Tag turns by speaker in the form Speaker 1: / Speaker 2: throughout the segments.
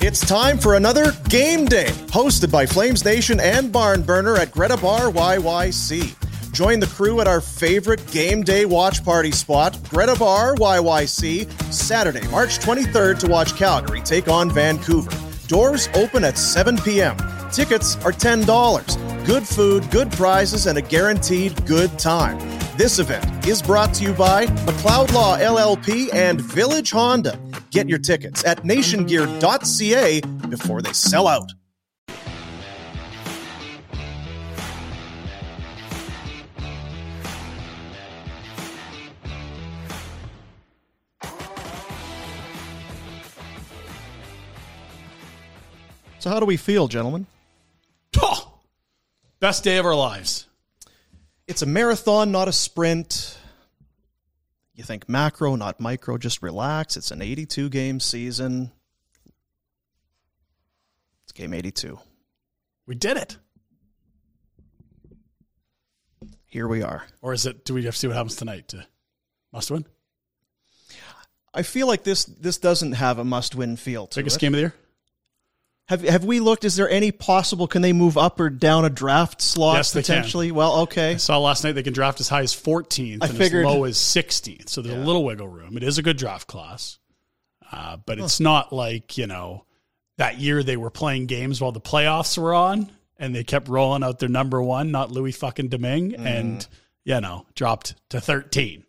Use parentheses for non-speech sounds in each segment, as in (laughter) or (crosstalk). Speaker 1: It's time for another game day, hosted by Flames Nation and Barn Burner at Greta Bar YYC. Join the crew at our favorite game day watch party spot, Greta Bar YYC, Saturday, March 23rd to watch Calgary take on Vancouver. Doors open at 7 p.m. Tickets are $10. Good food, good prizes, and a guaranteed good time. This event is brought to you by McLeod Law LLP and Village Honda. Get your tickets at nationgear.ca before they sell out. So, how do we feel, gentlemen?
Speaker 2: Oh, best day of our lives.
Speaker 1: It's a marathon, not a sprint. You think macro, not micro. Just relax. It's an 82 game season. It's game 82.
Speaker 2: We did it.
Speaker 1: Here we are.
Speaker 2: Or is it? Do we have to see what happens tonight to must win?
Speaker 1: I feel like this this doesn't have a must win feel to
Speaker 2: Biggest
Speaker 1: it.
Speaker 2: game of the year.
Speaker 1: Have have we looked? Is there any possible? Can they move up or down a draft slot
Speaker 2: Yes, they can.
Speaker 1: potentially? Well, okay.
Speaker 2: I saw last night they can draft as high as 14th
Speaker 1: I
Speaker 2: and
Speaker 1: figured-
Speaker 2: as low as 16th. So there's a little wiggle room. It is a good draft class, uh, but it's not like you know that year they were playing games while the playoffs were on and they kept rolling out their number one, not Louis fucking Domingue,
Speaker 1: Mm.
Speaker 2: and you know dropped to 13.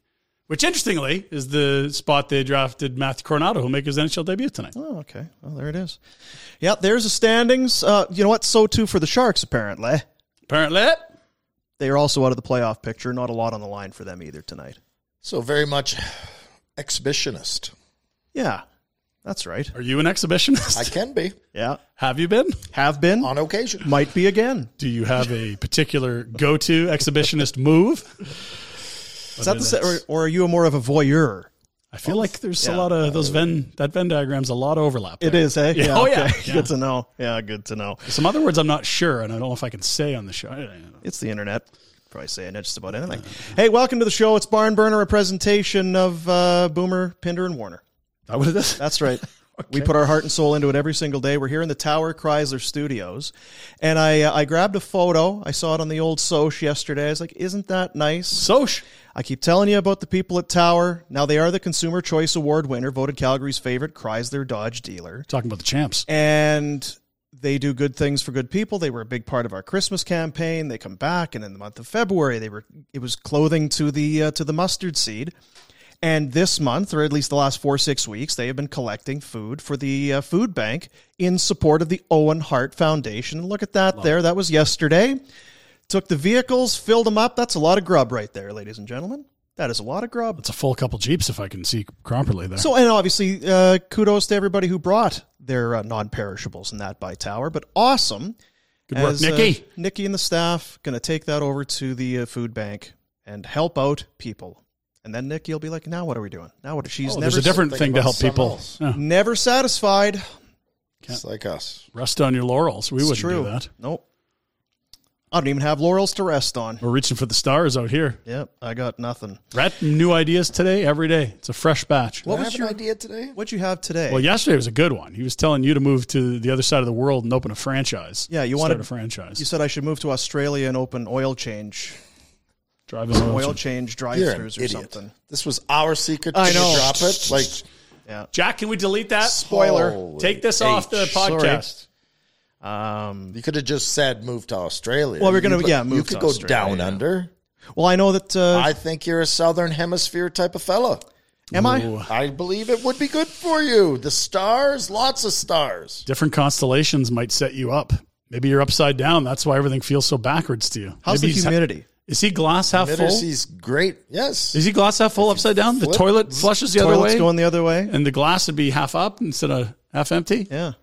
Speaker 2: Which interestingly is the spot they drafted Matthew Coronado, who'll make his NHL debut tonight.
Speaker 1: Oh, okay. Well, there it is. Yeah, there's the standings. Uh, you know what? So too for the Sharks. Apparently,
Speaker 2: Apparently,
Speaker 1: they are also out of the playoff picture. Not a lot on the line for them either tonight.
Speaker 3: So very much exhibitionist.
Speaker 1: Yeah, that's right.
Speaker 2: are you an exhibitionist?
Speaker 3: I can be
Speaker 1: Yeah,
Speaker 2: have you been?
Speaker 1: have been,
Speaker 3: on occasion.
Speaker 1: might be
Speaker 2: (laughs)
Speaker 1: again.
Speaker 2: Do you have a particular go-to exhibitionist move?
Speaker 1: Is that the, se- or, or are you more of a voyeur?
Speaker 2: I feel like there's
Speaker 1: yeah.
Speaker 2: a lot of those Venn that Venn diagrams a lot of overlap.
Speaker 1: It
Speaker 2: there.
Speaker 1: is, eh?
Speaker 2: Yeah. Oh, yeah.
Speaker 1: okay.
Speaker 2: Yeah.
Speaker 1: Good to know. Yeah, good to know.
Speaker 2: Some other words I'm not sure, and I don't know if I can say on the show. I don't know.
Speaker 1: It's the internet. Probably saying it just about anything.
Speaker 2: Uh.
Speaker 1: Hey, welcome to the show. It's Barn Burner, a presentation of uh, Boomer, Pinder, and Warner.
Speaker 2: That what it
Speaker 1: (laughs)
Speaker 2: is?
Speaker 1: That's right. We put our heart and soul into it every single day. We're here in the Tower Chrysler Studios, and I uh, I grabbed a photo. I saw it on the old Soch yesterday. I was like, "Isn't that nice?"
Speaker 2: Soch.
Speaker 1: I keep telling you about the people at Tower. Now they are the Consumer Choice Award winner, voted Calgary's favorite Chrysler Dodge dealer
Speaker 2: Talking about the champs.
Speaker 1: and they do good things for good people. They were a big part of our Christmas campaign. They come back, and in the month of February, they were it was clothing to the uh, to the mustard seed. And this month, or at least the last four six weeks, they have been collecting food for the uh, food bank in support of the Owen Hart Foundation. And Look at that there. That was yesterday. Took the vehicles, filled them up. That's a lot of grub right there, ladies and gentlemen. That is a lot of grub.
Speaker 2: It's a full couple jeeps if I can see properly there.
Speaker 1: So, and obviously, uh, kudos to everybody who brought their uh, non-perishables and that by Tower. But awesome,
Speaker 2: Good work,
Speaker 1: as, uh,
Speaker 2: Nikki.
Speaker 1: Nikki and the staff going to take that over to the uh, food bank and help out people. And then Nikki will be like, "Now what are we doing? Now what?" She's
Speaker 2: Oh,
Speaker 1: never
Speaker 2: there's a different
Speaker 3: something
Speaker 2: thing to
Speaker 3: about
Speaker 2: help
Speaker 3: something
Speaker 2: people.
Speaker 3: else.
Speaker 2: Yeah.
Speaker 1: never satisfied.
Speaker 3: It's like us.
Speaker 2: Rest on your laurels. We
Speaker 1: It's
Speaker 2: wouldn't
Speaker 1: true.
Speaker 2: do that.
Speaker 1: Nope. I don't even have laurels to rest on.
Speaker 2: We're reaching for the stars out here.
Speaker 1: Yep, I got nothing.
Speaker 2: Rat new ideas today, every day. It's a fresh batch.
Speaker 3: What I
Speaker 1: was
Speaker 3: have
Speaker 1: your-
Speaker 3: an idea today?
Speaker 1: What'd you have today?
Speaker 2: Well, yesterday was a good one. He was telling you to move to the other side of the world and open a franchise.
Speaker 1: Yeah, you
Speaker 2: Start
Speaker 1: wanted-
Speaker 2: a franchise.
Speaker 1: you said I should move to Australia and open oil change,
Speaker 2: Drive his own.
Speaker 1: oil change
Speaker 3: You're an
Speaker 1: drive-throughs or
Speaker 3: idiot.
Speaker 1: something.
Speaker 3: This was our secret.
Speaker 1: I
Speaker 3: Did you
Speaker 1: know.
Speaker 3: Drop it. Like
Speaker 2: Jack, can we delete that?
Speaker 1: Spoiler.
Speaker 3: Holy
Speaker 2: Take this
Speaker 3: H.
Speaker 2: off the podcast.
Speaker 1: Um,
Speaker 3: You could have just said move to Australia.
Speaker 1: Well, we're gonna-
Speaker 3: You could-
Speaker 1: yeah, move
Speaker 3: you
Speaker 1: to
Speaker 3: could go
Speaker 1: Australia,
Speaker 3: down
Speaker 1: yeah.
Speaker 3: under.
Speaker 1: well, I know that. Uh,
Speaker 3: I think you're a Southern Hemisphere type of fella.
Speaker 1: am I?
Speaker 2: Ooh.
Speaker 3: I believe it would be good for you. The stars, lots of stars.
Speaker 2: Different constellations might set you up. Maybe you're upside down. That's why everything feels so backwards to you.
Speaker 1: How's the
Speaker 2: Maybe he's-
Speaker 1: humidity?
Speaker 2: is he glass half full? Is
Speaker 3: Literacy's great. Yes.
Speaker 2: he glass half full upside down? The
Speaker 3: flip,
Speaker 2: toilet flushes the other
Speaker 1: Toilet's
Speaker 2: way,
Speaker 1: going the other way.
Speaker 2: and the glass would be half up instead of half empty.
Speaker 1: Yeah.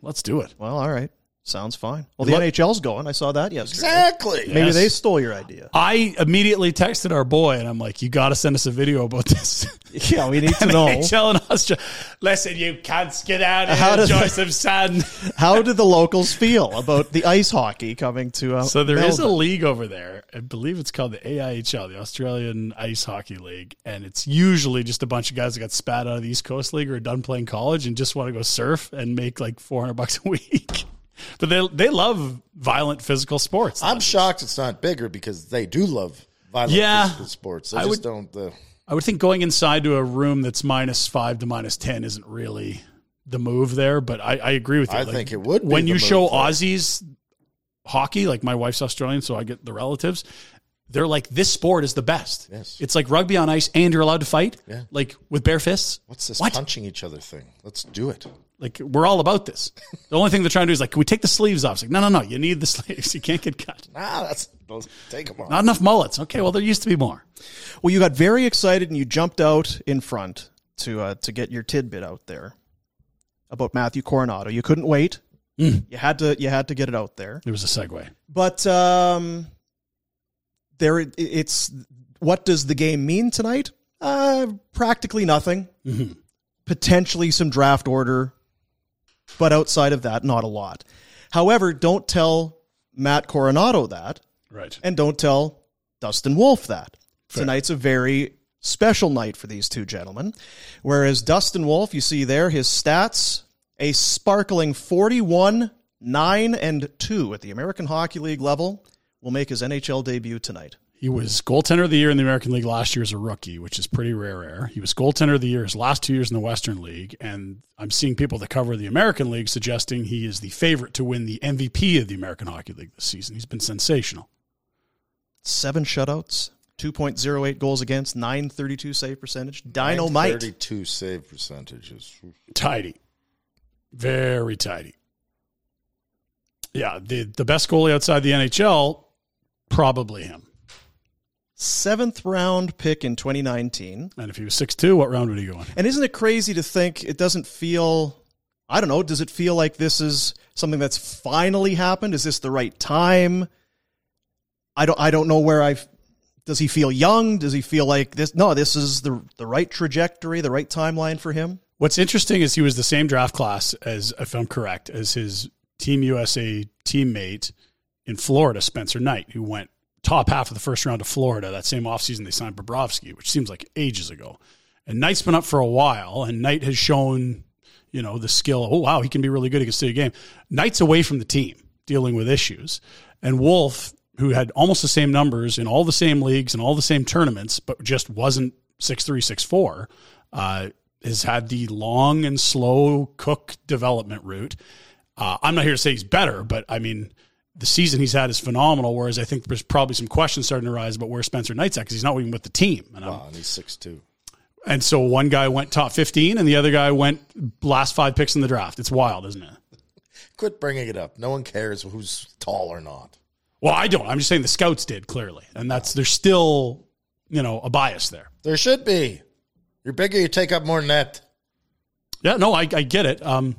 Speaker 2: Let's do it.
Speaker 1: Well, all right. Sounds fine. Well, the
Speaker 2: Look-
Speaker 1: NHL's going. I saw that yesterday.
Speaker 3: Exactly.
Speaker 1: Maybe
Speaker 2: Yes.
Speaker 1: they stole your
Speaker 2: (laughs)
Speaker 1: idea.
Speaker 2: I immediately texted our boy and I'm like, you got to send us a video
Speaker 1: (laughs)
Speaker 2: about this.
Speaker 1: Yeah, we need to
Speaker 2: (laughs)
Speaker 1: know
Speaker 2: NHL in Australia. Listen, you cunts, get out of
Speaker 1: How
Speaker 2: here,
Speaker 1: does that-
Speaker 2: Joseph Sun.
Speaker 1: how did the locals feel about the ice hockey coming to uh,
Speaker 2: So there is a
Speaker 1: Melbourne?
Speaker 2: league over there. I believe it's called the AIHL, the Australian Ice Hockey League, and it's usually just a bunch of guys that got spat out of the East Coast League or are done playing college and just want to go surf and make like four hundred bucks a week. (laughs) But they they love violent physical sports.
Speaker 3: I'm shocked it's not bigger because they do love violent
Speaker 2: Yeah.
Speaker 3: physical sports. They
Speaker 2: I
Speaker 3: just
Speaker 2: would-
Speaker 3: don't. Uh,
Speaker 2: I would think going inside to a room that's minus five to minus ten isn't really the move there, but I, I agree with you.
Speaker 3: I
Speaker 2: Like,
Speaker 3: think it would. Be
Speaker 2: when
Speaker 3: the
Speaker 2: you
Speaker 3: move
Speaker 2: show
Speaker 3: there.
Speaker 2: Aussies hockey, like my wife's Australian, so I get the relatives. They're like, this sport is the best.
Speaker 3: Yes.
Speaker 2: It's like rugby on ice, and you're allowed to fight,
Speaker 3: Yeah.
Speaker 2: like with bare fists.
Speaker 3: What's this
Speaker 2: What?
Speaker 3: punching each other thing? Let's do it.
Speaker 2: Like we're all about this. The only thing they're trying to do is like, can we take the sleeves off? It's like, no, no, no. You need the (laughs) sleeves. You can't get cut.
Speaker 3: Ah, that's those, take them off.
Speaker 2: Not enough mullets. Okay, well there used to be more.
Speaker 1: Well, you got very excited and you jumped out in front to uh, to get your tidbit out there about Matthew Coronado. You couldn't wait.
Speaker 2: Hmm.
Speaker 1: You had to you had to get it out there.
Speaker 2: There was a segue.
Speaker 1: But um, there it- it's what does the game mean tonight? Uh, practically nothing. Potentially some draft order, but outside of that, not a lot. However, don't tell Matt Coronado that
Speaker 2: Right.
Speaker 1: and don't tell Dustin Wolf that. Tonight's a very special night for these two gentlemen. Whereas Dustin Wolf, you see there, his stats a sparkling 41, 9, and 2 at the American Hockey League level will make his NHL debut tonight.
Speaker 2: He was goaltender of the year in the American League last year as a rookie, which is pretty rare air. He was goaltender of the year his last two years in the Western League, and I'm seeing people that cover the American League suggesting he is the favorite to win the MVP of the American Hockey League this season. He's been sensational.
Speaker 1: Seven shutouts, 2.08 goals against, 932 save percentage, dynamite.
Speaker 3: Thirty-two save percentages.
Speaker 2: Tidy. Very tidy. Yeah, the the best goalie outside the NHL, probably him.
Speaker 1: Seventh round pick in 2019.
Speaker 2: And if he was 6'2, what round would he go in?
Speaker 1: And isn't it crazy to think it doesn't feel I don't know, does it feel like this is something that's finally happened? Is this the right time? I don't I don't know where I've does he feel young? Does he feel like this no, this is the the right trajectory, the right timeline for him?
Speaker 2: What's interesting is he was the same draft class as, if I'm correct, as his Team USA teammate in Florida, Spencer Knight, who went top half of the first round to Florida. That same offseason, they signed Bobrovsky, which seems like ages ago. And Knight's been up for a while, and Knight has shown, you know, the skill. Oh, wow, he can be really good. He can stay a game. Knight's away from the team dealing with issues. And Wolf, who had almost the same numbers in all the same leagues and all the same tournaments, but just wasn't six three six four, uh, has had the long and slow cook development route. Uh, I'm not here to say he's better, but I mean, the season he's had is phenomenal. Whereas I think there's probably some questions starting to rise about where Spencer Knight's at because he's not even with the team. And, I'm-
Speaker 3: Wow, and he's six-two.
Speaker 2: and so one guy went top 15 and the other guy went last five picks in the draft. It's wild, isn't it?
Speaker 3: Quit bringing it up. No one cares who's tall or not.
Speaker 2: Well, I don't. I'm just saying the scouts did clearly, and that's there's still you know a bias there.
Speaker 3: There should be. You're bigger. You take up more net.
Speaker 2: Yeah, no, I, I get it. Um,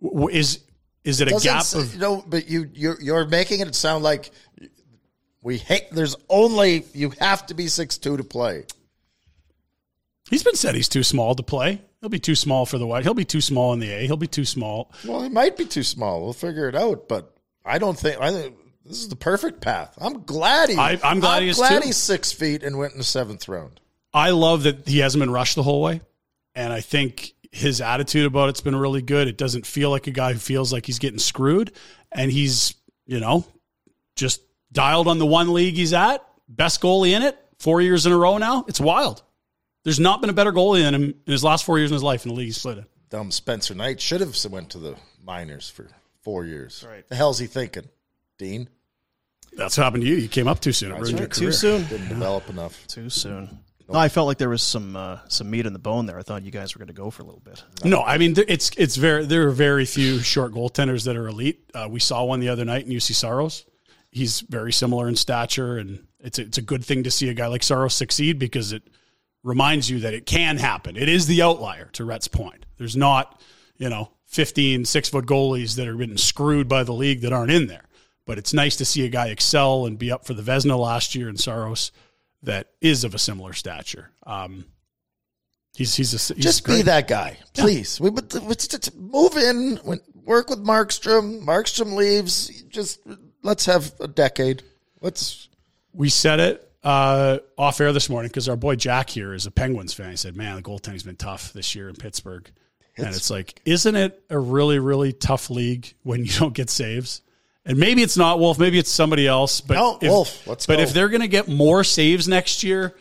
Speaker 2: w- w- is is it a
Speaker 3: Doesn't
Speaker 2: gap
Speaker 3: s-
Speaker 2: of
Speaker 3: you know, but you you're, you're making it sound like we hate. There's only you have to be six-two to play.
Speaker 2: He's been said he's too small to play. He'll be too small for the white. He'll be too small in the A. He'll be too small.
Speaker 3: Well, he might be too small. We'll figure it out. But I don't think I think this is the perfect path. I'm glad he.
Speaker 2: I- I'm glad he is
Speaker 3: glad
Speaker 2: too.
Speaker 3: he's six feet and went in the seventh round.
Speaker 2: I love that he hasn't been rushed the whole way, and I think his attitude about it's been really good. It doesn't feel like a guy who feels like he's getting screwed, and he's you know just dialed on the one league he's at. Best goalie in it, four years in a row now. It's wild. There's not been a better goalie than him in his last four years in his life in the league he's played in.
Speaker 3: Dumb Spencer Knight should have went to the minors for four years. The hell's he thinking, Dean?
Speaker 2: That's what happened to you. You came up too soon. It ruined your
Speaker 1: Too
Speaker 2: career.
Speaker 1: soon.
Speaker 3: Didn't develop enough.
Speaker 1: Too soon. No, I felt like there was some uh, some meat in the bone there. I thought you guys were going to go for a little bit.
Speaker 2: No, I mean th- it's it's very there are very few short goaltenders that are elite. Uh, we saw one the other night in UC Saros. He's very similar in stature, and it's a, it's a good thing to see a guy like Saros succeed because it reminds you that it can happen. It is the outlier to Rhett's point. There's not you know, 15, six foot goalies that are getting screwed by the league that aren't in there. But it's nice to see a guy excel and be up for the Vesna last year in Saros that is of a similar stature. Um, he's, he's, a, he's
Speaker 3: Just be
Speaker 2: great.
Speaker 3: that guy, please. We, but, but just move in, when- work with Markstrom. Markstrom leaves. Just let's have a decade. Let's.
Speaker 2: we said it uh, off air this morning because our boy Jack here is a Penguins fan. He said, "Man, the goaltending's been tough this year in Pittsburgh." And it's like, isn't it a really, really tough league when you (laughs) don't get saves? And maybe it's not Wolf, maybe it's somebody else. But
Speaker 3: No,
Speaker 2: if,
Speaker 3: Wolf, let's
Speaker 2: But
Speaker 3: go.
Speaker 2: if they're going to get more saves next year,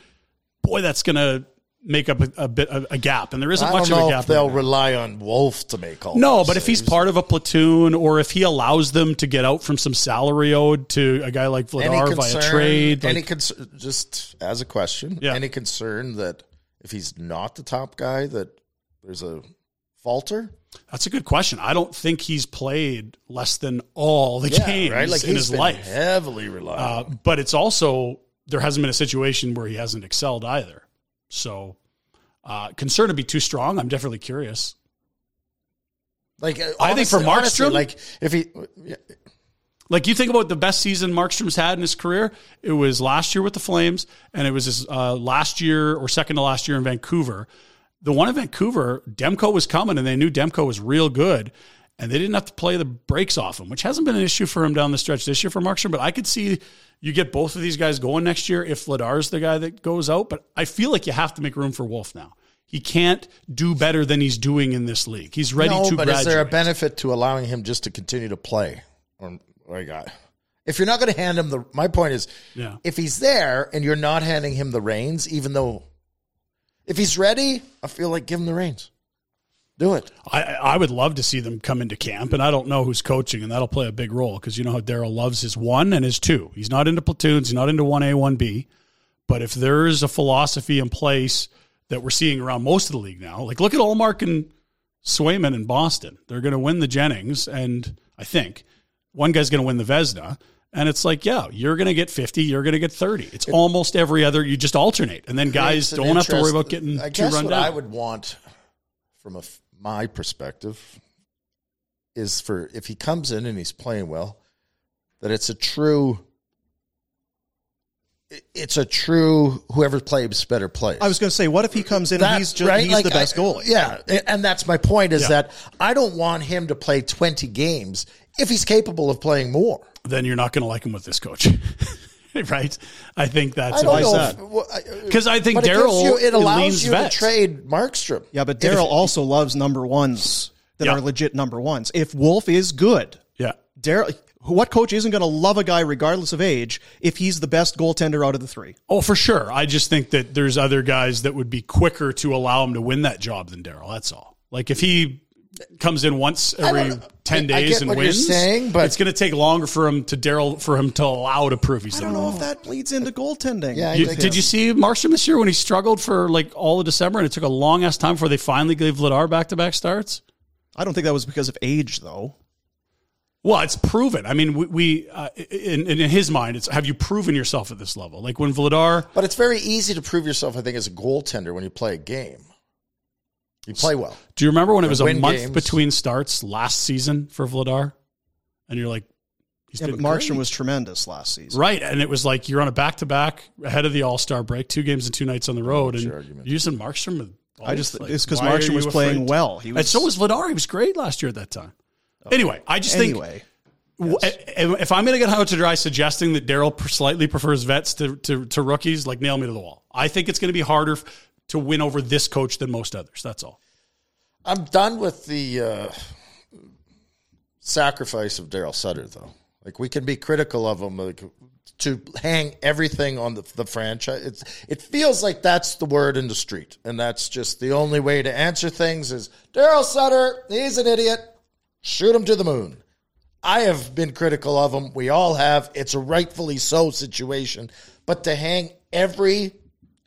Speaker 2: boy, that's going to make up a, a bit a, a gap, and there isn't
Speaker 3: I
Speaker 2: much of
Speaker 3: don't
Speaker 2: a
Speaker 3: know
Speaker 2: gap.
Speaker 3: if they'll
Speaker 2: right now.
Speaker 3: rely on Wolf to make all.
Speaker 2: No,
Speaker 3: those
Speaker 2: but if he's
Speaker 3: saves.
Speaker 2: part of a platoon or if he allows them to get out from some salary owed to a guy like
Speaker 3: any
Speaker 2: Vladar
Speaker 3: concern,
Speaker 2: via trade,
Speaker 3: any
Speaker 2: like-
Speaker 3: concern, just as a question,
Speaker 2: Yeah.
Speaker 3: any concern that if he's not the top guy, that there's a falter.
Speaker 2: that's a good question. I don't think he's played less than all the games in
Speaker 3: he's
Speaker 2: his
Speaker 3: been
Speaker 2: life.
Speaker 3: heavily reliant.
Speaker 2: Uh, but it's also there hasn't been a situation where he hasn't excelled either. So uh, concern to be too strong. I'm definitely curious.
Speaker 3: like uh,
Speaker 2: I think for
Speaker 3: honestly- honestly,
Speaker 2: Markstrom-
Speaker 3: like if he,
Speaker 2: Like you think about the best season Markstrom's had in his career, it was last year with the Flames, and it was his uh, last year or second to last year in Vancouver. The one in Vancouver, Demko was coming, and they knew Demko was real good, and they didn't have to play the brakes off him, which hasn't been an issue for him down the stretch this year for Markstrom. But I could see you get both of these guys going next year if Ladar's the guy that goes out. But I feel like you have to make room for Wolf now. He can't do better than he's doing in this league. He's ready
Speaker 3: no,
Speaker 2: to
Speaker 3: but
Speaker 2: graduate.
Speaker 3: is there a benefit to allowing him just to continue to play? Or like, I- if you're not going to hand him the, my point is,
Speaker 2: yeah.
Speaker 3: if he's there and you're not handing him the reins, even though, if he's ready, I feel like give him the reins. Do it.
Speaker 2: I, I would love to see them come into camp, and I don't know who's coaching, and that'll play a big role because you know how Daryl loves his one and his two. He's not into platoons, he's not into 1A, 1B. But if there is a philosophy in place that we're seeing around most of the league now, like look at Allmark and Swayman in Boston. They're going to win the Jennings, and I think one guy's going to win the Vesna. And it's like, yeah, you're going to get 50, you're going to get 30. It's almost every other, you just alternate. And then guys
Speaker 3: It's an
Speaker 2: don't have to worry
Speaker 3: interest-
Speaker 2: about getting
Speaker 3: I
Speaker 2: too
Speaker 3: guess
Speaker 2: run
Speaker 3: what
Speaker 2: down.
Speaker 3: I would want from a f my perspective is for if he comes in and he's playing well, that it's a true. it- It's a true whoever plays better plays.
Speaker 4: I was going to say, what if he comes in
Speaker 3: That-
Speaker 4: and he's just
Speaker 3: right?
Speaker 4: he's
Speaker 3: Like,
Speaker 4: the best
Speaker 3: I-
Speaker 4: goalie?
Speaker 3: Yeah, a- and that's my point is
Speaker 2: Yeah.
Speaker 3: that I don't want him to play twenty games if he's capable of playing more.
Speaker 2: then you're not going to like him with this coach, (laughs) right? I think that's
Speaker 3: I don't know
Speaker 4: that?
Speaker 3: if- well, I-
Speaker 2: because I think
Speaker 3: but it gives
Speaker 2: Daryl
Speaker 3: you- it allows
Speaker 2: leans
Speaker 3: you
Speaker 2: vets.
Speaker 3: to trade Markstrom.
Speaker 4: Yeah, but Daryl also loves number ones that
Speaker 2: Yeah.
Speaker 4: are legit number ones. If Wolf is good,
Speaker 2: Yeah,
Speaker 4: Daryl, what coach isn't going to love a guy regardless of age if he's the best goaltender out of the three?
Speaker 2: oh for sure. I just think that there's other guys that would be quicker to allow him to win that job than Daryl. That's all. Like if he comes in once every
Speaker 3: don't know.
Speaker 2: ten
Speaker 3: I- I
Speaker 2: days
Speaker 3: get
Speaker 2: and
Speaker 3: what you're
Speaker 2: wins,
Speaker 3: saying, but-
Speaker 2: it's going to take longer for him to Daryl for him to allow to prove he's.
Speaker 4: I
Speaker 2: the
Speaker 4: don't
Speaker 2: number
Speaker 4: know
Speaker 2: one.
Speaker 4: if that bleeds into goaltending.
Speaker 3: Yeah, I
Speaker 2: You-
Speaker 3: think
Speaker 2: did you see Markstrom this year when he struggled for like all of December and it took a long ass time before they finally gave Vladar back to back starts?
Speaker 4: I don't think that was because of age, though.
Speaker 2: Well, it's proven. I mean, we, we uh, in, in in his mind, it's have you proven yourself at this level? Like when Vladar,
Speaker 3: But it's very easy to prove yourself, I think, as a goaltender when you play a game. You play well.
Speaker 2: do you remember when it was a
Speaker 3: Win
Speaker 2: month
Speaker 3: games.
Speaker 2: between starts last season for Vladar? And you're like, he's
Speaker 4: Yeah, but
Speaker 2: been
Speaker 4: Markstrom
Speaker 2: great.
Speaker 4: was tremendous last season.
Speaker 2: right, and it was like you're on a back to back ahead of the All Star break, two games and two nights on the road, and
Speaker 3: What's your argument?
Speaker 2: using Markstrom. with
Speaker 4: I just
Speaker 2: both,
Speaker 4: it's because
Speaker 2: why are
Speaker 4: Markstrom was
Speaker 2: you
Speaker 4: playing
Speaker 2: afraid to-
Speaker 4: well. He was
Speaker 2: and so was Vladar. He was great last year at that time. Anyway, I just think
Speaker 4: anyway.
Speaker 2: W- eh, If if I'm going to get out to dry suggesting that Daryl per- slightly prefers vets to, to, to rookies, like nail me to the wall. I think it's going to be harder f- to win over this coach than most others. That's all.
Speaker 3: I'm done with the uh, sacrifice of Daryl Sutter, though. Like we can be critical of him, like to hang everything on the, the franchise. It's it feels like that's the word in the street, and that's just the only way to answer things is Daryl Sutter. He's an idiot. Shoot him to the moon. I have been critical of him. We all have. It's a rightfully so situation, but to hang every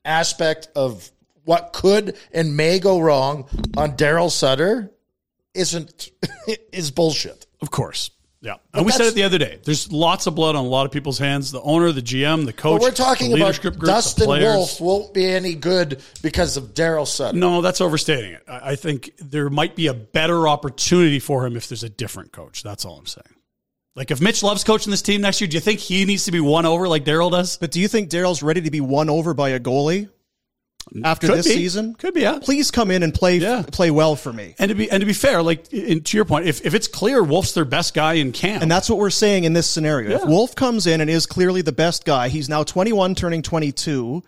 Speaker 3: aspect of what could and may go wrong on Daryl Sutter isn't (laughs) is bullshit.
Speaker 2: Of course. Yeah. and we said
Speaker 3: that's-
Speaker 2: it the other day. There's lots of blood on a lot of people's hands. The owner, the GM, the coach.
Speaker 3: But we're talking
Speaker 2: the
Speaker 3: about
Speaker 2: leadership group, the
Speaker 3: Dustin
Speaker 2: players.
Speaker 3: Wolf won't be any good because of Daryl Sutter.
Speaker 2: No, that's overstating it. I I think there might be a better opportunity for him if there's a different coach. That's all I'm saying. Like if Mitch loves coaching this team next year, do you think he needs to be won over like Daryl does?
Speaker 1: But do you think Daryl's ready to be won over by a goalie after
Speaker 2: Mm, Could
Speaker 1: this
Speaker 2: be.
Speaker 1: season?
Speaker 2: Could be, yeah.
Speaker 1: Please come in and play
Speaker 2: Yeah.
Speaker 1: play well for me.
Speaker 2: And to be and to be fair, like in, to your point, if, if it's clear Wolf's their best guy in camp,
Speaker 1: And that's what we're saying in this scenario. If
Speaker 2: Yeah.
Speaker 1: Wolf comes in and is clearly the best guy, he's now 21 turning 22.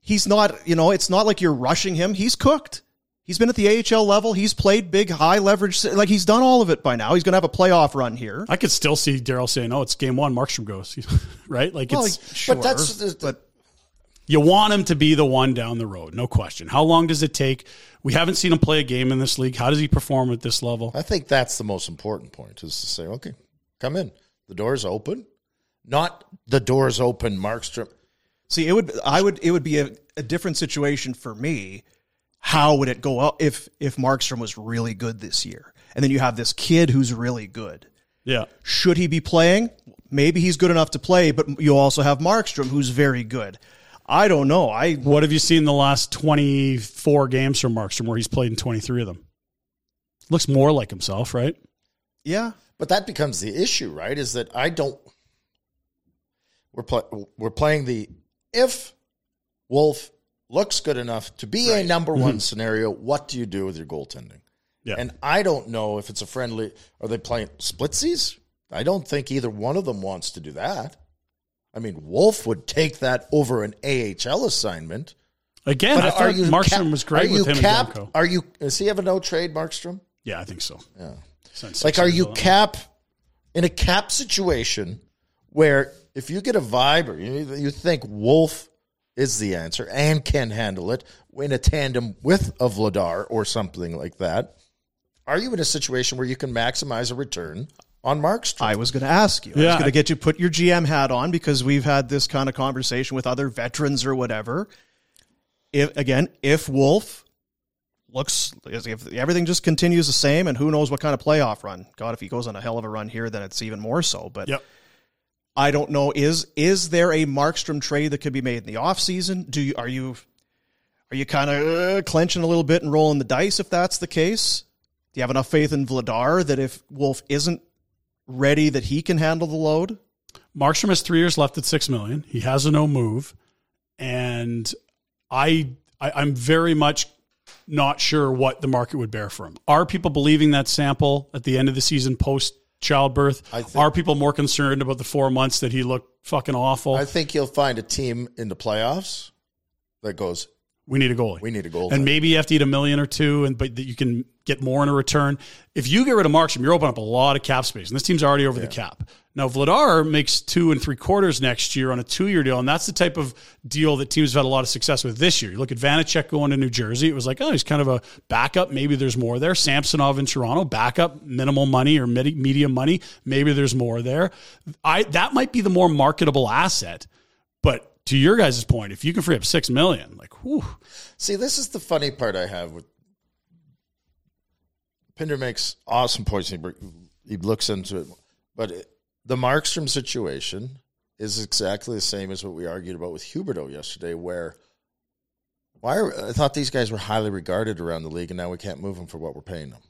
Speaker 1: He's not, you know, it's not like you're rushing him. He's cooked. He's been at the AHL level. He's played big, high leverage. Like he's done all of it by now. He's going to have a playoff run here.
Speaker 2: I could still see Daryl saying, "Oh, it's game one. Markstrom goes." (laughs) right? Like
Speaker 1: Well,
Speaker 2: it's
Speaker 1: like, sure,
Speaker 3: But that's the-
Speaker 1: but
Speaker 2: You want him to be the one down the road, no question. How long does it take? We haven't seen him play a game in this league. How does he perform at this level?
Speaker 3: I think that's the most important point is to say, okay, come in. The door's open. Not the door's open, Markstrom.
Speaker 1: See, it would I would it would be a, a different situation for me. How would it go out if if Markstrom was really good this year? And then you have this kid who's really good.
Speaker 2: Yeah.
Speaker 1: Should he be playing? Maybe he's good enough to play, but you also have Markstrom who's very good. I don't know. I
Speaker 2: What have you seen the last 24 games from Markstrom where he's played in 23 of them? Looks more like himself, right?
Speaker 1: yeah.
Speaker 3: But that becomes the issue, right? Is that I don't. We're pl- we're playing the if Wolf looks good enough to be a number one scenario. What do you do with your goaltending?
Speaker 2: Mm-hmm. Yeah.
Speaker 3: And I don't know if it's a friendly. Are they playing splitsies? I don't think either one of them wants to do that. I mean, Wolf would take that over an AHL assignment.
Speaker 2: Again, I thought Markstrom was great with him
Speaker 3: capped?
Speaker 2: and Demko.
Speaker 3: Are you? Does he have a no trade, Markstrom?
Speaker 2: Yeah, I think so. Yeah.
Speaker 3: Like, are you cap in a cap situation where if you get a vibe or you, you think Wolf is the answer and can handle it in a tandem with a Vladar or something like that, are you in a situation where you can maximize a return on Markstrom?
Speaker 1: I was going to ask you. I was
Speaker 2: Yeah.
Speaker 1: going to get you to put your GM hat on because we've had this kind of conversation with other veterans or whatever. If again, if Wolf looks if everything just continues the same and who knows what kind of playoff run. God, if he goes on a hell of a run here then it's even more so, but
Speaker 2: Yep.
Speaker 1: I don't know is is there a Markstrom trade that could be made in the offseason? Do you are you are you kind of uh, clenching a little bit and rolling the dice if that's the case? Do you have enough faith in Vladar that if Wolf isn't ready that he can handle the load?
Speaker 2: Markstrom has three years left at six million. He has a no move, and I, I I'm very much not sure what the market would bear for him. Are people believing that sample at the end of the season post childbirth?
Speaker 3: think-
Speaker 2: Are people more concerned about the four months that he looked fucking awful?
Speaker 3: I think you'll find a team in the playoffs that goes,
Speaker 2: we need a goalie.
Speaker 3: we need a goal.
Speaker 2: and maybe you have to eat a million or two, and but that you can get more in a return. If you get rid of Markstrom, you're opening up a lot of cap space, and this team's already over the cap. Now Vladar makes two and three quarters next year on a two-year deal, and that's the type of deal that teams have had a lot of success with this year. You look at Vanacek going to New Jersey; it was like, oh, he's kind of a backup. Maybe there's more there. Samsonov in Toronto, backup, minimal money or medi- medium money. Maybe there's more there. I that might be the more marketable asset, but. To your guys' point, if you can free up six million, like, whew,
Speaker 3: See, this is the funny part I have with Pinder makes awesome points. He, br- he looks into it, but it, the Markstrom situation is exactly the same as what we argued about with Huberto yesterday, where why are, I thought these guys were highly regarded around the league, and now we can't move them for what we're paying them.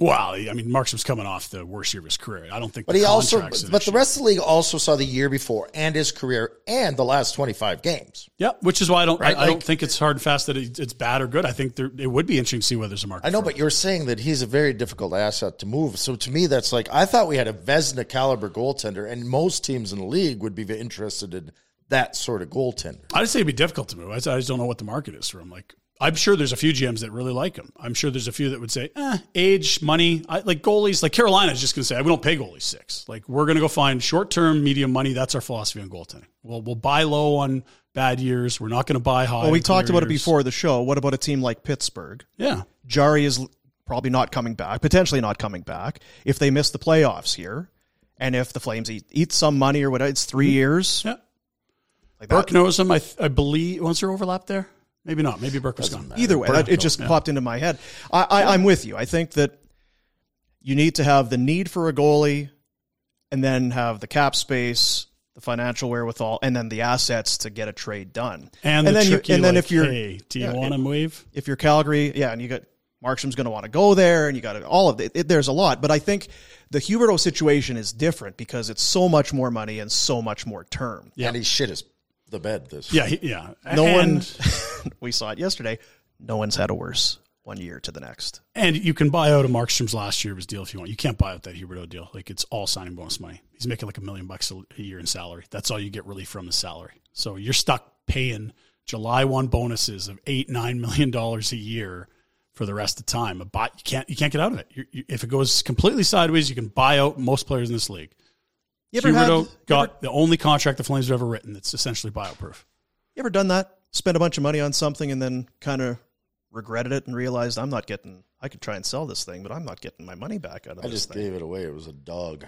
Speaker 2: Well, I mean, Markstrom's coming off the worst year of his career. I don't think,
Speaker 3: But
Speaker 2: the
Speaker 3: he also,
Speaker 2: contract's an
Speaker 3: but the
Speaker 2: issue.
Speaker 3: rest of the league also saw the year before and his career and the last twenty five games.
Speaker 2: yeah, which is why I don't,
Speaker 3: Right,
Speaker 2: I, I don't
Speaker 3: like-
Speaker 2: think it's hard and fast that it, it's bad or good. I think there, it would be interesting to see whether there's a market.
Speaker 3: I know,
Speaker 2: for
Speaker 3: but you're saying that he's a very difficult asset to move. So to me, that's like I thought we had a Vesna caliber goaltender, and most teams in the league would be interested in that sort of goaltender.
Speaker 2: it. I'd say it'd be difficult to move. I just, I just don't know what the market is for him. Like, I'm sure there's a few GMs that really like him. I'm sure there's a few that would say, eh, age, money, I, like goalies. Like Carolina's just going to say, we don't pay goalies six. Like, we're going to go find short term, medium money. That's our philosophy on goaltending. Well, we'll buy low on bad years. We're not going to buy high.
Speaker 1: Well, we
Speaker 2: on
Speaker 1: talked
Speaker 2: clear
Speaker 1: about it
Speaker 2: years.
Speaker 1: before the show. What about a team like Pittsburgh?
Speaker 2: Yeah.
Speaker 1: Jari is l- probably not coming back, potentially not coming back if they miss the playoffs here. And if the Flames eat, eat some money or whatever, it's 3 years.
Speaker 2: Yeah.
Speaker 1: Like that.
Speaker 2: Burke knows him. I, th- I believe. Was there overlap there? Maybe not. Maybe Burke was gone.
Speaker 1: Either way, that, it just popped into my head. I, I, I'm with you. I think that you need to have the need for a goalie and then have the cap space, the financial wherewithal, and then the assets to get a trade done.
Speaker 2: And, the
Speaker 1: then you,
Speaker 2: tricky,
Speaker 1: and then
Speaker 2: like,
Speaker 1: if you're
Speaker 2: hey, do you
Speaker 1: yeah,
Speaker 2: want
Speaker 1: it-
Speaker 2: him wave?
Speaker 1: if you're Calgary, yeah, and you got Markstrom's going to want to go there, and you got all of it, it. There's a lot, but I think the Huberto situation is different because it's so much more money and so much more term.
Speaker 2: Yeah.
Speaker 3: And he shit his the bed this.
Speaker 2: Yeah, he, yeah.
Speaker 1: No
Speaker 2: and,
Speaker 1: one, we saw it yesterday. No one's had a worse one year to the next.
Speaker 2: and you can buy out a Markstrom's last year of his deal if you want. You can't buy out that Huberto deal. Like it's all signing bonus money. He's making like a million bucks a a year in salary. That's all you get really from the salary. So you're stuck paying July one bonuses of eight nine million dollars a year for the rest of time. But buy- you can't you can't get out of it. You, you, if it goes completely sideways, you can buy out most players in this league.
Speaker 1: You ever had,
Speaker 2: Huberto
Speaker 1: you
Speaker 2: got
Speaker 1: ever-
Speaker 2: the only contract the Flames have ever written that's essentially buyout proof.
Speaker 1: you ever done that? Spent a bunch of money on something and then kind of regretted it and realized I'm not getting. I could try and sell this thing, but I'm not getting my money back out of
Speaker 3: I
Speaker 1: this
Speaker 3: just
Speaker 1: thing.
Speaker 3: gave it away. It was a dog.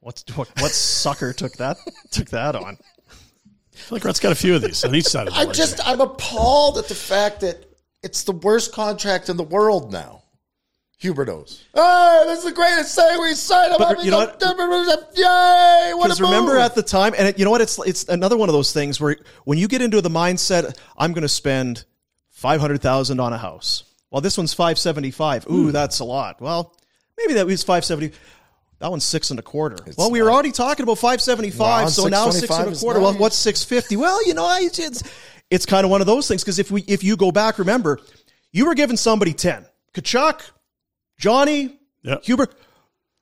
Speaker 1: What's what, what sucker took that took that on?
Speaker 2: I feel like Rut's got a few of these on each side of the
Speaker 3: I'm
Speaker 2: ledger.
Speaker 3: just I'm appalled at the fact that it's the worst contract in the world now. Huberto's. Oh, this is the greatest thing we signed. I'm
Speaker 1: But
Speaker 3: having
Speaker 1: you know
Speaker 3: a-
Speaker 1: what?
Speaker 3: Yay! What
Speaker 1: Because
Speaker 3: a
Speaker 1: remember
Speaker 3: move.
Speaker 1: at the time, and it, you know what? It's it's another one of those things where when you get into the mindset, I'm going to spend five hundred thousand on a house. Well, this one's five seventy five.
Speaker 3: Hmm.
Speaker 1: Ooh, that's a lot. Well, maybe that was five seventy. That one's six and a quarter. well, we were already talking about five seventy
Speaker 3: Wow,
Speaker 1: five, so now six
Speaker 3: 625
Speaker 1: and a
Speaker 3: is
Speaker 1: quarter.
Speaker 3: nice.
Speaker 1: Well, what's six fifty? Well, you know, I, it's it's kind of one of those things because if we if you go back, remember, you were giving somebody ten. Kachuk, Johnny,
Speaker 2: Yeah.
Speaker 1: Huber,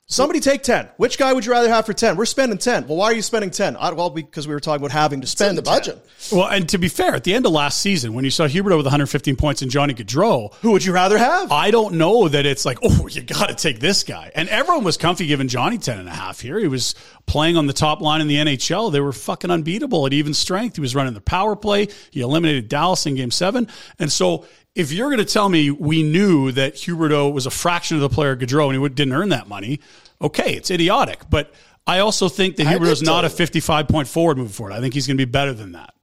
Speaker 1: somebody take 10. Which guy would you rather have for 10? We're spending 10. Well, why are you spending 10? I, well, because we were talking about having to
Speaker 3: in
Speaker 1: spend
Speaker 3: the
Speaker 1: 10.
Speaker 3: budget.
Speaker 2: Well, and to be fair, at the end of last season, when you saw Huberto with 115 points and Johnny Gaudreau,
Speaker 1: Who would you rather have?
Speaker 2: I don't know that it's like, oh, you got to take this guy. And everyone was comfy giving Johnny 10 and a half here. He was playing on the top line in the NHL. They were fucking unbeatable at even strength. He was running the power play. He eliminated Dallas in game seven. And so if you're going to tell me we knew that Huberto was a fraction of the player Gaudreau and he would- didn't earn that money, okay, it's idiotic. But I also think that
Speaker 3: I did
Speaker 2: Huberto's not
Speaker 3: tell
Speaker 2: a 55 point forward moving forward. I think he's going to be better than that.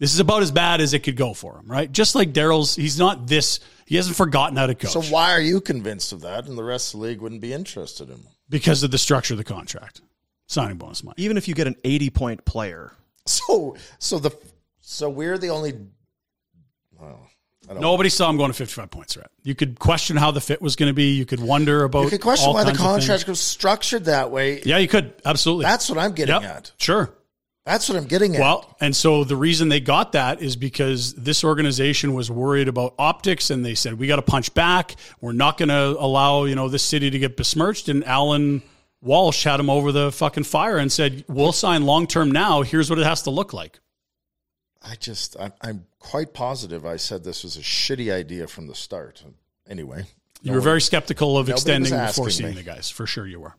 Speaker 2: This is about as bad as it could go for him, right? Just like Daryl's, he's not this. He hasn't forgotten how to coach
Speaker 3: So why are you convinced of that, and the rest of the league wouldn't be interested in him?
Speaker 2: because of the structure of the contract, signing bonus money.
Speaker 1: Even if you get an 80 point player,
Speaker 3: So so the so we're the only. Well, I don't.
Speaker 2: Nobody saw him going to fifty-five points, right? You could question how the fit was going to be. You could wonder about.
Speaker 3: You could question
Speaker 2: all
Speaker 3: why the
Speaker 2: kinds of things.
Speaker 3: contract was structured that way.
Speaker 2: Yeah, you could absolutely.
Speaker 3: That's what I'm getting
Speaker 2: Yep,
Speaker 3: at.
Speaker 2: Sure.
Speaker 3: That's what I'm getting at.
Speaker 2: Well, and so the reason they got that is because this organization was worried about optics, and they said we got to punch back. We're not going to allow you know this city to get besmirched. And Alan Walsh had him over the fucking fire and said, "We'll sign long term now. Here's what it has to look like."
Speaker 3: I just, I'm, I'm quite positive I said this was a shitty idea from the start. Anyway,
Speaker 2: You were very skeptical of
Speaker 3: nobody was
Speaker 2: extending before
Speaker 3: asking
Speaker 2: seeing
Speaker 3: me.
Speaker 2: the guys. For sure, you were.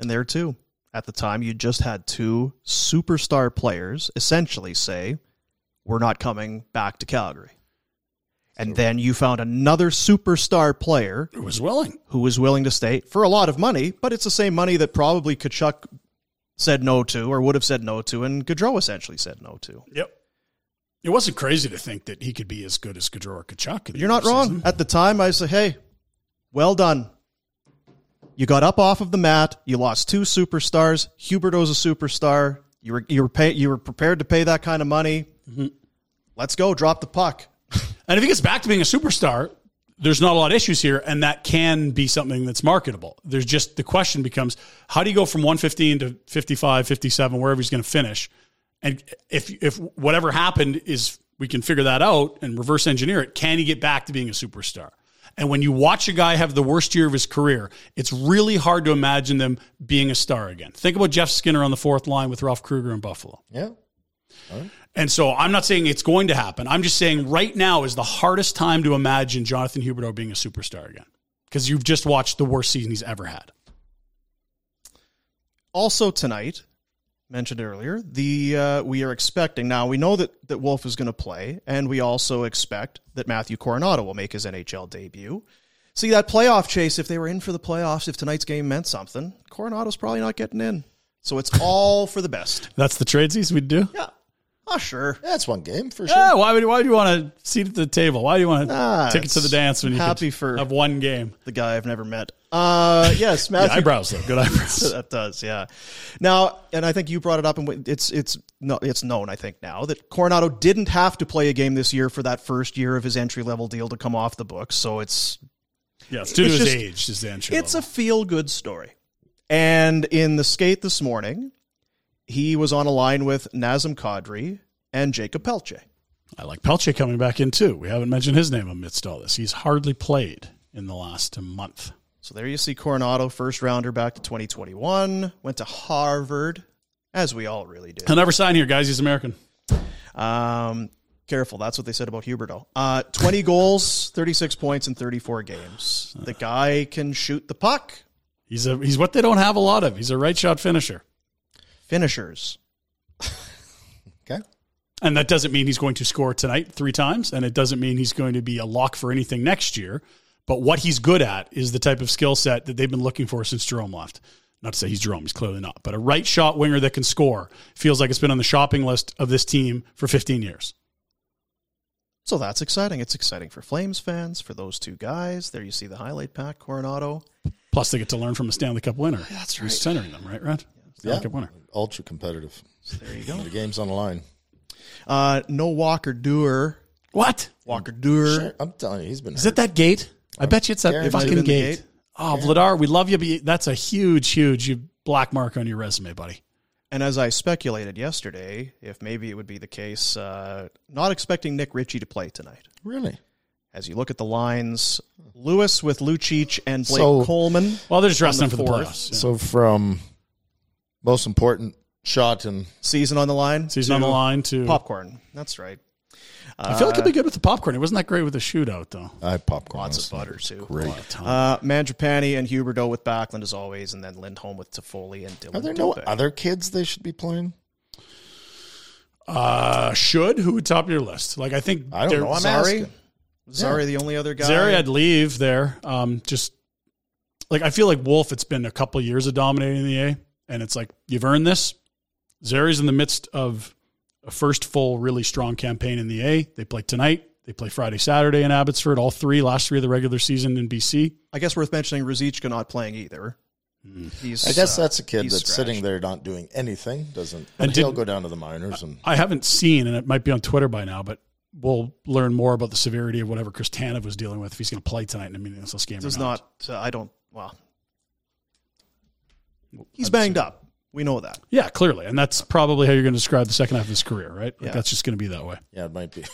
Speaker 1: and there too, at the time, you just had two superstar players essentially say, We're not coming back to Calgary. And then you found another superstar player
Speaker 2: It was willing.
Speaker 1: who was willing to stay for a lot of money, but it's the same money that probably Kachuk said no to or would have said no to, and Gaudreau essentially said no to.
Speaker 2: Yep. It wasn't crazy to think that he could be as good as Gaudreau or Kachuk. in the
Speaker 1: You're not
Speaker 2: offseason.
Speaker 1: wrong. At the time, I said, hey, well done. You got up off of the mat. You lost two superstars. Huberto's a superstar. You were you were pay, you were prepared to pay that kind of money. Let's go. Drop the puck.
Speaker 2: And if he gets back to being a superstar, there's not a lot of issues here, and that can be something that's marketable. There's just the question becomes how do you go from 115 to 55, 57, wherever he's going to finish? And if if whatever happened is we can figure that out and reverse engineer it, can he get back to being a superstar? And when you watch a guy have the worst year of his career, it's really hard to imagine them being a star again. Think about Jeff Skinner on the fourth line with Ralph Kruger in Buffalo.
Speaker 3: yeah.
Speaker 2: And so I'm not saying it's going to happen. I'm just saying right now is the hardest time to imagine Jonathan Huberto being a superstar again because you've just watched the worst season he's ever had.
Speaker 1: Also tonight, mentioned earlier, the uh, we are expecting now. We know that that Wolf is going to play, and we also expect that Matthew Coronado will make his NHL debut. See that playoff chase. If they were in for the playoffs, if tonight's game meant something,
Speaker 2: (laughs)
Speaker 1: Coronado's probably not getting in. So it's all for the best.
Speaker 2: That's the trades we do.
Speaker 1: Yeah. Oh, sure.
Speaker 3: That's one game for sure.
Speaker 2: Yeah, why would why do you want to seat at the table? Why do you want to
Speaker 1: Nah,
Speaker 2: ticket to the
Speaker 1: it's
Speaker 2: dance when you could
Speaker 1: happy for-
Speaker 2: have one game?
Speaker 1: The guy I've never met. Uh, yes,
Speaker 2: Good
Speaker 1: Matthew.
Speaker 2: eyebrows though, good (laughs)
Speaker 1: (laughs)
Speaker 2: eyebrows.
Speaker 1: that does, yeah. Now, and I think you brought it up, and it's it's no, it's known, I think, now that Coronado didn't have to play a game this year for that first year of his entry level deal to come off the books. So it's
Speaker 2: yeah, it's due to
Speaker 1: It's
Speaker 2: his
Speaker 1: just-
Speaker 2: age. Is the entry
Speaker 1: it's
Speaker 2: level.
Speaker 1: a feel good story. And in the skate this morning, he was on a line with Nazem Kadri and Jacob Pelche.
Speaker 2: I like Pelche coming back in too. We haven't mentioned his name amidst all this. He's hardly played in the last month.
Speaker 1: So there you see Coronado, first rounder back to 2021, went to Harvard, as we all really do.
Speaker 2: He'll never sign here, guys. He's American.
Speaker 1: Um, careful, that's what they said about Huberto. Uh, 20 goals, 36 points in 34 games. The guy can shoot the puck.
Speaker 2: He's a he's what they don't have a lot of. He's a right shot finisher.
Speaker 1: Finishers.
Speaker 3: Okay.
Speaker 2: And that doesn't mean he's going to score tonight three times, and it doesn't mean he's going to be a lock for anything next year. But what he's good at is the type of skill set that they've been looking for since Jerome left. Not to say he's Jerome, he's clearly not, but a right shot winger that can score feels like it's been on the shopping list of this team for 15 years.
Speaker 1: So that's exciting. It's exciting for Flames fans, for those two guys. There you see the highlight pack, Coronado.
Speaker 2: Plus, they get to learn from a Stanley Cup winner.
Speaker 1: That's
Speaker 2: Who's centering them, right, Rod? Stanley
Speaker 3: Yeah.
Speaker 2: Cup winner.
Speaker 3: Ultra competitive.
Speaker 1: There you
Speaker 3: The
Speaker 1: go.
Speaker 3: game's on the line.
Speaker 1: Uh, no Walker Doer.
Speaker 2: What?
Speaker 1: Walker Doer.
Speaker 3: Sure, I'm telling you, he's been.
Speaker 2: Is
Speaker 3: hurt.
Speaker 2: it that gate? I bet you it's that
Speaker 3: Guaranteed.
Speaker 1: It
Speaker 2: fucking
Speaker 1: might have been the
Speaker 2: gate.
Speaker 1: gate.
Speaker 2: Oh, Vladar, we love you, but that's a huge, huge black mark on your resume, buddy.
Speaker 1: And as I speculated yesterday, if maybe it would be the case, uh, not expecting Nick Ritchie to play tonight.
Speaker 3: really?
Speaker 1: As you look at the lines, Lewis with Lucic and Blake
Speaker 3: So-
Speaker 1: Coleman.
Speaker 2: Well, they're just wrestling
Speaker 1: the
Speaker 2: for the
Speaker 1: fourth.
Speaker 2: playoffs. yeah.
Speaker 3: So from most important shot and
Speaker 1: Season on the line.
Speaker 2: Season on the
Speaker 1: to
Speaker 2: line to
Speaker 1: Popcorn. That's right.
Speaker 2: I feel like he'll be good with the popcorn. It wasn't that great with the shootout though.
Speaker 3: I popcorn.
Speaker 1: Lots
Speaker 3: was
Speaker 1: of butter too.
Speaker 3: Great.
Speaker 1: Uh, Mandrapani and Huberto with Backlund as always, and then Lindholm with Toffoli and Dylan.
Speaker 3: Are there no
Speaker 1: Dubé.
Speaker 3: other kids they should be playing?
Speaker 2: Uh, should who would top your list? Like I think
Speaker 3: I don't
Speaker 2: they're-
Speaker 3: know. I'm
Speaker 1: Zari?
Speaker 3: asking.
Speaker 1: Zari, the only other guy.
Speaker 2: Zary, I'd leave there. Um, just like I feel like Wolf, it's been a couple years of dominating the A, and it's like you've earned this. Zary's in the midst of a first full, really strong campaign in the A. They play tonight. They play Friday, Saturday in Abbotsford. All three, last three of the regular season in BC.
Speaker 1: I guess worth mentioning Ruzicka not playing either. He's,
Speaker 3: Hmm. I guess
Speaker 1: uh,
Speaker 3: that's a kid
Speaker 1: he's
Speaker 3: that's
Speaker 1: scratched.
Speaker 3: sitting there not doing anything. Doesn't
Speaker 2: And
Speaker 3: and he'll
Speaker 2: didn't-
Speaker 3: go down to the minors and
Speaker 2: I haven't seen, and it might be on Twitter by now, but we'll learn more about the severity of whatever Chris Tanev was dealing with if he's going to play tonight in a meaningless game.
Speaker 1: Does
Speaker 2: or not.
Speaker 1: not. uh, I don't. Well, he's banged up. We know that.
Speaker 2: Yeah, clearly, and that's probably how you're going to describe the second half of his career, right? Like
Speaker 1: Yeah.
Speaker 2: That's just going to be that way.
Speaker 3: yeah, it might be.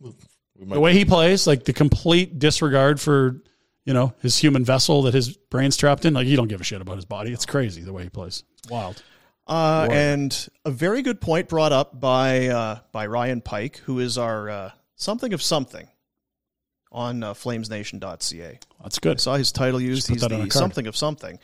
Speaker 3: we might
Speaker 2: The way he plays, like the complete disregard for you know his human vessel that his brain's trapped in. Like he don't give a shit about his body. It's crazy the way he plays. It's wild.
Speaker 1: Uh, and a very good point brought up by uh, by Ryan Pike, who is our uh, something of something on uh, FlamesNation.ca.
Speaker 2: That's
Speaker 1: I
Speaker 2: good.
Speaker 1: saw his title used.
Speaker 2: put
Speaker 1: He's
Speaker 2: that on a
Speaker 1: the
Speaker 2: card.
Speaker 1: something of something.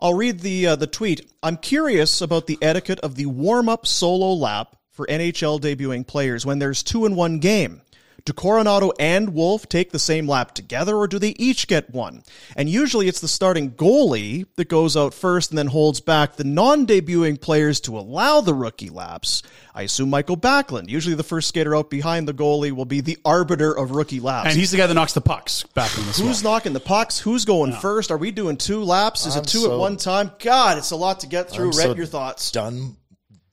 Speaker 1: I'll read the uh, the tweet. I'm curious about the etiquette of the warm up solo lap for NHL debuting players when there's two in one game. Do Coronado and Wolf take the same lap together, or do they each get one? And usually, it's the starting goalie that goes out first and then holds back the non-debuting players to allow the rookie laps. I assume Michael Backlund, usually the first skater out behind the goalie, will be the arbiter of rookie laps.
Speaker 2: And he's the guy that knocks the pucks back in this.
Speaker 1: Who's knocking the pucks? Who's going first? Are we doing two laps? Is
Speaker 3: I'm
Speaker 1: it two at
Speaker 3: so-
Speaker 1: one time? God, it's a lot to get through.
Speaker 3: I'm
Speaker 1: Rent
Speaker 3: so
Speaker 1: your thoughts.
Speaker 3: done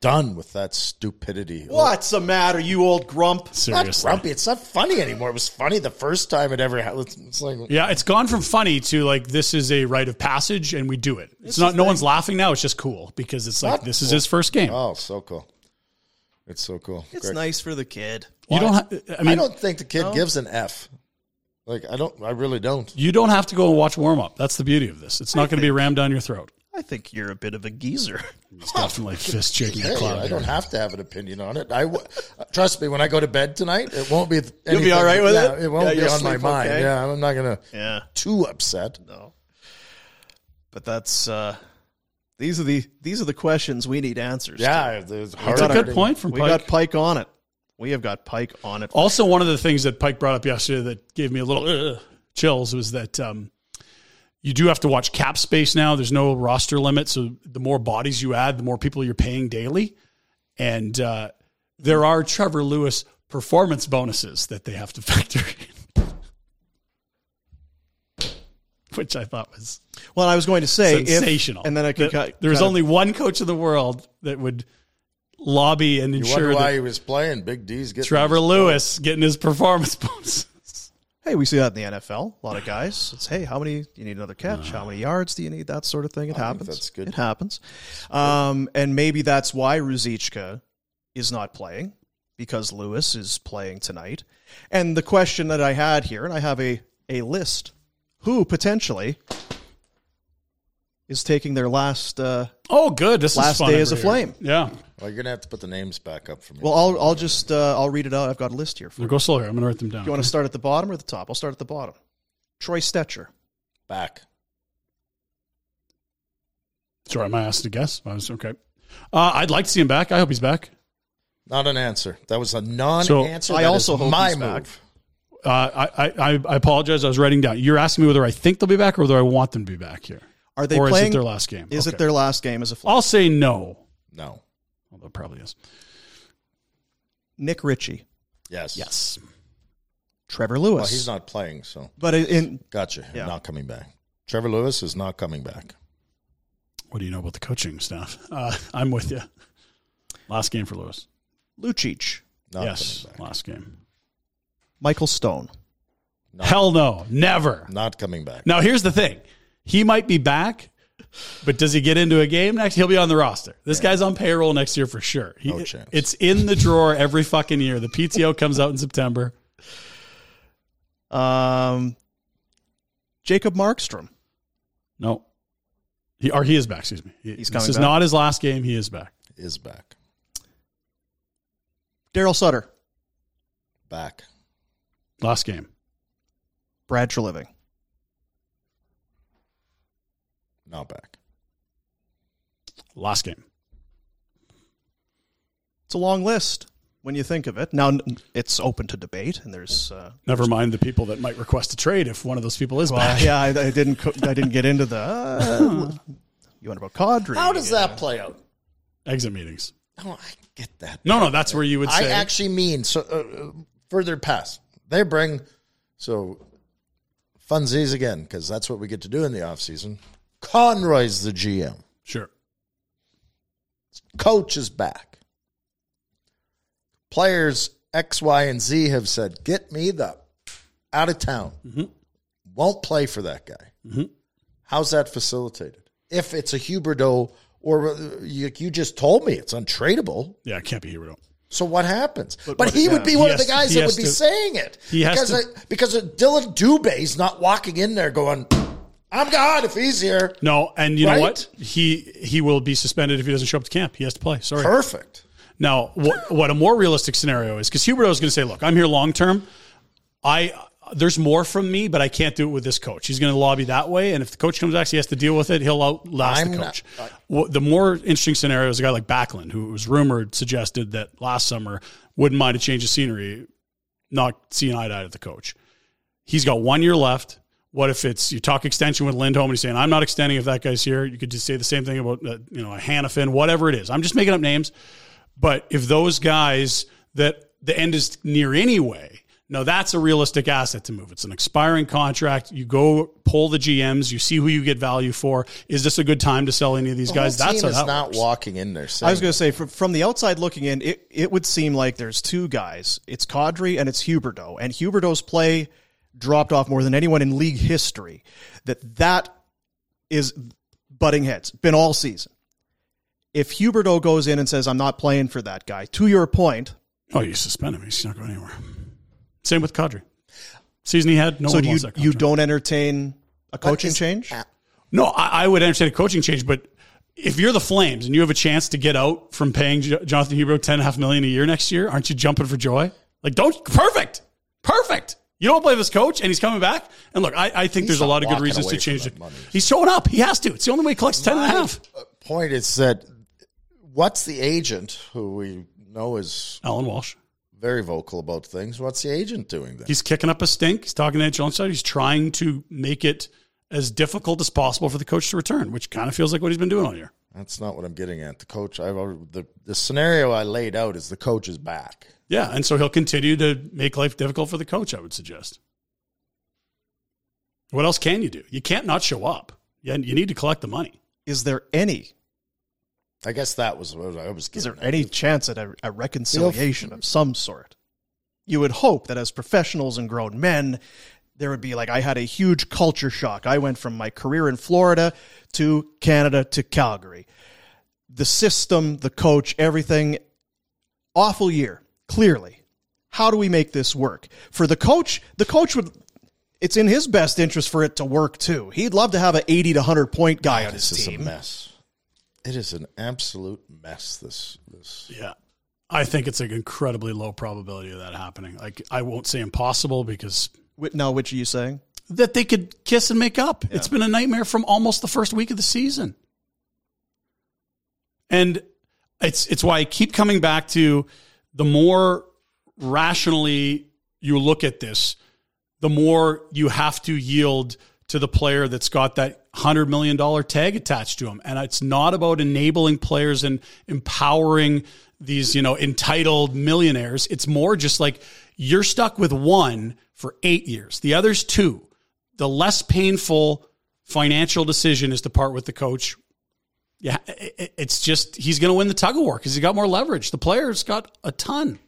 Speaker 3: done with that stupidity.
Speaker 1: What's the matter, you old grump?
Speaker 3: Not
Speaker 2: Seriously.
Speaker 3: grumpy. It's not funny anymore. It was funny the first time it ever happened. It's, it's like
Speaker 2: Yeah, it's gone from funny to like this is a rite of passage and we do it. It's, not no one's laughing now, it's just cool because it's like
Speaker 3: Not
Speaker 2: this is
Speaker 3: cool.
Speaker 2: his first game.
Speaker 3: oh, so cool. It's so cool.
Speaker 1: It's
Speaker 3: Great.
Speaker 1: nice for the kid.
Speaker 2: you don't ha- I mean
Speaker 3: I don't think the kid gives an F. Like I don't. I really don't.
Speaker 2: you don't have to go and watch warm up. That's the beauty of this. It's not going to be rammed down your throat.
Speaker 1: I think you're a bit of a geezer.
Speaker 2: (laughs)
Speaker 1: (laughs)
Speaker 2: It's definitely fist shaking the
Speaker 3: Hey,
Speaker 2: cloud.
Speaker 3: I
Speaker 2: there.
Speaker 3: don't have to have an opinion on it. I w- trust me when I go to bed tonight, it won't be.
Speaker 1: You'll be all right with
Speaker 3: yeah,
Speaker 1: it?
Speaker 3: It won't
Speaker 1: Yeah,
Speaker 3: be
Speaker 1: you'll
Speaker 3: on my
Speaker 1: sleep
Speaker 3: mind.
Speaker 1: okay?
Speaker 3: Yeah, I'm not gonna
Speaker 1: yeah,
Speaker 3: too upset.
Speaker 1: no. But that's uh, these are the these are the questions we need answers. to.
Speaker 3: Yeah, there's hard.
Speaker 2: That's a good point from
Speaker 1: we
Speaker 2: Pike.
Speaker 1: got Pike on it. We have got Pike on it.
Speaker 2: Also, one of the things that Pike brought up yesterday that gave me a little uh, chills was that um, you do have to watch cap space now. There's no roster limit, so the more bodies you add, the more people you're paying daily, and uh, there are Trevor Lewis performance bonuses that they have to (laughs) factor in, which I thought was
Speaker 1: Well, I was going to say if-
Speaker 2: sensational.
Speaker 1: and then I
Speaker 2: That
Speaker 1: could cut.
Speaker 2: There was
Speaker 1: cut it.
Speaker 2: only one coach in the world that would lobby and
Speaker 3: You
Speaker 2: ensure
Speaker 3: wonder why
Speaker 2: that
Speaker 3: he was playing. Big D's getting
Speaker 2: Trevor
Speaker 3: his-
Speaker 2: Lewis getting his performance (laughs) bonus.
Speaker 1: hey, we see that in the NFL. A lot
Speaker 2: (laughs)
Speaker 1: of guys. It's hey, how many? You need another catch?
Speaker 2: Uh-huh.
Speaker 1: how many yards do you need? That sort of thing. It happens.
Speaker 3: that's good.
Speaker 1: It happens. Um, and maybe that's why Ruzicka is not playing because Lewis is playing tonight. And the question that I had here, and I have a a list, who potentially is taking their last. Uh,
Speaker 2: Oh, good. This
Speaker 1: Last
Speaker 2: is fun
Speaker 1: day is
Speaker 2: over
Speaker 1: a
Speaker 2: here.
Speaker 1: flame.
Speaker 2: Yeah.
Speaker 3: Well, you're gonna have to put the names back up for me.
Speaker 1: well, I'll I'll just uh, I'll read it out. I've got a list here. For
Speaker 2: We'll go slower. I'm going to write them down.
Speaker 1: you want to start at the bottom or the top? I'll start at the bottom. Troy Stetcher.
Speaker 3: back.
Speaker 2: Sorry, am I asked to guess? I was okay. Uh, I'd like to see him back. I hope he's back.
Speaker 3: Not an answer. That was a non-answer.
Speaker 1: I
Speaker 3: That
Speaker 1: also
Speaker 3: is
Speaker 1: hope
Speaker 3: my
Speaker 1: he's
Speaker 3: move.
Speaker 1: back.
Speaker 2: Uh, I, I I- I apologize. I was writing down. You're asking me whether I think they'll be back or whether I want them to be back here.
Speaker 1: Are they
Speaker 2: or
Speaker 1: playing?
Speaker 2: is it their last game?
Speaker 1: Is
Speaker 2: Okay.
Speaker 1: it their last game as a fly?
Speaker 2: I'll say no.
Speaker 3: No.
Speaker 2: Although it probably is.
Speaker 1: Nick Ritchie,
Speaker 3: Yes.
Speaker 2: Yes.
Speaker 1: Trevor Lewis.
Speaker 3: Well, he's not playing, so
Speaker 1: But in
Speaker 3: gotcha.
Speaker 1: Yeah.
Speaker 3: Not coming back. Trevor Lewis is not coming back.
Speaker 2: What do you know about the coaching staff? Uh, (laughs) I'm with you. Last game for Lewis.
Speaker 1: Lucic,
Speaker 3: Not
Speaker 2: yes.
Speaker 3: coming back.
Speaker 2: Last game.
Speaker 1: Michael Stone.
Speaker 3: No.
Speaker 2: Hell no. Never.
Speaker 3: Not coming back.
Speaker 2: Now here's the thing. He might be back, but does he get into a game next? He'll be on the roster. This guy's on payroll next year for sure. He-
Speaker 3: No chance.
Speaker 2: It's in the drawer every fucking year. The PTO comes out in September.
Speaker 1: Um, Jacob Markstrom.
Speaker 2: No. He or he is back, excuse me.
Speaker 1: He's
Speaker 2: He- this
Speaker 1: coming
Speaker 2: is
Speaker 1: back.
Speaker 2: not his last game. He is back.
Speaker 3: Is back.
Speaker 1: Daryl Sutter.
Speaker 3: Back.
Speaker 2: Last game.
Speaker 1: Brad Treliving.
Speaker 3: Not back.
Speaker 2: Last game.
Speaker 1: It's a long list when you think of it. Now n- it's open to debate, and there's.
Speaker 3: (laughs)
Speaker 1: Uh,
Speaker 2: Never mind the people that might request a trade if one of those people is back.
Speaker 1: yeah, I, I didn't. co- I didn't get into the. Uh,
Speaker 3: (coughs)
Speaker 1: you want about Cadre?
Speaker 3: How does that play out?
Speaker 2: Exit meetings.
Speaker 3: No, I get that.
Speaker 2: No, no, that's where you would
Speaker 3: I
Speaker 2: say
Speaker 3: actually mean so uh, uh, further pass. They bring so funsies again because that's what we get to do in the offseason. Conroy's the GM.
Speaker 2: sure.
Speaker 3: Coach is back. Players X, Y, and Z have said, "Get me the out of town. Won't play for that guy." How's that facilitated? If it's a Huberto, or uh, you, you just told me it's untradeable.
Speaker 2: Yeah, it can't be hero.
Speaker 3: So what happens? But,
Speaker 1: but-
Speaker 3: he would be
Speaker 2: yeah.
Speaker 3: one
Speaker 2: He
Speaker 3: of the
Speaker 2: has-
Speaker 3: guys
Speaker 2: he
Speaker 3: that
Speaker 2: has
Speaker 3: would be
Speaker 2: to-
Speaker 3: saying it.
Speaker 2: he has
Speaker 3: because
Speaker 2: to-
Speaker 3: I, because Dylan Dubé's not walking in there going, "I'm God if he's here."
Speaker 2: No, and you
Speaker 3: Right?
Speaker 2: know what? He he will be suspended if he doesn't show up to camp. He has to play. Sorry.
Speaker 3: Perfect.
Speaker 2: Now, what, what a more realistic scenario is because Huberto is going to say, "Look, I'm here long term. I there's more from me, but I can't do it with this coach. He's going to lobby that way, and if the coach comes back, he has to deal with it. He'll outlast
Speaker 3: I'm
Speaker 2: the
Speaker 3: not-
Speaker 2: coach. What- the more interesting scenario is a guy like Backlund, who was rumored suggested that last summer wouldn't mind a change of scenery, not seeing eye to eye with the coach. He's got one year left. What if it's you talk extension with Lindholm and he's saying I'm not extending if that guy's here? You could just say the same thing about uh, you know a Hannafin, whatever it is. I'm just making up names. But if those guys that the end is near anyway, now that's a realistic asset to move. It's an expiring contract. You go pull the GMs. You see who you get value for. Is this a good time to sell any of these
Speaker 3: The
Speaker 2: guys?
Speaker 3: whole
Speaker 2: That's
Speaker 3: team
Speaker 2: how
Speaker 3: is
Speaker 2: that
Speaker 3: not
Speaker 2: works.
Speaker 3: walking in there.
Speaker 1: I was
Speaker 3: saying
Speaker 1: going to say, from, from the outside looking in, it, it would seem like there's two guys. It's Cadre and it's Huberto. And Huberto's play dropped off more than anyone in league history. That that is butting heads. Been all season. If Huberto goes in and says, I'm not playing for that guy, to your point,
Speaker 2: Oh, you suspend him. He's not going anywhere. Same with Kadri. Season he had. No
Speaker 1: so
Speaker 2: one
Speaker 1: do you,
Speaker 2: wants that
Speaker 1: you
Speaker 2: contract.
Speaker 1: don't entertain a
Speaker 3: What
Speaker 1: coaching
Speaker 3: is
Speaker 1: change?
Speaker 3: that?
Speaker 2: No, I, I would understand a coaching change, but if you're the Flames and you have a chance to get out from paying Jo- Jonathan Huberto ten and a half million a year next year, aren't you jumping for joy? Like, don't perfect, perfect. You don't play this coach, and he's coming back. And look, I, I think
Speaker 3: He's
Speaker 2: there's a
Speaker 3: not
Speaker 2: lot of good
Speaker 3: walking
Speaker 2: reasons
Speaker 3: away
Speaker 2: to change
Speaker 3: from
Speaker 2: it.
Speaker 3: that money.
Speaker 2: He's showing up. He has to. It's the only way he collects ten and a half.
Speaker 3: Point is that what's the agent who we know is
Speaker 2: Alan Walsh.
Speaker 3: very vocal about things? What's the agent doing then?
Speaker 2: He's kicking up a stink. He's talking to NHL Insider. He's trying to make it as difficult as possible for the coach to return, which kind of feels like what he's been doing all year.
Speaker 3: That's not what I'm getting at. The coach, I've already, the, the scenario I laid out is the coach is back.
Speaker 2: Yeah, and so he'll continue to make life difficult for the coach, I would suggest. What else can you do? You can't not show up. You you need to collect the money.
Speaker 1: Is there any
Speaker 3: I guess that was what I was getting.
Speaker 1: is there
Speaker 3: at.
Speaker 1: any chance at a, a reconciliation of some sort? You would hope that as professionals and grown men, there would be like I had a huge culture shock. I went from my career in Florida to Canada to Calgary. The system, the coach, everything awful year, clearly. How do we make this work? For the coach, the coach would it's in his best interest for it to work too. He'd love to have an 80 to 100 point guy on his
Speaker 3: This is a
Speaker 1: team.
Speaker 3: mess. It is an absolute mess. This this
Speaker 2: Yeah. I think it's an incredibly low probability of that happening. Like I won't say impossible because
Speaker 1: Wh- Now, which are you saying?
Speaker 2: that they could kiss and make up. It's been a nightmare from almost the first week of the season. And it's it's why I keep coming back to the more rationally you look at this, the more you have to yield to the player that's got that $100 million tag attached to him. And it's not about enabling players and empowering these, you know, entitled millionaires. It's more just like you're stuck with one for eight years, the other's two. The less painful financial decision is to part with the coach. Yeah, i- i- it's just he's going to win the tug of war because he's got more leverage. The player's got a ton.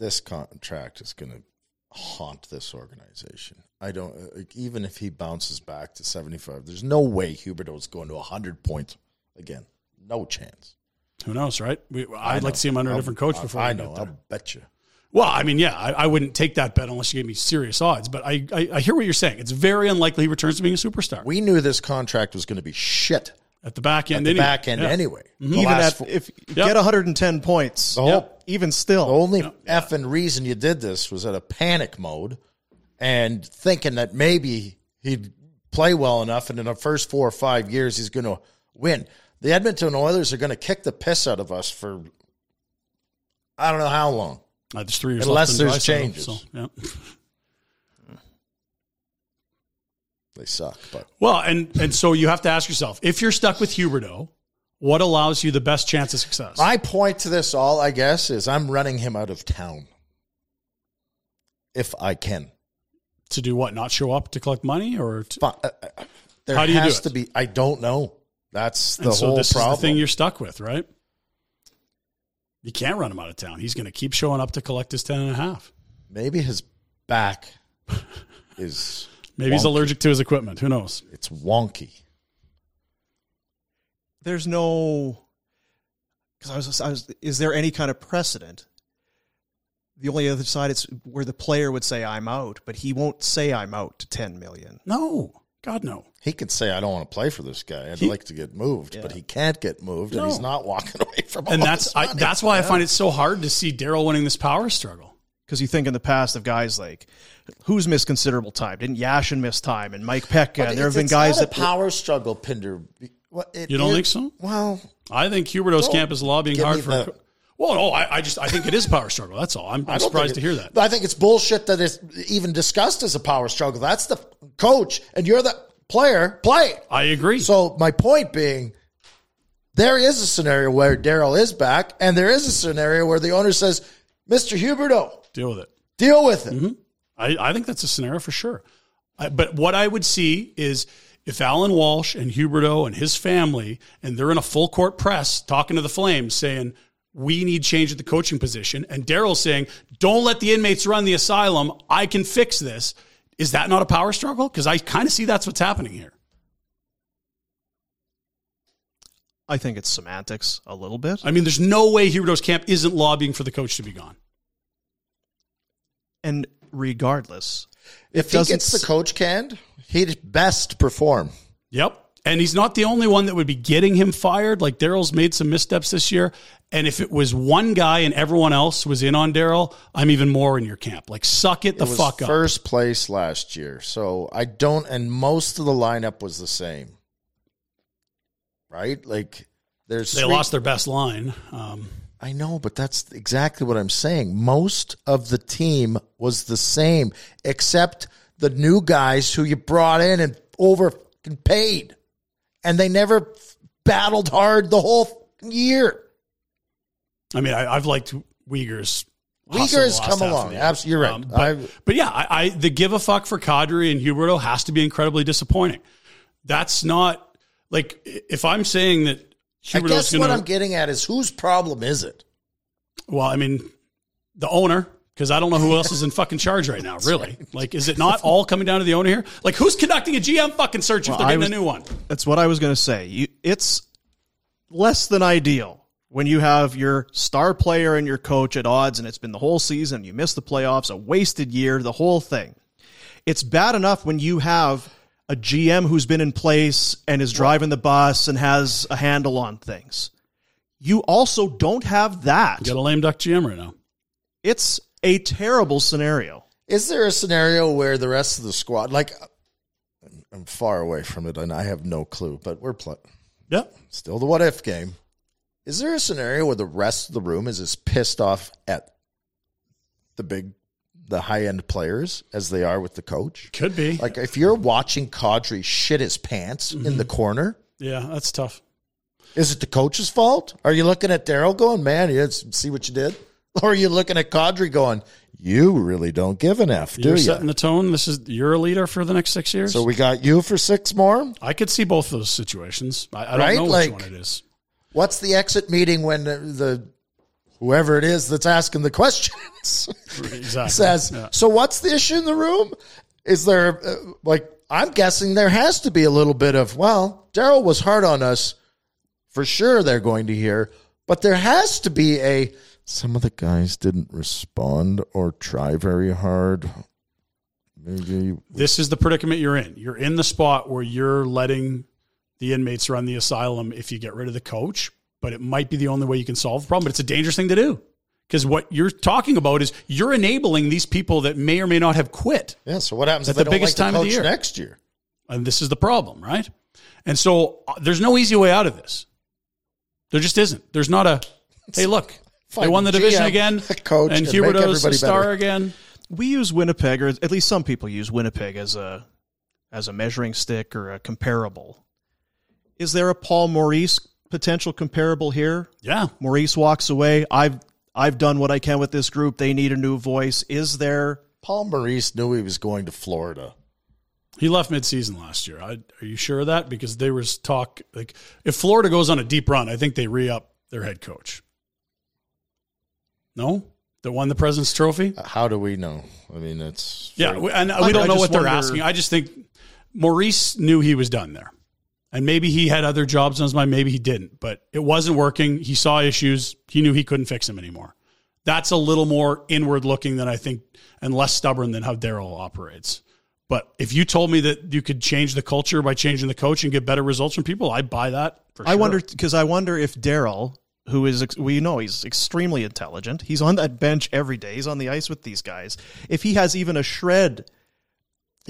Speaker 3: this contract is going to haunt this organization. I don't like, even if he bounces back to seventy five. There's no way Huberto's going to hundred points again. No chance.
Speaker 2: Who knows, right? We, I'd
Speaker 3: know.
Speaker 2: like to see him under a
Speaker 3: I'll-
Speaker 2: different coach
Speaker 3: I-
Speaker 2: before
Speaker 3: I
Speaker 2: we
Speaker 3: know.
Speaker 2: get there.
Speaker 3: I'll bet you.
Speaker 2: Well, I mean, yeah, I, I wouldn't take that bet unless you gave me serious odds. But I, I, I hear what you're saying. It's very unlikely he returns to being a superstar
Speaker 3: We knew this contract was going to be shit
Speaker 2: at the back end.
Speaker 3: the
Speaker 2: anyway.
Speaker 3: back end
Speaker 2: Yeah. Mm-hmm.
Speaker 3: anyway. The
Speaker 1: even
Speaker 3: last
Speaker 1: at,
Speaker 3: four-
Speaker 1: if you
Speaker 2: Yep.
Speaker 1: get 110 points,
Speaker 3: the whole
Speaker 1: even still,
Speaker 3: The only effing reason you did this was out of panic mode and thinking that maybe he'd play well enough and in the first four or five years he's going to win. The Edmonton Oilers are going to kick the piss out of us for I don't know how long.
Speaker 2: Uh, there's three years
Speaker 3: Unless
Speaker 2: left in
Speaker 3: there's
Speaker 2: Draisaitl,
Speaker 3: changes.
Speaker 2: so, yeah.
Speaker 3: They suck, but
Speaker 2: Well, and and so you have to ask yourself if you're stuck with Huberto, what allows you the best chance of success?
Speaker 3: my point to this all, I guess, is I'm running him out of town if I can.
Speaker 2: to do what? Not show up to collect money, or to,
Speaker 3: Fi- uh, uh, There
Speaker 2: How do you do
Speaker 3: has
Speaker 2: it?
Speaker 3: to be. I don't know. That's the
Speaker 2: and so
Speaker 3: whole
Speaker 2: this
Speaker 3: problem.
Speaker 2: is the thing you're stuck with, right? You can't run him out of town. He's going to keep showing up to collect his ten and a half.
Speaker 3: Maybe his back
Speaker 2: (laughs)
Speaker 3: is
Speaker 2: Maybe he's
Speaker 3: Wonky.
Speaker 2: allergic to his equipment. Who knows?
Speaker 3: it's wonky.
Speaker 1: there's no. Because I was, I was, is there any kind of precedent? The only other side it's where the player would say I'm out, but he won't say I'm out to 10 million.
Speaker 2: No, God no.
Speaker 3: He can say, "I don't want to play for this guy. I'd
Speaker 2: He-
Speaker 3: like to get moved," but he can't get moved, and he's
Speaker 2: No.
Speaker 3: not walking (laughs) away from.
Speaker 2: and
Speaker 3: all
Speaker 2: that's
Speaker 3: this
Speaker 2: I,
Speaker 3: money.
Speaker 2: that's why I find it so hard to see Daryl winning this power struggle.
Speaker 1: Because you think in the past of guys like who's missed considerable time? Didn't Yashin miss time? And Mike Pekka?
Speaker 3: But
Speaker 1: And there have
Speaker 3: it's-
Speaker 1: been
Speaker 3: it's
Speaker 1: guys
Speaker 3: not a
Speaker 1: that
Speaker 3: power struggle, Pinder. What, it
Speaker 2: You don't
Speaker 3: is-
Speaker 2: think so?
Speaker 3: Well,
Speaker 2: I think Huberto's
Speaker 3: Well,
Speaker 2: camp is lobbying
Speaker 3: give
Speaker 2: hard
Speaker 3: me
Speaker 2: for.
Speaker 3: the-
Speaker 2: well, no, I, I just I think it is power struggle. That's all. I'm, I'm
Speaker 3: I don't
Speaker 2: surprised
Speaker 3: think
Speaker 2: to
Speaker 3: it-
Speaker 2: hear that.
Speaker 3: I think it's bullshit that it's even discussed as a power struggle. That's the coach, and you're the player. Play.
Speaker 2: I agree.
Speaker 3: So my point being, there is a scenario where Daryl is back, and there is a scenario where the owner says, "Mr. Huberto,
Speaker 2: Deal with it.
Speaker 3: deal with it."
Speaker 2: Mm-hmm. I, I think that's a scenario for sure. I, but what I would see is if Alan Walsh and Huberto and his family, and they're in a full court press talking to the Flames saying, we need change at the coaching position, and Daryl saying, don't let the inmates run the asylum. I can fix this. Is that not a power struggle? Because I kind of see that's what's happening here.
Speaker 1: I think it's semantics a little bit.
Speaker 2: I mean, there's no way Huberto's camp isn't lobbying for the coach to be gone.
Speaker 1: And regardless,
Speaker 3: If he
Speaker 1: doesn't
Speaker 3: gets the
Speaker 1: s-
Speaker 3: coach canned, he'd best perform.
Speaker 2: Yep. And he's not the only one that would be getting him fired. Like Daryl's made some missteps this year. And if it was one guy and everyone else was in on Daryl, I'm even more in your camp. Like, suck it the
Speaker 3: It was
Speaker 2: fuck up.
Speaker 3: first place last year, so I don't. And most of the lineup was the same, right? Like there's
Speaker 2: They
Speaker 3: three-
Speaker 2: lost their best line. Um,
Speaker 3: I know, but that's exactly what I'm saying. Most of the team was the same, except the new guys who you brought in and over fucking paid, and they never f- battled hard the whole year.
Speaker 2: I mean, I, I've liked Uyghurs. hustle the
Speaker 3: Uyghurs
Speaker 2: last
Speaker 3: come
Speaker 2: half of
Speaker 3: along.
Speaker 2: the year.
Speaker 3: Absolutely, you're right.
Speaker 2: Um, but,
Speaker 3: I-
Speaker 2: but yeah, I, I the give a fuck for Kadri and Huberto has to be incredibly disappointing. That's not like i- if I'm saying that
Speaker 3: I
Speaker 2: Huberto's
Speaker 3: guess what
Speaker 2: going
Speaker 3: I'm
Speaker 2: to.
Speaker 3: getting at is whose problem is it?
Speaker 2: Well, I mean, the owner. Because I don't know who else is in fucking charge
Speaker 3: (laughs)
Speaker 2: right now, really. Like, is it not all coming down to the owner here? Like, who's conducting a GM fucking search if
Speaker 1: Well,
Speaker 2: they're
Speaker 1: I
Speaker 2: getting
Speaker 1: was-
Speaker 2: a new one?
Speaker 1: That's what I was going to say. You, it's less than ideal when you have your star player and your coach at odds, and it's been the whole season. You miss the playoffs, a wasted year, the whole thing. It's bad enough when you have a GM who's been in place and is driving the bus and has a handle on things. You also don't have that.
Speaker 2: Got a lame duck GM right now.
Speaker 1: It's a terrible scenario.
Speaker 3: Is there a scenario where the rest of the squad, like, I'm- I'm far away from it and I have no clue, but we're playing
Speaker 2: Yep.
Speaker 3: still the what if game. Is there a scenario where the rest of the room is as pissed off at the big, the high end players as they are with the coach?
Speaker 2: Could be.
Speaker 3: Like, if you're watching Kadri shit his pants in the corner,
Speaker 2: yeah, that's tough.
Speaker 3: Is it the coach's fault? Are you looking at Daryl going, man, you see what you did? Or are you looking at Kadri going, you really don't give an F, do
Speaker 2: You're
Speaker 3: you?
Speaker 2: setting the tone. This is you're a leader for the next six years.
Speaker 3: So we got you for six more.
Speaker 2: I could see both those situations. I, I don't
Speaker 3: Right?
Speaker 2: know which
Speaker 3: Like-
Speaker 2: one it is. (laughs)
Speaker 3: What's the exit meeting when the, the whoever it is that's asking the questions (laughs)
Speaker 2: Exactly.
Speaker 3: says,
Speaker 2: Yeah.
Speaker 3: so what's the issue in the room? Is there, uh, like, I'm guessing there has to be a little bit of, well, Daryl was hard on us. For sure they're going to hear, but there has to be a, some of the guys didn't respond or try very hard. Maybe
Speaker 2: this is the predicament you're in. You're in the spot where you're letting the inmates run the asylum if you get rid of the coach, but it might be the only way you can solve the problem. But it's a dangerous thing to do because what you're talking about is you're enabling these people that may or may not have quit.
Speaker 3: Yeah. So what happens
Speaker 2: At
Speaker 3: if they
Speaker 2: the
Speaker 3: don't
Speaker 2: biggest
Speaker 3: like
Speaker 2: time of the
Speaker 3: coach
Speaker 2: year.
Speaker 3: next year?
Speaker 2: And this is the problem, right? And so uh, there's no easy way out of this. There just isn't. There's not a, hey, look, they
Speaker 3: Find
Speaker 2: won the
Speaker 3: a
Speaker 2: division
Speaker 3: GM,
Speaker 2: again.
Speaker 3: a (laughs) coach,
Speaker 2: and
Speaker 3: and make
Speaker 2: Huberto's
Speaker 3: everybody
Speaker 2: a star
Speaker 3: better.
Speaker 2: again.
Speaker 1: we use Winnipeg, or at least some people use Winnipeg as a as a measuring stick or a comparable. Is there a Paul Maurice potential comparable here?
Speaker 2: Yeah.
Speaker 1: Maurice walks away. I've I've done what I can with this group. They need a new voice. Is there?
Speaker 3: Paul Maurice knew he was going to Florida.
Speaker 2: He left midseason last year. I, are you sure of that? Because there was talk like if Florida goes on a deep run, I think they re up their head coach. No, that won the President's Trophy.
Speaker 3: How do we know? I mean, it's
Speaker 2: yeah, we, and we don't
Speaker 1: I
Speaker 2: know
Speaker 1: just
Speaker 2: what they're
Speaker 1: wonder-
Speaker 2: asking. I just think Maurice knew he was done there, and maybe he had other jobs on his mind. Maybe he didn't, but it wasn't working. He saw issues. He knew he couldn't fix them anymore. That's a little more inward looking than I think, and less stubborn than how Daryl operates. But if you told me that you could change the culture by changing the coach and get better results from people, I buy that. For
Speaker 1: I
Speaker 2: sure.
Speaker 1: wonder because I wonder if Daryl, who is ex- we know he's extremely intelligent, he's on that bench every day. He's on the ice with these guys. If he has even a shred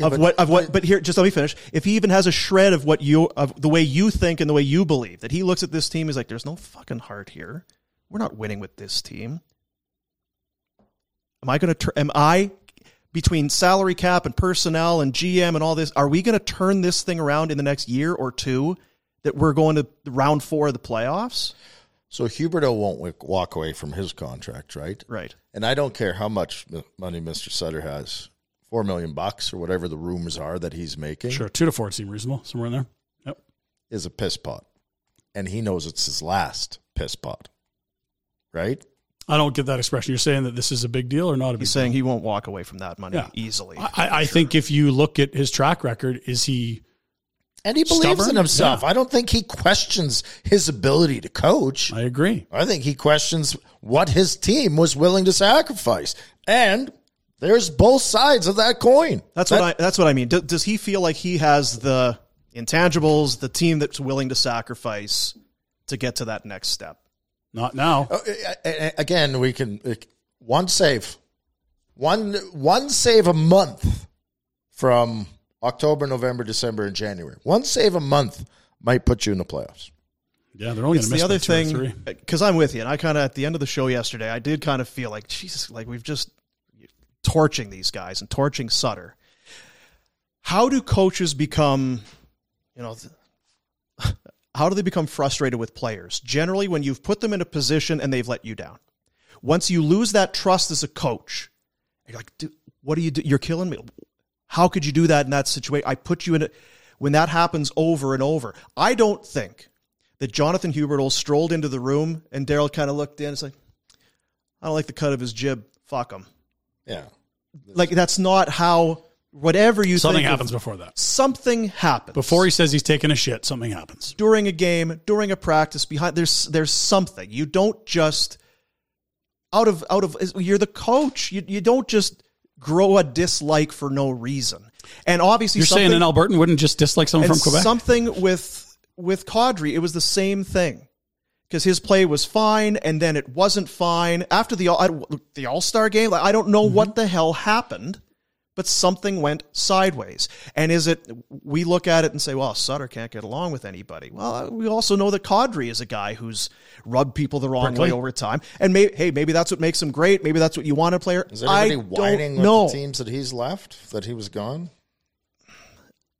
Speaker 1: of
Speaker 3: but-
Speaker 1: what of what, but here, just let me finish. If he even has a shred of what you of the way you think and the way you believe, that he looks at this team, he's like, "There's no fucking heart here. We're not winning with this team." Am I going to? Tur- am I between salary cap and personnel and GM and all this? Are we going to turn this thing around in the next year or two? That we're going to round four of the playoffs,
Speaker 3: so Huberto won't wa- walk away from his contract, right?
Speaker 1: right?
Speaker 3: And I don't care how much m- money Mister Sutter has, four million bucks or whatever the rumors are that he's making
Speaker 2: Sure, two to four seem reasonable somewhere in there. Yep.
Speaker 3: is a piss pot, and he knows it's his last piss pot, right?
Speaker 2: I don't get that expression. You're saying that this is a big deal or not a big
Speaker 1: He's
Speaker 2: deal?
Speaker 1: saying he won't walk away from that money
Speaker 2: Yeah.
Speaker 1: easily.
Speaker 2: I, I think if you look at his track record, is he
Speaker 3: And he believes
Speaker 2: Stubborn?
Speaker 3: in himself.
Speaker 2: Yeah.
Speaker 3: I don't think he questions his ability to coach.
Speaker 2: I agree.
Speaker 3: I think he questions what his team was willing to sacrifice. And there's both sides of that coin.
Speaker 1: That's what I. That's what I mean. Do, does he feel like he has the intangibles, the team that's willing to sacrifice to get to that next step?
Speaker 2: Not now.
Speaker 3: Uh, uh, uh, Again, we can uh, one save, one one save a month from October, November, December, and January. One save a month might put you in the playoffs.
Speaker 2: Yeah, they're only going
Speaker 1: It's
Speaker 2: to miss
Speaker 1: the other
Speaker 2: by two or
Speaker 1: thing
Speaker 2: three.
Speaker 1: because I'm with you, and I kind of at the end of the show yesterday, I did kind of feel like Jesus, like we've just torching these guys and torching Sutter. How do coaches become, you know, th- (laughs) how do they become frustrated with players? Generally, when you've put them in a position and they've let you down. Once you lose that trust as a coach, you're like, dude, what are you do? You're killing me. How could you do that in that situation? I put you in it. When that happens over and over, I don't think that Jonathan Hubertl strolled into the room and Daryl kind of looked in and said, I don't like the cut of his jib. Fuck him.
Speaker 3: Yeah.
Speaker 1: Like, that's not how, whatever you
Speaker 2: Something
Speaker 1: think of-
Speaker 2: happens before that.
Speaker 1: something happens.
Speaker 2: Before he says he's taking a shit, something happens.
Speaker 1: during a game, during a practice, behind there's there's something. You don't just out of out of you're the coach. You you don't just grow a dislike for no reason. And obviously,
Speaker 2: You're
Speaker 1: something,
Speaker 2: saying an Albertan wouldn't just dislike someone
Speaker 1: and
Speaker 2: from Quebec?
Speaker 1: something with with Cadre, it was the same thing because his play was fine, and then it wasn't fine after the all I- the All Star game. Like, I don't know what
Speaker 2: Mm-hmm.
Speaker 1: the hell happened, but something went sideways. And is it we look at it and say, "Well, Sutter can't get along with anybody." Well, uh, we also know that Cadre is a guy who's rubbed people the wrong
Speaker 2: Prickly.
Speaker 1: way over time, and may, hey, maybe that's what makes him great. Maybe that's what you want a player.
Speaker 3: Is everybody
Speaker 1: I don't
Speaker 3: whining with
Speaker 1: know.
Speaker 3: the teams that he's left, that he was gone?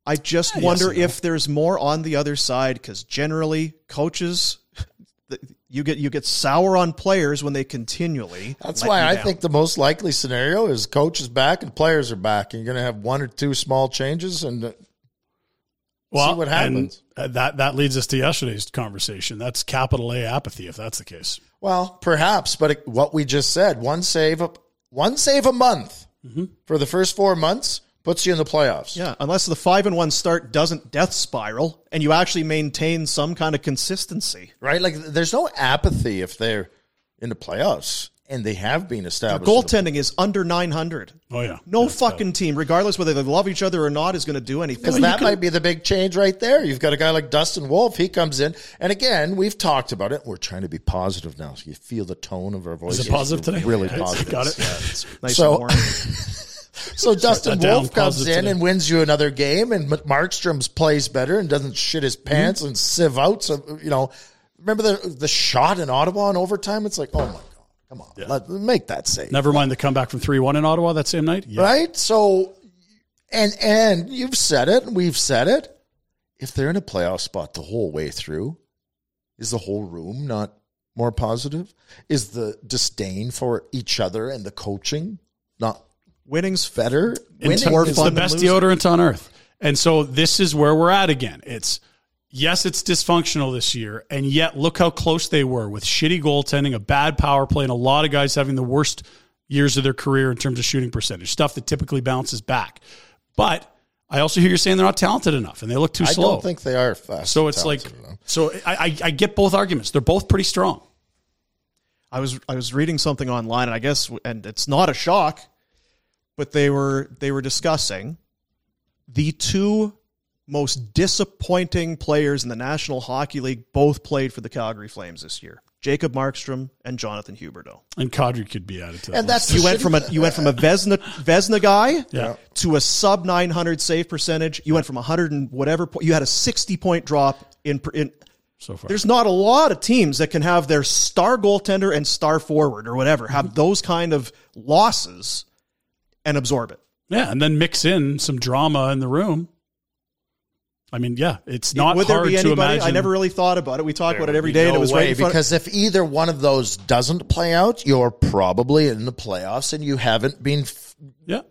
Speaker 1: I just
Speaker 2: Yeah, yes
Speaker 1: wonder
Speaker 2: and no.
Speaker 1: if there's more on the other side because generally coaches, (laughs) th- you get you get sour on players when they continually.
Speaker 3: That's
Speaker 1: let
Speaker 3: why
Speaker 1: you
Speaker 3: I
Speaker 1: down.
Speaker 3: think the most likely scenario is coach is back and players are back, and you're going to have one or two small changes. And uh, see what happens.
Speaker 2: and, uh, that that leads us to yesterday's conversation. That's capital A apathy, if that's the case.
Speaker 3: well, perhaps, but it, what we just said one save a one save a month
Speaker 2: Mm-hmm.
Speaker 3: for the first four months puts you in the playoffs.
Speaker 1: Yeah, unless the five and one start doesn't death spiral and you actually maintain some kind of consistency.
Speaker 3: right? Like there's no apathy if they're in the playoffs and they have been established.
Speaker 1: Goaltending is under 900.
Speaker 2: Oh yeah,
Speaker 1: No fucking team, regardless whether they love each other or not, is going to do anything.
Speaker 3: because that might be the big change right there. You've got a guy like Dustin Wolf. He comes in, and again, we've talked about it. We're trying to be positive now. So you feel the tone of our voices.
Speaker 2: Is it positive
Speaker 3: We're
Speaker 2: today?
Speaker 3: Really
Speaker 2: (laughs) Yeah,
Speaker 3: positive.
Speaker 2: Got it.
Speaker 1: nice
Speaker 3: so-
Speaker 1: and warm.
Speaker 3: So Dustin
Speaker 2: that down,
Speaker 3: Wolf comes
Speaker 2: positive
Speaker 3: in
Speaker 2: today.
Speaker 3: and wins you another game, and M- Markstrom's plays better and doesn't shit
Speaker 2: Mm-hmm.
Speaker 3: his pants and sieve out. So you know, remember the the shot in Ottawa in overtime? It's like, oh my god, come on, let, make that save.
Speaker 2: Never mind the comeback from three one in Ottawa that same night. Yeah.
Speaker 3: right? So, and and you've said it, we've said it. If they're in a playoff spot the whole way through, is the whole room not more positive? Is the disdain for each other and the coaching not
Speaker 1: Winning's f-
Speaker 3: better?
Speaker 2: It's,
Speaker 1: Winning
Speaker 2: it's
Speaker 1: is
Speaker 2: the
Speaker 1: fun than
Speaker 2: best
Speaker 1: losing.
Speaker 2: deodorant on earth. And so this is where we're at again. It's yes, it's dysfunctional this year, and yet look how close they were with shitty goaltending, a bad power play, and a lot of guys having the worst years of their career in terms of shooting percentage, stuff that typically bounces back. But I also hear you're saying they're not talented enough and they look too
Speaker 3: I
Speaker 2: slow.
Speaker 3: don't think they are fast.
Speaker 2: so it's like
Speaker 3: talented enough.
Speaker 2: so I, I, I get both arguments. They're both pretty strong.
Speaker 1: I was I was reading something online, and I guess, and it's not a shock, but they were they were discussing the two most disappointing players in the National Hockey League. Both played for the Calgary Flames this year: Jacob Markstrom and Jonathan Huberdeau.
Speaker 2: And Kadri could be added to that.
Speaker 3: and
Speaker 2: list.
Speaker 3: that's
Speaker 1: You went from a
Speaker 3: (laughs)
Speaker 1: you went from a Vesna Vesna guy
Speaker 2: Yeah.
Speaker 1: to a sub nine hundred save percentage. You went from hundred and whatever. po- You had a sixty point drop in per- in
Speaker 2: so far.
Speaker 1: there's not a lot of teams that can have their star goaltender and star forward or whatever have those kind of losses and absorb it.
Speaker 2: Yeah, and then mix in some drama in the room. I mean, yeah, it's not
Speaker 1: Would there
Speaker 2: hard
Speaker 1: be
Speaker 2: to
Speaker 1: anybody?
Speaker 2: imagine.
Speaker 1: I never really thought about it. We talk about it every day,
Speaker 3: There'd be
Speaker 1: and it
Speaker 3: no
Speaker 1: was
Speaker 3: way,
Speaker 1: right in front.
Speaker 3: because if either one of those doesn't play out, you're probably in the playoffs, and you haven't been f-
Speaker 2: Yeah,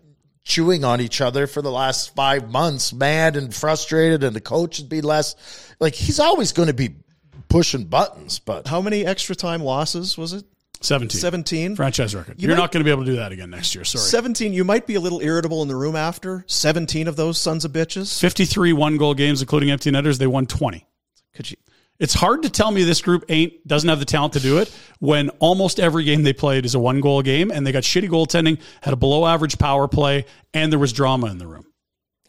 Speaker 3: chewing on each other for the last five months, mad and frustrated, and the coach would be less like he's always going to be pushing buttons, but
Speaker 1: how many extra time losses was it?
Speaker 2: seventeen.
Speaker 1: Seventeen.
Speaker 2: franchise record.
Speaker 1: You
Speaker 2: You are
Speaker 1: might-
Speaker 2: not going to be able to do that again next year. Sorry.
Speaker 1: Seventeen. You might be a little irritable in the room after seventeen of those sons of bitches.
Speaker 2: Fifty-three one-goal games, including empty netters. They won twenty.
Speaker 1: Could you?
Speaker 2: It's hard to tell me this group ain't doesn't have the talent to do it when almost every game they played is a one-goal game, and they got shitty goaltending, had a below-average power play, and there was drama in the room.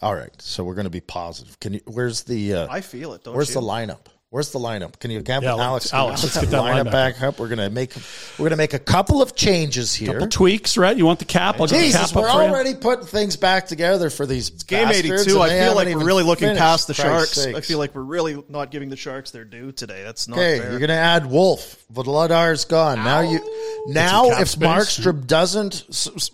Speaker 3: all right, so we're going to be positive. Can you where's the uh,
Speaker 1: I feel it. Don't
Speaker 3: where's
Speaker 1: you?
Speaker 3: the lineup? Where's the lineup? Can you have
Speaker 2: Yeah, Alex,
Speaker 3: Alex? can you
Speaker 2: Alex,
Speaker 3: put
Speaker 2: let's get that line
Speaker 3: lineup back up. We're gonna make we're gonna make a couple of changes here.
Speaker 2: Couple tweaks, right? You want the cap? I'll get the
Speaker 3: Jesus,
Speaker 2: cap up
Speaker 3: we're
Speaker 2: for you.
Speaker 3: already putting things back together for these
Speaker 1: Game
Speaker 3: bastards,
Speaker 1: 82.
Speaker 3: and
Speaker 1: I
Speaker 3: they
Speaker 1: feel
Speaker 3: haven't
Speaker 1: like we're
Speaker 3: even
Speaker 1: really looking
Speaker 3: finished,
Speaker 1: past the
Speaker 3: Christ's
Speaker 1: Sharks. I
Speaker 3: sakes.
Speaker 1: feel like we're really not giving the Sharks their due today. That's not
Speaker 3: Okay,
Speaker 1: fair.
Speaker 3: you're gonna add Wolf. Vladar's gone. Now you, now
Speaker 2: Get some
Speaker 3: if
Speaker 2: cap space.
Speaker 3: Markstrom doesn't s- s-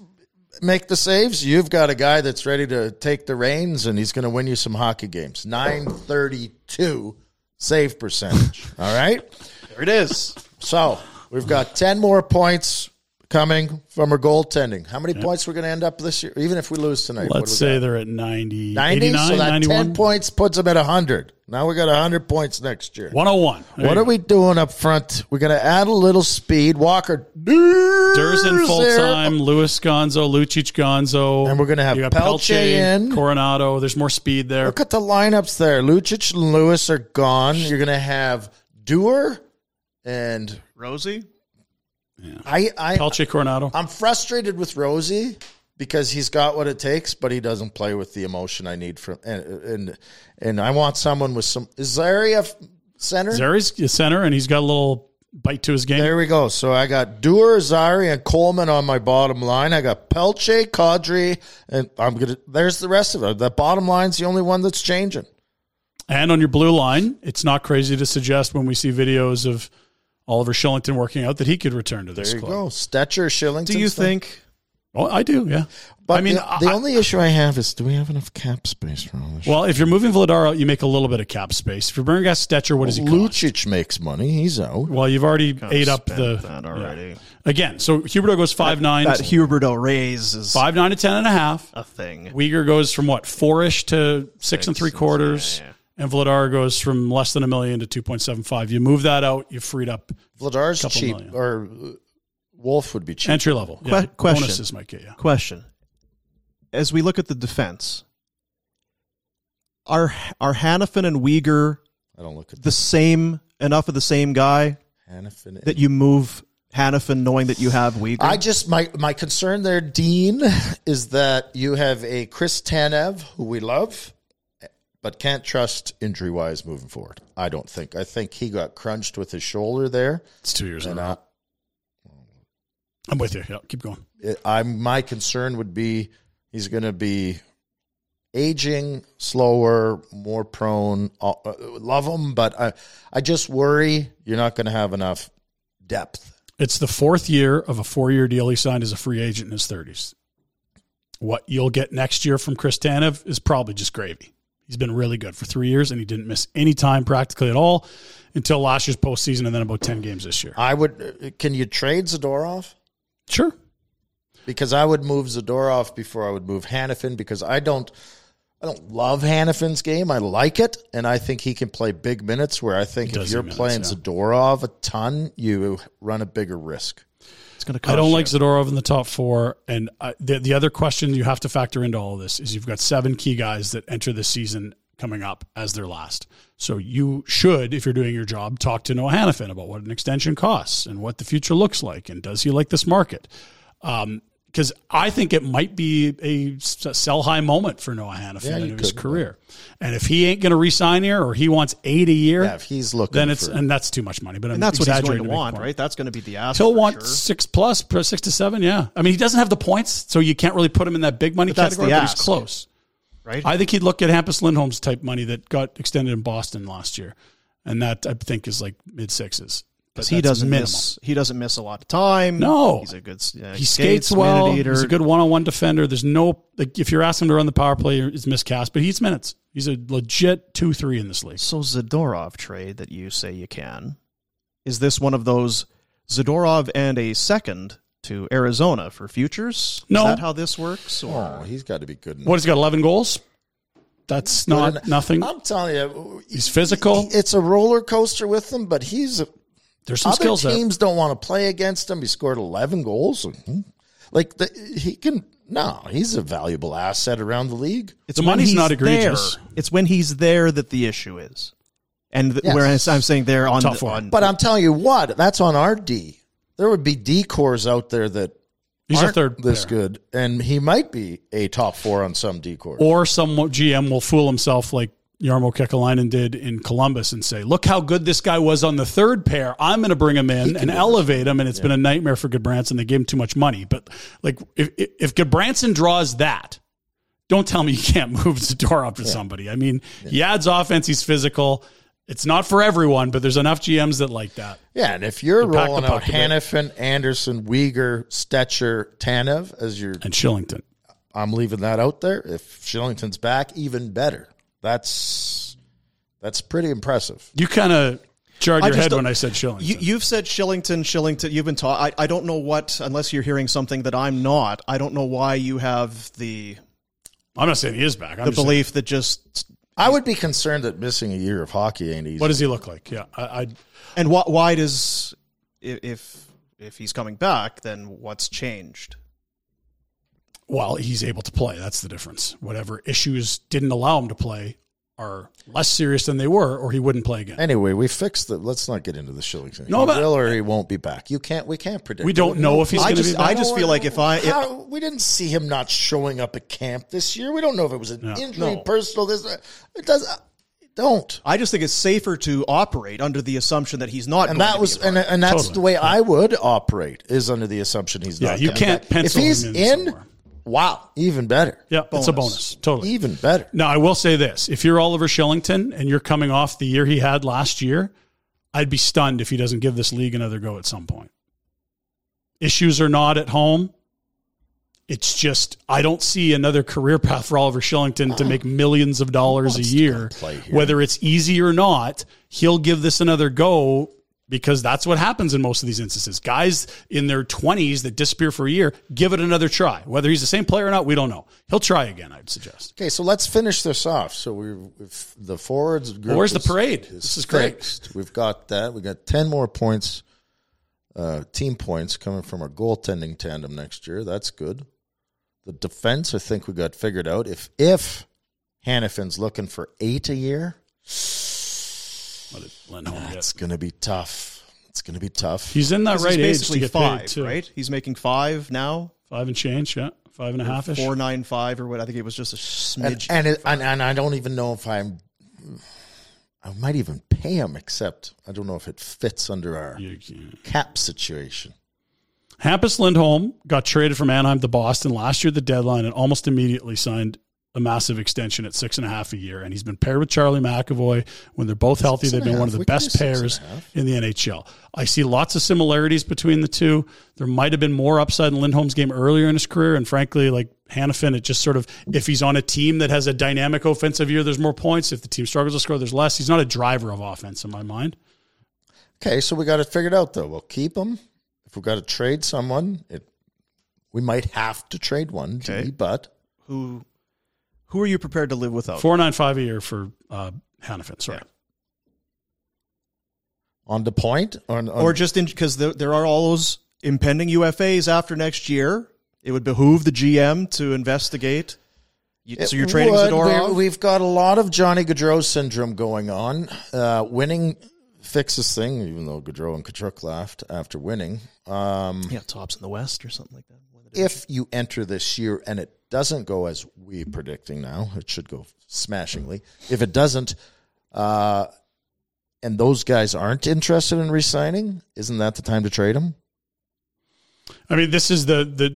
Speaker 3: make the saves, you've got a guy that's ready to take the reins, and he's gonna win you some hockey games. Nine thirty-two save
Speaker 1: (laughs)
Speaker 3: percentage. All right.
Speaker 1: There it is.
Speaker 3: So we've got 10 more points coming from our goaltending. How many points we're going to end up this year, even if we lose tonight?
Speaker 2: Let's
Speaker 3: do we
Speaker 2: say they're at 90,
Speaker 3: got? 90.
Speaker 2: 89,
Speaker 3: so that
Speaker 2: 91,
Speaker 3: 10 points puts them at 100. Now we got 100 points next year.
Speaker 2: 101. There
Speaker 3: What
Speaker 2: you
Speaker 3: are we doing up front? We're going to add a little speed. Walker, Durzin
Speaker 2: Durzin full time, Lewis Gonzo, Lucic Gonzo,
Speaker 3: And we're gonna have
Speaker 2: You got
Speaker 3: Pelche in.
Speaker 2: Coronado. There's more speed there.
Speaker 3: Look at the lineups there. Lucic and Lewis are gone. You're going to have Dewar and
Speaker 4: Rosie?
Speaker 3: I. I
Speaker 2: Pelche Coronado.
Speaker 3: I'm frustrated with Rosie because he's got what it takes, but he doesn't play with the emotion I need from and and, and I want someone with some. Is Zaria f- center?
Speaker 2: Zeri's a center, and he's got a little bite to his game.
Speaker 3: There we go. So I got Dewar, Zari, and Coleman on my bottom line. I got Pelche, Kadri, and I'm gonna. There's the rest of it. The bottom line's the only one that's changing.
Speaker 2: And on your blue line, it's not crazy to suggest when we see videos of Oliver Shillington working out that he could return to this
Speaker 3: There you
Speaker 2: club.
Speaker 3: go. Stetcher, Shillington.
Speaker 4: Do you
Speaker 3: Stetcher.
Speaker 4: think
Speaker 2: Oh, I do, yeah.
Speaker 3: But
Speaker 2: I mean,
Speaker 3: the, the
Speaker 2: I-
Speaker 3: only issue I have is do we have enough cap space for all this?
Speaker 2: Well, if you're moving Vladar out, you make a little bit of cap space. If you're bringing out Stetcher, what does he
Speaker 3: shit?
Speaker 2: cost?
Speaker 3: Lucic makes money. He's out.
Speaker 2: Well, you've already ate up
Speaker 1: spent
Speaker 2: the
Speaker 1: that already.
Speaker 2: yeah. Again, so Huberto goes five nine,
Speaker 1: That Huberto raise is
Speaker 2: five nine to ten and a half.
Speaker 1: a thing.
Speaker 2: Uyghur goes from what four ish to six and three quarters,
Speaker 1: yeah, yeah.
Speaker 2: and Vladar goes from less than a million to two point seven five. You move that out, you freed up
Speaker 3: Vladar's
Speaker 2: Couple
Speaker 3: cheap,
Speaker 2: million.
Speaker 3: or uh, Wolf would be cheap.
Speaker 2: entry level.
Speaker 1: Que- question.
Speaker 2: Bonuses might get you.
Speaker 1: Question:
Speaker 4: as we look at the defense, are are Hannafin and Uyghur
Speaker 3: I don't look at
Speaker 4: the same enough of the same guy
Speaker 3: Hannafin.
Speaker 4: that you move Hannafin knowing that you have Uyghur?
Speaker 3: I just my my concern there, Dean, is that you have a Chris Tanev who we love, but can't trust injury wise moving forward. I don't think. I think he got crunched with his shoulder there,
Speaker 2: It's two years. in
Speaker 3: and
Speaker 2: a row.
Speaker 3: I,
Speaker 2: I'm with you. Yeah, keep going.
Speaker 3: I'm my concern would be he's going to be aging slower, more prone. Uh, uh, Love him, but I I just worry you're not going to have enough depth.
Speaker 2: It's the fourth year of a four year deal he signed as a free agent in his thirties. What you'll get next year from Chris Tanev is probably just gravy. He's been really good for three years, and he didn't miss any time practically at all until last year's postseason, and then about ten games this year.
Speaker 3: I would. uh, Can you trade Zadorov?
Speaker 2: Sure,
Speaker 3: because I would move Zadorov before I would move Hannafin because I don't I don't love Hannafin's game. I like it, and I think he can play big minutes. Where I think if
Speaker 2: does
Speaker 3: you're
Speaker 2: need minutes,
Speaker 3: playing
Speaker 2: yeah.
Speaker 3: Zadorov a ton, you run a bigger risk.
Speaker 4: it's going to cost
Speaker 2: I don't
Speaker 4: you.
Speaker 2: like Zadorov in the top four. And uh, the the other question you have to factor into all of this is you've got seven key guys that enter the season coming up as their last. So you should, if you're doing your job, talk to Noah Hannafin about what an extension costs and what the future looks like, and does he like this market? because I think it might be a sell high moment for Noah Hannafin
Speaker 3: Yeah, you
Speaker 2: in his
Speaker 3: could.
Speaker 2: career. And if he ain't going to re-sign here, or he wants eight a year,
Speaker 3: Yeah, if he's looking,
Speaker 2: then it's
Speaker 3: for,
Speaker 2: and that's too much money. But I'm
Speaker 4: And that's what he's going
Speaker 2: exaggerating
Speaker 4: to
Speaker 2: make a
Speaker 4: want,
Speaker 2: point.
Speaker 4: right? That's going to be the ask.
Speaker 2: He'll
Speaker 4: for
Speaker 2: want
Speaker 4: sure.
Speaker 2: six plus, pro- six to seven. Yeah, I mean he doesn't have the points, so you can't really put him in that big money
Speaker 4: But that's
Speaker 2: category.
Speaker 4: the
Speaker 2: But he's
Speaker 4: ask.
Speaker 2: close,
Speaker 4: Right.
Speaker 2: I think he'd look at Hampus Lindholm's type money that got extended in Boston last year, and that I think is like mid sixes
Speaker 4: because he doesn't miss. He doesn't miss a lot of time.
Speaker 2: No.
Speaker 4: he's a good. uh, Yeah,
Speaker 2: He skates, well.
Speaker 4: minute eater.
Speaker 2: He's a good one-on-one defender. There's no like if you're asking him to run the power play, it's miscast. But he's minutes. He's a legit two-three in this league.
Speaker 4: So Zadorov trade that you say you can, is this one of those Zadorov and a second to Arizona for futures?
Speaker 2: No.
Speaker 4: Is that how this works? Or
Speaker 3: oh, he's got to be good. Enough.
Speaker 2: What he's got? Eleven goals. That's
Speaker 3: Good
Speaker 2: not
Speaker 3: enough.
Speaker 2: nothing.
Speaker 3: I'm telling you,
Speaker 2: He's physical.
Speaker 3: It's a roller coaster with him, but he's a,
Speaker 2: There's some
Speaker 3: other
Speaker 2: skills there.
Speaker 3: teams don't want to play against him. He scored 11 goals. Like the, he can. No, he's a valuable asset around the league.
Speaker 4: it's
Speaker 2: The
Speaker 4: when
Speaker 2: money's
Speaker 4: he's
Speaker 2: not egregious.
Speaker 4: There. It's when he's there that the issue is. And th-
Speaker 3: Yes.
Speaker 4: whereas I'm saying there on,
Speaker 2: Tough one.
Speaker 4: on
Speaker 3: But I'm telling you what, that's on our D. There would be D cores out there that
Speaker 2: He's a
Speaker 3: aren't
Speaker 2: third
Speaker 3: this
Speaker 2: player.
Speaker 3: good, and he might be a top four on some D cores.
Speaker 2: or some GM will fool himself like Yarmo Kekalainen did in Columbus and say, "Look how good this guy was on the third pair. I'm going to bring him in and elevate him." And it's been a nightmare for Goodbranson. They gave him too much money, but like if if, if Goodbranson draws that, don't tell me you can't (laughs) move Zadorov to somebody. I mean, he adds offense. He's physical. It's not for everyone, but there's enough GMs that like that.
Speaker 3: yeah, and if you're
Speaker 2: pack the
Speaker 3: rolling out
Speaker 2: puck a bit.
Speaker 3: Hannafin, Anderson, Uyghur, Stetcher, Tanev as your,
Speaker 2: And Shillington,
Speaker 3: I'm leaving that out there. If Shillington's back, even better. That's That's pretty impressive.
Speaker 2: You kind of jarred
Speaker 4: I
Speaker 2: your
Speaker 4: just
Speaker 2: head
Speaker 4: don't-
Speaker 2: when I said Shillington.
Speaker 4: You, you've said Shillington, Shillington. You've been taught. I, I don't know what, unless you're hearing something that I'm not. I don't know why you have the
Speaker 2: I'm not saying he is back. I'm
Speaker 4: the
Speaker 2: just saying-
Speaker 4: belief that just
Speaker 3: I would be concerned that missing a year of hockey ain't easy.
Speaker 2: what does he look like? Yeah, I, I
Speaker 4: and why, why does i- if if he's coming back, then what's changed?
Speaker 2: well, he's able to play. That's the difference. Whatever issues didn't allow him to play are less serious than they were, or he wouldn't play again.
Speaker 3: Anyway, we fixed the. Let's not get into the Shillington.
Speaker 2: No,
Speaker 3: he
Speaker 2: but-
Speaker 3: will or he won't be back. You can't. We can't predict.
Speaker 2: We don't know if he's
Speaker 4: I
Speaker 2: going to be
Speaker 4: just I
Speaker 2: back.
Speaker 4: just feel like if I if,
Speaker 3: How, we didn't see him not showing up at camp this year. We don't know if it was an injury,
Speaker 4: No.
Speaker 3: personal. This uh, it does. Don't.
Speaker 4: I just think it's safer to operate under the assumption that he's not.
Speaker 3: And
Speaker 4: going to
Speaker 3: that
Speaker 4: be
Speaker 3: was
Speaker 4: a
Speaker 3: and, and that's
Speaker 2: Totally.
Speaker 3: the way I would operate is under the assumption he's
Speaker 2: Yeah,
Speaker 3: not.
Speaker 2: you
Speaker 3: coming
Speaker 2: can't
Speaker 3: back.
Speaker 2: pencil
Speaker 3: if he's
Speaker 2: him in
Speaker 3: in.
Speaker 2: somewhere.
Speaker 3: wow, even better.
Speaker 2: yeah, it's a
Speaker 4: Bonus.
Speaker 2: bonus. Totally.
Speaker 3: even better.
Speaker 2: Now, I will say this if you're Oliver Shillington and you're coming off the year he had last year, I'd be stunned if he doesn't give this league another go at some point. Issues or not at home, it's just, I don't see another career path for Oliver Shillington to make millions of dollars a year.
Speaker 3: play here?
Speaker 2: Whether it's easy or not, he'll give this another go because that's what happens in most of these instances. Guys in their 20s that disappear for a year, give it another try. Whether he's the same player or not, we don't know. He'll try again, I'd suggest.
Speaker 3: Okay, so let's finish this off. So we if the forwards. Group
Speaker 2: Well, where's the
Speaker 3: is-
Speaker 2: parade? This is great.
Speaker 3: fixed. We've got that. We got ten more points, uh, team points coming from our goaltending tandem next year. That's good. The defense, I think we got figured out. If if Hannafin's looking for eight a year,
Speaker 2: What did Lindholm get?
Speaker 3: it's gonna be tough. It's gonna be tough.
Speaker 2: He's in that
Speaker 4: Because
Speaker 2: right
Speaker 4: he's
Speaker 2: age to
Speaker 4: basically
Speaker 2: get
Speaker 4: five,
Speaker 2: paid, too.
Speaker 4: right? He's making five now,
Speaker 2: Five and change, yeah, five and a half ish.
Speaker 4: four nine five or what? I think it was just a
Speaker 3: and
Speaker 4: smidge.
Speaker 3: and, it, and and I don't even know if I'm. I might even pay him, except I don't know if it fits under our cap situation.
Speaker 2: Hampus Lindholm got traded from Anaheim to Boston last year at the deadline, and almost immediately signed a massive extension at six and a half a year. And he's been paired with Charlie McAvoy. When they're both healthy,
Speaker 3: Six and
Speaker 2: they've
Speaker 3: a
Speaker 2: been one of the
Speaker 3: half. We can do
Speaker 2: best
Speaker 3: six and a
Speaker 2: pairs
Speaker 3: half.
Speaker 2: in the NHL. I see lots of similarities between the two. There might have been more upside in Lindholm's game earlier in his career, and frankly, like Hannafin, it just sort of if he's on a team that has a dynamic offensive year, there's more points. If the team struggles to score, there's less. He's not a driver of offense in my mind.
Speaker 3: Okay, so we got it figured out though. We'll keep him. If we got to trade someone, it we might have to trade one,
Speaker 4: Okay.
Speaker 3: Dee, but
Speaker 4: who who are you prepared to live
Speaker 3: Oh.
Speaker 4: without?
Speaker 2: Four nine five a year for uh, Hannafin. Sorry,
Speaker 3: on the point on, on
Speaker 4: or just in because there, there are all those impending UFAs after next year. It would behoove the GM to investigate. You, so you're
Speaker 3: It
Speaker 4: trading
Speaker 3: would.
Speaker 4: Zadorov.
Speaker 3: We're- We've got a lot of Johnny Gaudreau syndrome going on. Uh, winning fixes thing, even though Gaudreau and Kachuk left after winning. Um,
Speaker 4: yeah, tops in the West or something like that.
Speaker 3: if you enter this year and it doesn't go as we're predicting now, it should go smashingly. If it doesn't, uh, and those guys aren't interested in re-signing, isn't that the time to trade them?
Speaker 2: I mean this is the the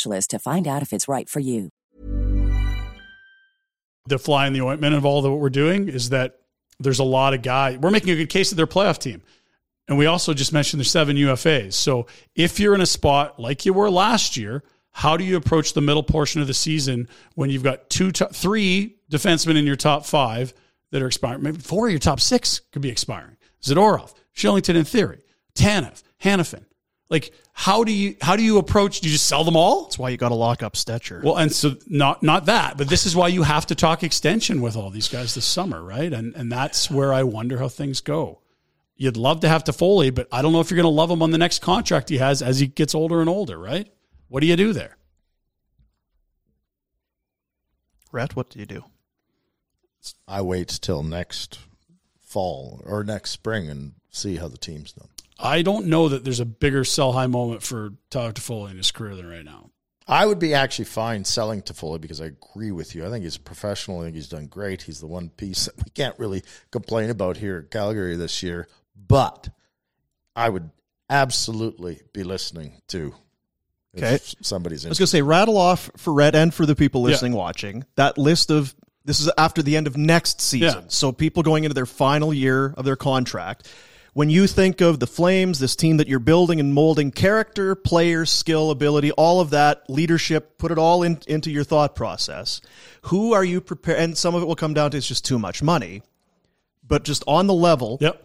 Speaker 5: to find out if it's right for you.
Speaker 2: the fly in the ointment of all that what we're doing is that there's a lot of guys. We're making a good case of their playoff team, and we also just mentioned there's seven UFAs. So if you're in a spot like you were last year, how do you approach the middle portion of the season when you've got two, to- three defensemen in your top five that are expiring? Maybe four of your top six could be expiring. Zadorov, Shillington, in theory, Tanev, Hannafin. Like, how do you how do you approach? Do you just sell them all?
Speaker 1: That's why you got to lock up Stetcher.
Speaker 2: Well, and so not not that, but this is why you have to talk extension with all these guys this summer, right? And and that's where I wonder how things go. You'd love to have Toffoli, but I don't know if you're going to love him on the next contract he has as he gets older and older, right? What do you do there?
Speaker 1: Rhett, what do you do?
Speaker 3: I wait till next fall or next spring and see how the team's done.
Speaker 2: I don't know that there's a bigger sell high moment for Tyler Toffoli in his career than right now.
Speaker 3: I would be actually fine selling Toffoli because I agree with you. I think he's professional. I think he's done great. He's the one piece that we can't really complain about here at Calgary this year. But I would absolutely be listening to if
Speaker 1: Okay.
Speaker 3: somebody's
Speaker 1: I was
Speaker 3: in.
Speaker 1: going to say, rattle off for Red and for the people listening, watching that list of. This is after the end of next season.
Speaker 2: Yeah.
Speaker 1: So people going into their final year of their contract. When you think of the Flames, this team that you're building and molding, character, player, skill, ability, all of that, leadership, put it all in, into your thought process. Who are you prepared? And some of it will come down to it's just too much money. But just on the level,
Speaker 2: Yep.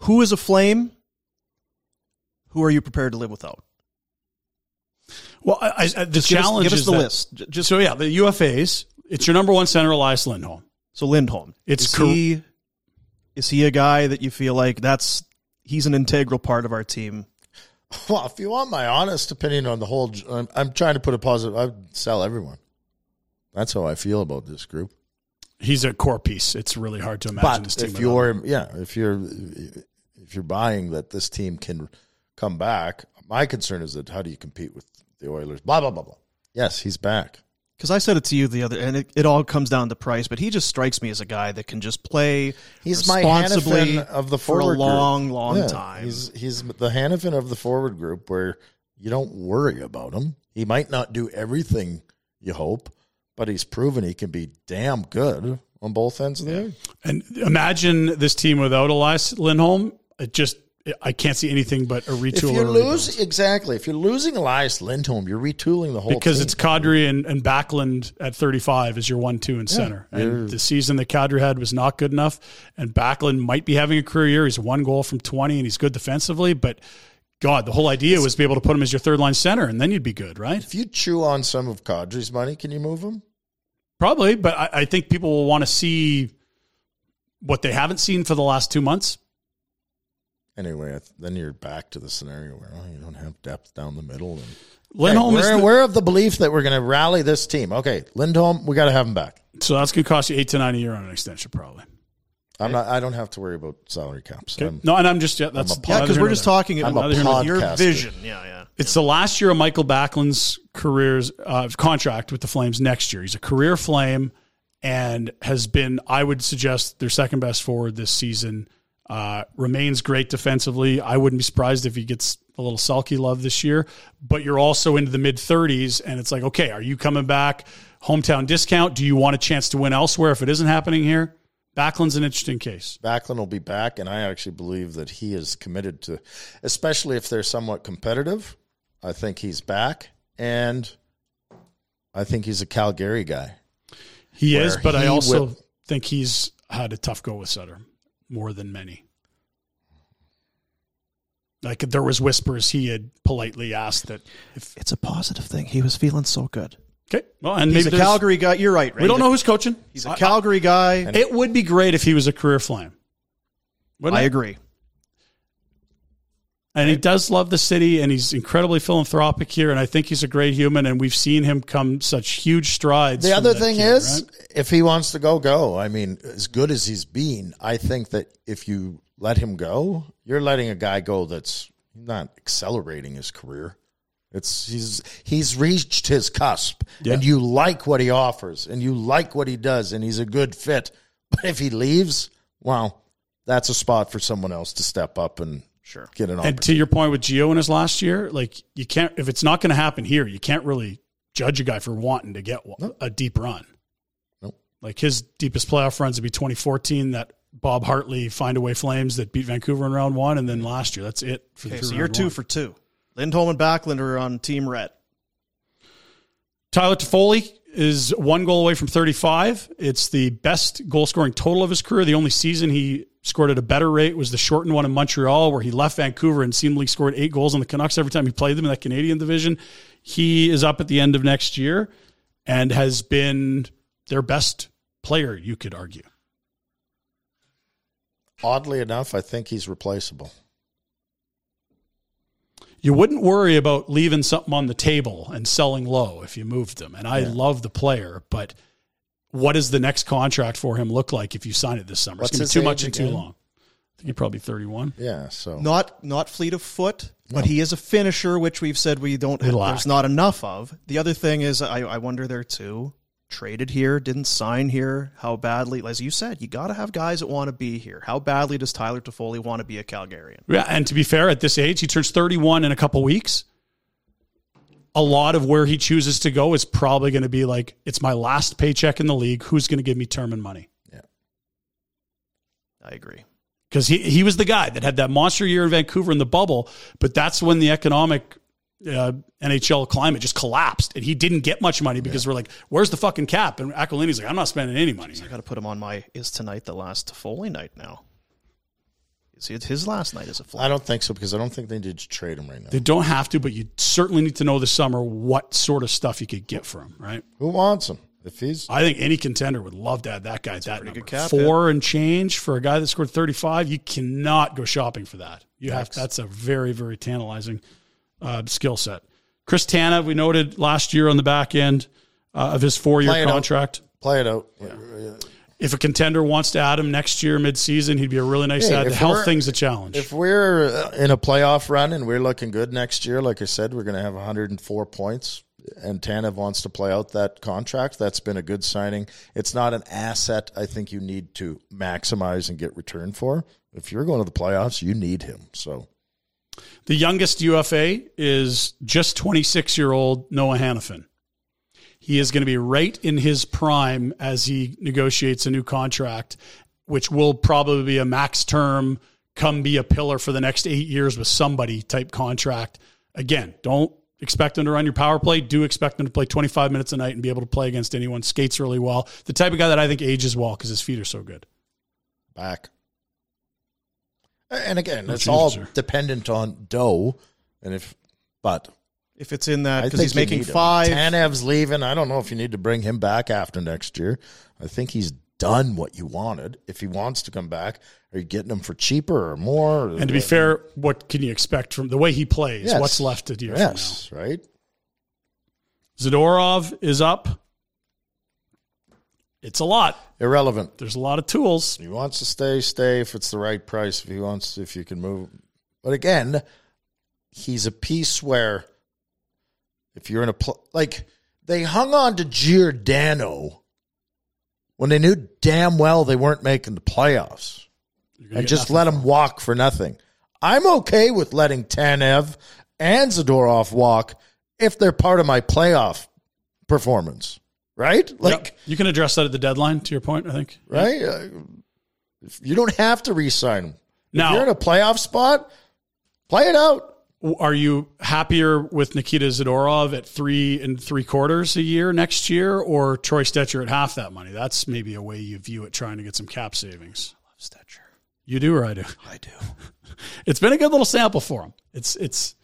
Speaker 1: who is a flame? Who are you prepared to live without?
Speaker 2: Well, I, I, the
Speaker 1: Give us-
Speaker 2: challenge
Speaker 1: give us,
Speaker 2: is
Speaker 1: the
Speaker 2: that-
Speaker 1: list. J- Just
Speaker 2: So yeah, the UFAs. It's your number one center, Elias Lindholm.
Speaker 1: So Lindholm,
Speaker 2: It's
Speaker 1: is
Speaker 2: cor-
Speaker 1: he is he a guy that you feel like that's he's an integral part of our team?
Speaker 3: Well, if you want my honest opinion on the whole, I'm, I'm trying to put a positive. I would sell everyone. That's how I feel about this group.
Speaker 2: He's a core piece. It's really hard to imagine this
Speaker 3: But
Speaker 2: team.
Speaker 3: if
Speaker 2: without
Speaker 3: you're yeah, if you're if you're buying that this team can come back, my concern is that how do you compete with the Oilers? Blah blah blah blah. Yes, he's back.
Speaker 1: Because I said it to you the other, and it, it all comes down to price. But he just strikes me as a guy that can just play
Speaker 3: He's my
Speaker 1: responsibly
Speaker 3: Hannafin of the
Speaker 1: for a
Speaker 3: forward
Speaker 1: long,
Speaker 3: group.
Speaker 1: long
Speaker 3: Yeah,
Speaker 1: time.
Speaker 3: He's he's the Hannafin of the forward group where you don't worry about him. He might not do everything you hope, but he's proven he can be damn good on both ends of the ice.
Speaker 2: And imagine this team without Elias Lindholm. It just I can't see anything but a retool.
Speaker 3: If you
Speaker 2: or a rebuild.
Speaker 3: lose exactly, if you're losing Elias Lindholm, you're retooling the whole
Speaker 2: because
Speaker 3: team.
Speaker 2: it's Kadri and, and Backlund at 35 is your one, two, and center. And the season that Kadri had was not good enough. And Backlund might be having a career year. He's one goal from 20 and he's good defensively. But God, the whole idea was to be able to put him as your third line center and then you'd be good, right?
Speaker 3: If you chew on some of Kadri's money, can you move him?
Speaker 2: Probably. But I, I think people will want to see what they haven't seen for the last two months.
Speaker 3: Anyway, I th- then you're back to the scenario where oh, you don't have depth down the middle. And,
Speaker 2: Lindholm
Speaker 3: Hey,
Speaker 2: is.
Speaker 3: we're,
Speaker 2: the-
Speaker 3: we're of the belief that we're going to rally this team. Okay, Lindholm, we got to have him back.
Speaker 2: so that's going to cost you eight to nine a year on an extension, probably.
Speaker 3: I'm not. I don't have to worry about salary caps. Um,
Speaker 2: Okay.
Speaker 3: I'm-
Speaker 2: No, and I'm just yeah, that's
Speaker 3: a-
Speaker 1: yeah,
Speaker 2: neither
Speaker 1: because
Speaker 2: here
Speaker 1: we're
Speaker 2: nor
Speaker 1: just
Speaker 2: there.
Speaker 1: talking
Speaker 3: I'm
Speaker 1: about
Speaker 3: a podcaster.
Speaker 1: your vision. Yeah, yeah.
Speaker 2: It's the last year of Michael Backlund's career's uh, contract with the Flames next year. He's a career Flame and has been, I would suggest, their second best forward this season. Uh, remains great defensively. I wouldn't be surprised if he gets a little sulky love this year. But you're also into the mid 30s, and it's like, okay, are you coming back? Hometown discount? Do you want a chance to win elsewhere if it isn't happening here? Backlund's an interesting case.
Speaker 3: Backlund will be back, and I actually believe that he is committed to, especially if they're somewhat competitive. I think he's back, and I think he's a Calgary guy.
Speaker 2: He
Speaker 3: Where
Speaker 2: is, but I
Speaker 3: he
Speaker 2: also
Speaker 3: will-
Speaker 2: think he's had a tough go with Sutter more than many. Like there was whispers he had politely asked that if
Speaker 1: It's a positive thing. He was feeling so good.
Speaker 2: okay, well, and
Speaker 1: He's
Speaker 2: maybe
Speaker 1: a
Speaker 2: there's-
Speaker 1: Calgary guy. You're right.
Speaker 2: We don't know who's coaching.
Speaker 1: He's a Calgary guy.
Speaker 3: And-
Speaker 2: It would be great if he was a career flame. Wouldn't
Speaker 1: I
Speaker 2: it?
Speaker 1: agree.
Speaker 2: And he does love the city, and he's incredibly philanthropic here, and I think he's a great human, and we've seen him come such huge strides.
Speaker 3: The
Speaker 2: from
Speaker 3: other
Speaker 2: that
Speaker 3: thing
Speaker 2: kid,
Speaker 3: is,
Speaker 2: right?
Speaker 3: if he wants to go, go. I mean, as good as he's been, I think that if you let him go, you're letting a guy go that's not accelerating his career. It's he's he's reached his cusp,
Speaker 2: Yeah.
Speaker 3: and you like what he offers, and you like what he does, and he's a good fit. But if he leaves, well, that's a spot for someone else to step up and sure get an
Speaker 2: And
Speaker 3: opportunity.
Speaker 2: to your point with Gio in his last year, like you can't if it's not going to happen here, you can't really judge a guy for wanting to get wa- a deep run.
Speaker 3: Nope.
Speaker 2: Like his deepest playoff runs would be 2014, that Bob Hartley find away Flames that beat Vancouver in round one, and then last year. That's it. For
Speaker 1: Okay,
Speaker 2: through
Speaker 1: so you're
Speaker 2: round
Speaker 1: two
Speaker 2: one.
Speaker 1: for two. Lindholm and Backlund are on Team Red.
Speaker 2: Tyler Toffoli is one goal away from 35. It's the best goal scoring total of his career. The only season he scored at a better rate was the shortened one in Montreal, where he left Vancouver and seemingly scored eight goals on the Canucks every time he played them in that Canadian division. He is up at the end of next year and has been their best player, you could argue.
Speaker 3: Oddly enough, I think he's replaceable.
Speaker 2: You wouldn't worry about leaving something on the table and selling low if you moved them. And I love the player, but what does the next contract for him look like if you sign it this summer?
Speaker 3: What's
Speaker 2: it's going
Speaker 3: his
Speaker 2: to be too much
Speaker 3: age
Speaker 2: and too
Speaker 3: again?
Speaker 2: long. I think he's probably 31.
Speaker 3: Yeah, so
Speaker 1: Not not fleet of foot, but he is a finisher, which we've said we don't.
Speaker 2: We lack.
Speaker 1: there's not enough of. The other thing is, I, I wonder there too. Traded here, didn't sign here. How badly, as you said, you got to have guys that want to be here. How badly does Tyler Toffoli want to be a Calgarian?
Speaker 2: Yeah, and to be fair, at this age, he turns 31 in a couple weeks. A lot of where he chooses to go is probably going to be like, it's my last paycheck in the league. Who's going to give me term and money?
Speaker 1: I agree.
Speaker 2: because he, he was the guy that had that monster year in Vancouver in the bubble, but that's when the economic uh, NHL climate just collapsed and he didn't get much money because we're like, where's the fucking cap? And Aquilini's like, I'm not spending any money.
Speaker 1: I got to put him on my is tonight the last Toffoli night now. Is it his last night as a
Speaker 3: I
Speaker 1: fly?
Speaker 3: don't think so because I don't think they need to trade him right now.
Speaker 2: They don't have to, but you certainly need to know this summer what sort of stuff you could get from, right?
Speaker 3: Who wants him? If he's
Speaker 2: I think any contender would love to have that guy at that number.
Speaker 1: good cap,
Speaker 2: Four and change for a guy that scored 35, you cannot go shopping for that. You have that's a very very tantalizing uh, skill set. Chris Tanev, we noted last year on the back end uh, of his
Speaker 3: Play
Speaker 2: four-year
Speaker 3: it out.
Speaker 2: contract.
Speaker 3: play it out,
Speaker 2: If a contender wants to add him next year mid-season, he'd be a really nice
Speaker 3: Hey,
Speaker 2: add. The
Speaker 3: if
Speaker 2: health
Speaker 3: we're-
Speaker 2: thing's a challenge.
Speaker 3: if we're uh, in a playoff run and we're looking good next year, like I said, we're going to have 104 points. And Tanev wants to play out that contract. That's been a good signing. It's not an asset I think you need to maximize and get return for. If you're going to the playoffs, you need him. So
Speaker 2: The youngest UFA is just 26 year old Noah Hannafin. He is going to be right in his prime as he negotiates a new contract, which will probably be a max term, come be a pillar for the next eight years with somebody type contract. Again, don't expect him to run your power play. Do expect him to play 25 minutes a night and be able to play against anyone. Skates really well. The type of guy that I think ages well because his feet are so good.
Speaker 3: back. And again,
Speaker 2: No
Speaker 3: it's all
Speaker 2: changes, sir.
Speaker 3: dependent on dough. And if, but
Speaker 1: If it's in that, because
Speaker 3: think
Speaker 1: he's
Speaker 3: you
Speaker 1: making
Speaker 3: need him.
Speaker 1: five.
Speaker 3: Tanev's leaving. I don't know if you need to bring him back after next year. I think he's done what you wanted. If he wants to come back, are you getting him for cheaper or more?
Speaker 2: And to be fair, what can you expect from the way he plays?
Speaker 3: Yes.
Speaker 2: What's left to do? now?
Speaker 3: yes, right.
Speaker 2: Zadorov is up. It's a lot.
Speaker 3: Irrelevant.
Speaker 2: There's a lot of tools.
Speaker 3: If he wants to stay, stay. If it's the right price, if he wants, if you can move. But again, he's a piece where if you're in a pl- like they hung on to Giordano when they knew damn well they weren't making the playoffs.
Speaker 2: You're gonna
Speaker 3: and
Speaker 2: get
Speaker 3: just
Speaker 2: nothing.
Speaker 3: let him walk for nothing. I'm okay with letting Tanev and Zadorov walk if they're part of my playoff performance, right? Like,
Speaker 2: Yep. you can address that at the deadline. To your point, I think.
Speaker 3: right? Uh, if you don't have to re-sign him. if you're in
Speaker 2: Now,
Speaker 3: a playoff spot, play it out.
Speaker 2: w- are you happier with Nikita Zadorov at three and three quarters a year next year, or Troy Stetcher at half that money? That's maybe a way you view it, trying to get some cap savings. I love Stetcher. You do, or I do.
Speaker 1: I do.
Speaker 2: (laughs) It's been a good little sample for him. It's it's.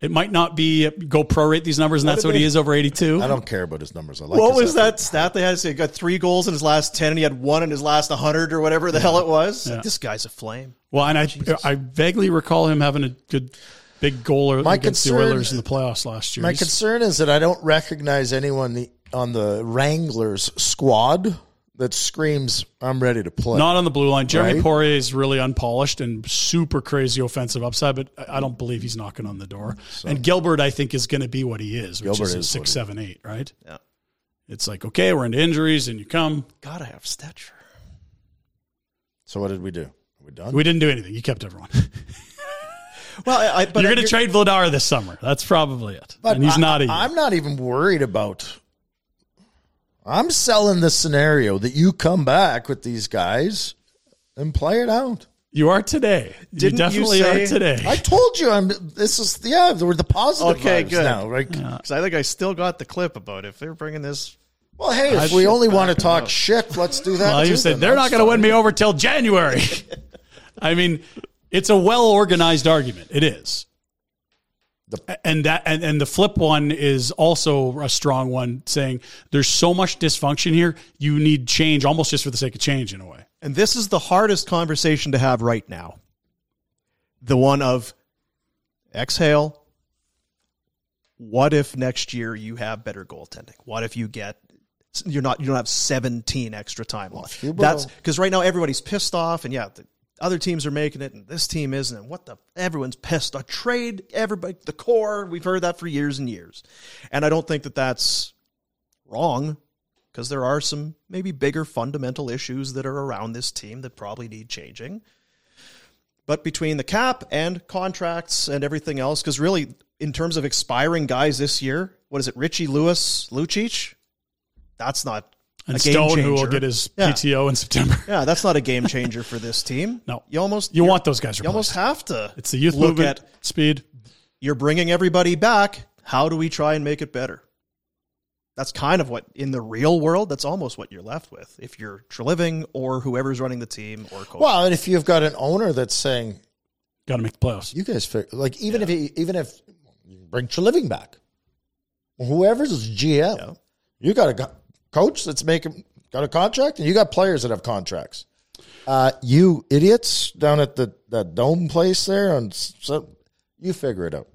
Speaker 2: It might not be go prorate these numbers, and that's what he is over eighty-two.
Speaker 3: I don't care about his numbers. I like
Speaker 1: What
Speaker 3: his
Speaker 1: was
Speaker 3: effort.
Speaker 1: that stat they had? He got three goals in his last 10 and he had one in his last 100 or whatever the hell it was. Like, this guy's a flame.
Speaker 2: Well, and I I vaguely recall him having a good big goal
Speaker 3: My
Speaker 2: against the
Speaker 3: concern-
Speaker 2: Oilers in the playoffs last year.
Speaker 3: My
Speaker 2: He's-
Speaker 3: concern is that I don't recognize anyone the, on the Wranglers squad that screams, "I'm ready to play."
Speaker 2: not on the blue line. Jeremy
Speaker 3: Right.
Speaker 2: Poirier is really unpolished and super crazy offensive upside, but I I don't believe he's knocking on the door. And Gilbert, I think, is going to be what he is, which
Speaker 3: Gilbert
Speaker 2: is, a
Speaker 3: is
Speaker 2: six,
Speaker 3: what
Speaker 2: seven, eight, right?
Speaker 1: Yeah.
Speaker 2: It's like okay, we're into injuries, and you come.
Speaker 1: Gotta have stature.
Speaker 3: so what did we do? Are we done?
Speaker 2: We didn't do anything. You kept
Speaker 3: (laughs)
Speaker 2: everyone.
Speaker 1: Well, I, I, but
Speaker 2: you're going to trade Vladar this summer. That's probably it. and he's
Speaker 3: I-
Speaker 2: not a year.
Speaker 3: I'm not even worried about. I'm selling the scenario that you come back with these guys and play it out.
Speaker 2: You are today.
Speaker 1: Didn't
Speaker 2: you
Speaker 1: you
Speaker 2: definitely
Speaker 1: say-
Speaker 2: are today.
Speaker 3: I told you, I'm. This is yeah. We're the positive
Speaker 1: Okay,
Speaker 3: vibes
Speaker 1: good.
Speaker 3: now, right?
Speaker 1: Because I think I still got the clip about if they're bringing this
Speaker 3: Well, hey, if we only want to talk shit, let's do that.
Speaker 2: Well, you
Speaker 3: too,
Speaker 2: said
Speaker 3: then.
Speaker 2: they're not
Speaker 3: That's
Speaker 2: going to win
Speaker 3: fine.
Speaker 2: me over till January. (laughs) I mean, it's a well organized argument. It is.
Speaker 3: The-
Speaker 2: and that and, and the flip one is also a strong one saying there's so much dysfunction here you need change almost just for the sake of change in a way
Speaker 1: And this is the hardest conversation to have right now. The one of exhale. What if next year you have better goaltending? What if you get you're not you don't have 17 extra time off?
Speaker 3: you will-
Speaker 1: That's because right now everybody's pissed off, and yeah, the other teams are making it, and this team isn't. And what the everyone's pissed. A trade, everybody, the core. We've heard that for years and years, and I don't think that that's wrong because there are some maybe bigger fundamental issues that are around this team that probably need changing. But between the cap and contracts and everything else, because really, in terms of expiring guys this year, what is it? Richie Lewis, Lucic? That's not
Speaker 2: and
Speaker 1: a game
Speaker 2: stone
Speaker 1: changer.
Speaker 2: who will get his
Speaker 1: yeah.
Speaker 2: pto in september (laughs)
Speaker 1: Yeah, that's not a game changer for this team.
Speaker 2: No.
Speaker 1: you almost
Speaker 2: you want those guys
Speaker 1: you almost
Speaker 2: replaced.
Speaker 1: have to.
Speaker 2: it's the youth
Speaker 1: look
Speaker 2: movement
Speaker 1: at
Speaker 2: speed
Speaker 1: you're bringing everybody back. How do we try and make it better? That's kind of what in the real world. That's almost what you're left with if you're Treliving or whoever's running the team or coach.
Speaker 3: Well, and if you've got an owner that's saying
Speaker 2: got to make the playoffs
Speaker 3: you guys figure, like even if he, even if you bring Treliving back, whoever's his GM, you got a go- coach that's making got a contract, and you got players that have contracts. Uh, you idiots down at the that dome place there, and so you figure it out.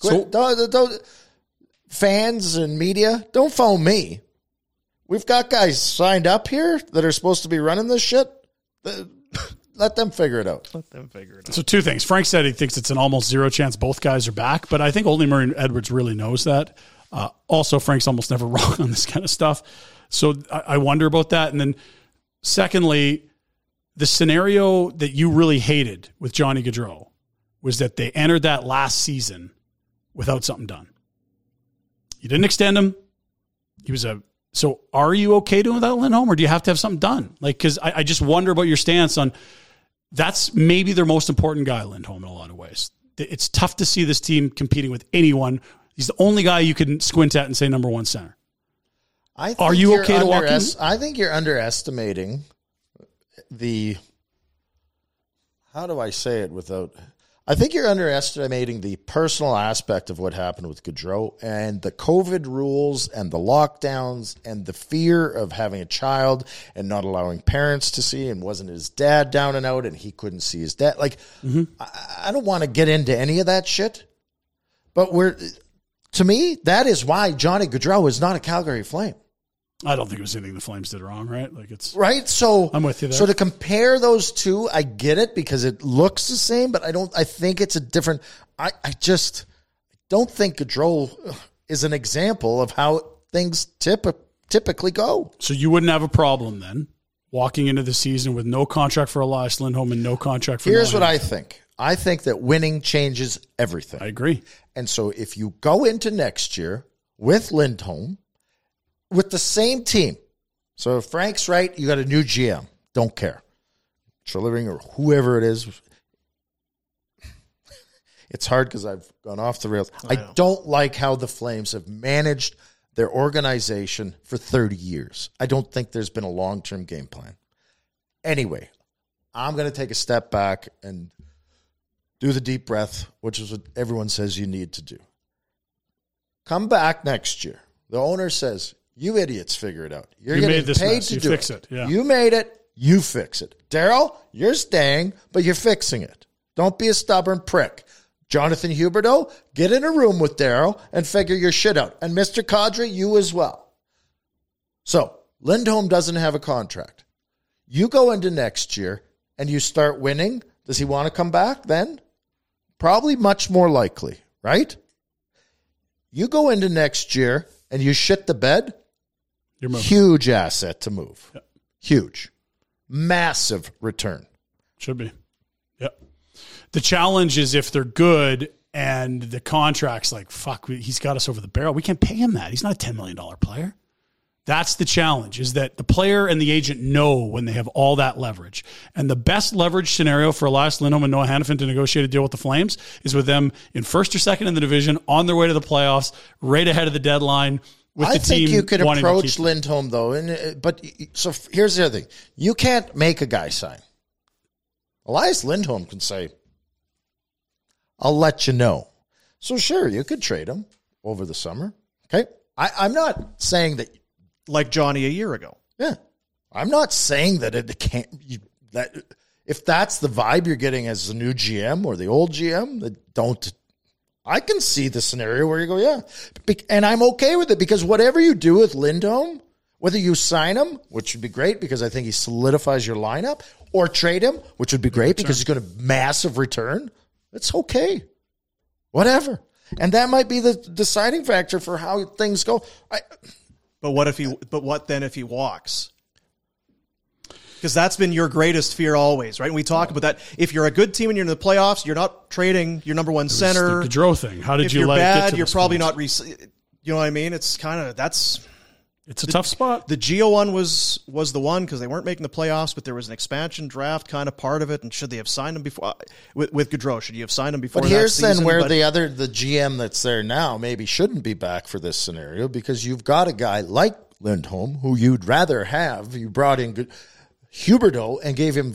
Speaker 3: Quit, don't, don't- fans and media, don't phone me. We've got guys signed up here that are supposed to be running this shit. Uh, (laughs) Let them figure it out.
Speaker 1: Let them figure it out.
Speaker 2: So two things. Frank said he thinks it's an almost zero chance both guys are back, but I think only Murray and Edwards really knows that. Uh, also, Frank's almost never (laughs) wrong on this kind of stuff, so I, I wonder about that. And then, secondly, the scenario that you really hated with Johnny Gaudreau was that they entered that last season without something done. You didn't extend him. He was a so. Are you okay doing without Lindholm, or do you have to have something done? Like, because I, I just wonder about your stance on that's maybe their most important guy, Lindholm, in a lot of ways. It's tough to see this team competing with anyone. He's the only guy you can squint at and say number one center.
Speaker 3: I think
Speaker 2: Are you
Speaker 3: you're
Speaker 2: okay to walk
Speaker 3: underest-
Speaker 2: in?
Speaker 3: I think you're underestimating the. How do I say it without? I think you're underestimating the personal aspect of what happened with Gaudreau and the COVID rules and the lockdowns and the fear of having a child and not allowing parents to see and wasn't his dad down and out and he couldn't see his dad. Like,
Speaker 2: Mm-hmm.
Speaker 3: I, I don't want to get into any of that shit, but we're to me that is why Johnny Gaudreau is not a Calgary Flame.
Speaker 2: I don't think it was anything the Flames did wrong, right? Like it's
Speaker 3: Right? So
Speaker 2: I'm with you there.
Speaker 3: So to compare those two, I get it because it looks the same, but I don't I think it's a different I, I just don't think Gaudreau is an example of how things tip, typically go.
Speaker 2: so you wouldn't have a problem then walking into the season with no contract for Elias Lindholm and no contract for.
Speaker 3: Here's
Speaker 2: Nolan.
Speaker 3: what I think. I think that winning changes everything.
Speaker 2: I agree.
Speaker 3: And so if you go into next year with Lindholm, with the same team, so if Frank's right, you got a new GM. Don't care. Trillering or whoever it is. (laughs) It's hard because I've gone off the rails. I, don't like how the Flames have managed their organization for 30 years. I don't think there's been a long term game plan. Anyway, I'm going to take a step back and do the deep breath, which is what everyone says you need to do. Come back next year. The owner says, "You idiots, figure it out. You're
Speaker 2: You
Speaker 3: getting
Speaker 2: made this
Speaker 3: paid
Speaker 2: mess.
Speaker 3: to
Speaker 2: You
Speaker 3: do
Speaker 2: fix it." Yeah.
Speaker 3: You made it. You fix it. Daryl, you're staying, but you're fixing it. Don't be a stubborn prick." Jonathan Huberto, get in a room with Daryl and figure your shit out. And Mr. Cadre, you as well. So Lindholm doesn't have a contract. You go into next year and you start winning. Does he want to come back then? Probably much more likely, right? You go into next year and you shit the bed.
Speaker 2: Your move
Speaker 3: Huge asset to move. Huge. Massive return.
Speaker 2: should be. Yep. The challenge is if they're good and the contract's like fuck, we- he's got us over the barrel. We can't pay him that. He's not a ten million dollar player. That's the challenge is that the player and the agent know when they have all that leverage. And the best leverage scenario for Elias Lindholm and Noah Hannafin to negotiate a deal with the Flames is with them in first or second in the division, on their way to the playoffs, right ahead of the deadline, with
Speaker 3: I
Speaker 2: the
Speaker 3: think
Speaker 2: team
Speaker 3: you could
Speaker 2: wanting to
Speaker 3: approach
Speaker 2: keep-
Speaker 3: Lindholm though, and uh, but y- so f- here's the other thing: you can't make a guy sign. Elias Lindholm can say, "I'll let you know." So sure, you could trade him over the summer. Okay, I, I'm not saying that.
Speaker 1: like Johnny a year ago.
Speaker 3: Yeah, I'm not saying that it can't. You, that if that's the vibe you're getting as the new GM or the old GM, that don't I can see the scenario where you go, yeah, Be- and I'm okay with it because whatever you do with Lindholm, whether you sign him, which would be great because I think he solidifies your lineup, or trade him, which would be great because he's going to massive return. It's okay, whatever, and that might be the deciding factor for how things go. I,
Speaker 1: But what if he? But what then if he walks? Because that's been your greatest fear always, right? And we talk about that. If you're a good team and you're in the playoffs, you're not trading your number one
Speaker 2: It's
Speaker 1: center.
Speaker 2: the Gaudreau thing. How did
Speaker 1: if
Speaker 2: you
Speaker 1: you're
Speaker 2: let it get
Speaker 1: bad,
Speaker 2: to
Speaker 1: you're
Speaker 2: this
Speaker 1: probably not.
Speaker 2: point?
Speaker 1: Rec- you know what I mean? It's kind of that's
Speaker 2: It's a tough spot.
Speaker 1: the Geo one was was the one because they weren't making the playoffs, but there was an expansion draft kind of part of it. And should they have signed him before with, with Gaudreau? Should you have signed him before?
Speaker 3: But
Speaker 1: that
Speaker 3: here's then
Speaker 1: season?
Speaker 3: where
Speaker 1: But-
Speaker 3: the other the GM that's there now maybe shouldn't be back for this scenario because you've got a guy like Lindholm who you'd rather have. You brought in good, Huberto and gave him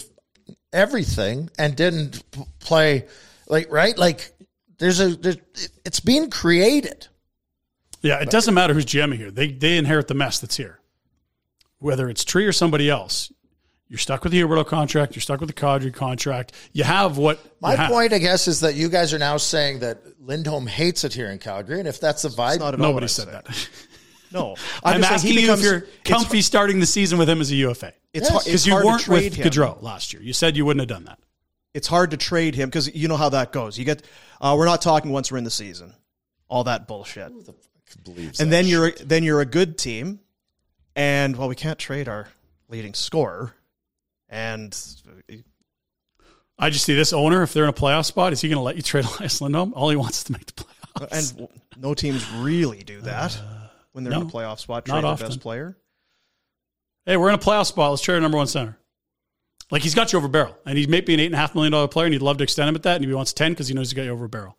Speaker 3: everything and didn't p- play like right like there's a there's, it's being created.
Speaker 2: Yeah, it doesn't matter who's GMing here. They they inherit the mess that's here. Whether it's Tree or somebody else, you're stuck with the Huberto contract. You're stuck with the Kadri contract. You have what
Speaker 3: My
Speaker 2: you have.
Speaker 3: point, I guess, is that you guys are now saying that Lindholm hates it here in Calgary, and if that's the vibe,
Speaker 1: not at all what I
Speaker 2: Nobody said
Speaker 1: said.
Speaker 2: that. (laughs)
Speaker 1: No,
Speaker 2: I'm,
Speaker 1: just saying
Speaker 2: asking
Speaker 1: he becomes-
Speaker 2: you if you're
Speaker 1: it's-
Speaker 2: comfy starting the season with him as a UFA.
Speaker 1: It's hard- it's
Speaker 2: because you
Speaker 1: hard to
Speaker 2: weren't
Speaker 1: trade
Speaker 2: with
Speaker 1: him.
Speaker 2: Gaudreau last year. You said you wouldn't have done that.
Speaker 1: it's hard to trade him because you know how that goes. You get uh, we're not talking once we're in the season, all that bullshit. and then you're then you're a good team, and well, we can't trade our leading scorer, and
Speaker 2: I just see this owner. If they're in a playoff spot, is he going to let you trade (laughs) Elias Lindholm? All he wants is to make the playoffs.
Speaker 1: and no teams really do that when they're in
Speaker 2: no,
Speaker 1: the playoff spot.
Speaker 2: not
Speaker 1: Trade their
Speaker 2: often.
Speaker 1: best player.
Speaker 2: hey, we're in a playoff spot. Let's trade our number one center. Like he's got you over barrel, and he may be an eight and a half million dollar player, and he'd love to extend him at that, and he wants ten because he knows he got you over barrel.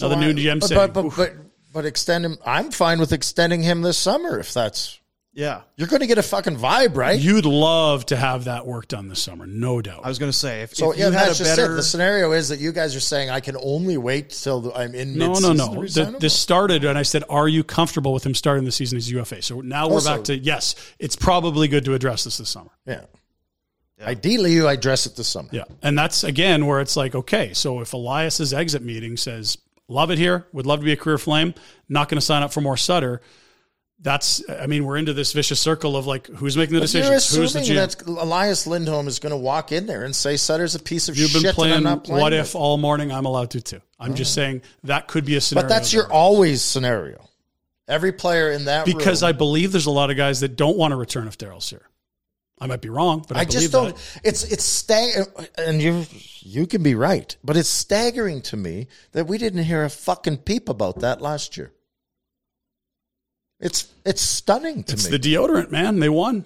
Speaker 2: Now the new GM
Speaker 3: but,
Speaker 2: saying,
Speaker 3: but, but, but, but extend him. I'm fine with extending him this summer if that's
Speaker 1: Yeah,
Speaker 3: You're going to get a fucking vibe, right?
Speaker 2: "You'd love to have that work done this summer, no doubt."
Speaker 1: I was gonna say if,
Speaker 3: so
Speaker 1: if
Speaker 3: yeah,
Speaker 1: you had
Speaker 3: that's
Speaker 1: a
Speaker 3: just
Speaker 1: better
Speaker 3: it. The scenario is that you guys are saying I can only wait till the- I'm in.
Speaker 2: no, no,
Speaker 3: mid-season to
Speaker 2: no.
Speaker 3: resign
Speaker 2: The,
Speaker 3: him?
Speaker 2: this started, and I said, "Are you comfortable with him starting the season as UFA?" So now we're
Speaker 3: Also-
Speaker 2: back to yes. It's probably good to address this this summer.
Speaker 3: yeah. Ideally, you address it this summer.
Speaker 2: Yeah. And that's again where it's like, okay, so if Elias's exit meeting says, love it here, would love to be a career flame, not going to sign up for more Sutter, that's, I mean, we're into this vicious circle of like, who's making the
Speaker 3: But you're
Speaker 2: decisions? Who's the
Speaker 3: assuming
Speaker 2: GM?
Speaker 3: that Elias Lindholm is going to walk in there and say Sutter's a piece of
Speaker 2: You've
Speaker 3: shit
Speaker 2: been
Speaker 3: and
Speaker 2: playing,
Speaker 3: I'm not playing.
Speaker 2: what
Speaker 3: with."
Speaker 2: if all morning? I'm allowed to too. I'm just saying that could be a scenario.
Speaker 3: But that's your
Speaker 2: there.
Speaker 3: always scenario. Every player in that
Speaker 2: because
Speaker 3: room,
Speaker 2: I believe there's a lot of guys that don't want to return if Daryl's here. I might be wrong, but I,
Speaker 3: I just
Speaker 2: believe
Speaker 3: don't.
Speaker 2: that.
Speaker 3: It's it's stag and you you can be right, but it's staggering to me that we didn't hear a fucking peep about that last year. It's it's stunning to
Speaker 2: It's
Speaker 3: me.
Speaker 2: the deodorant, man. They won.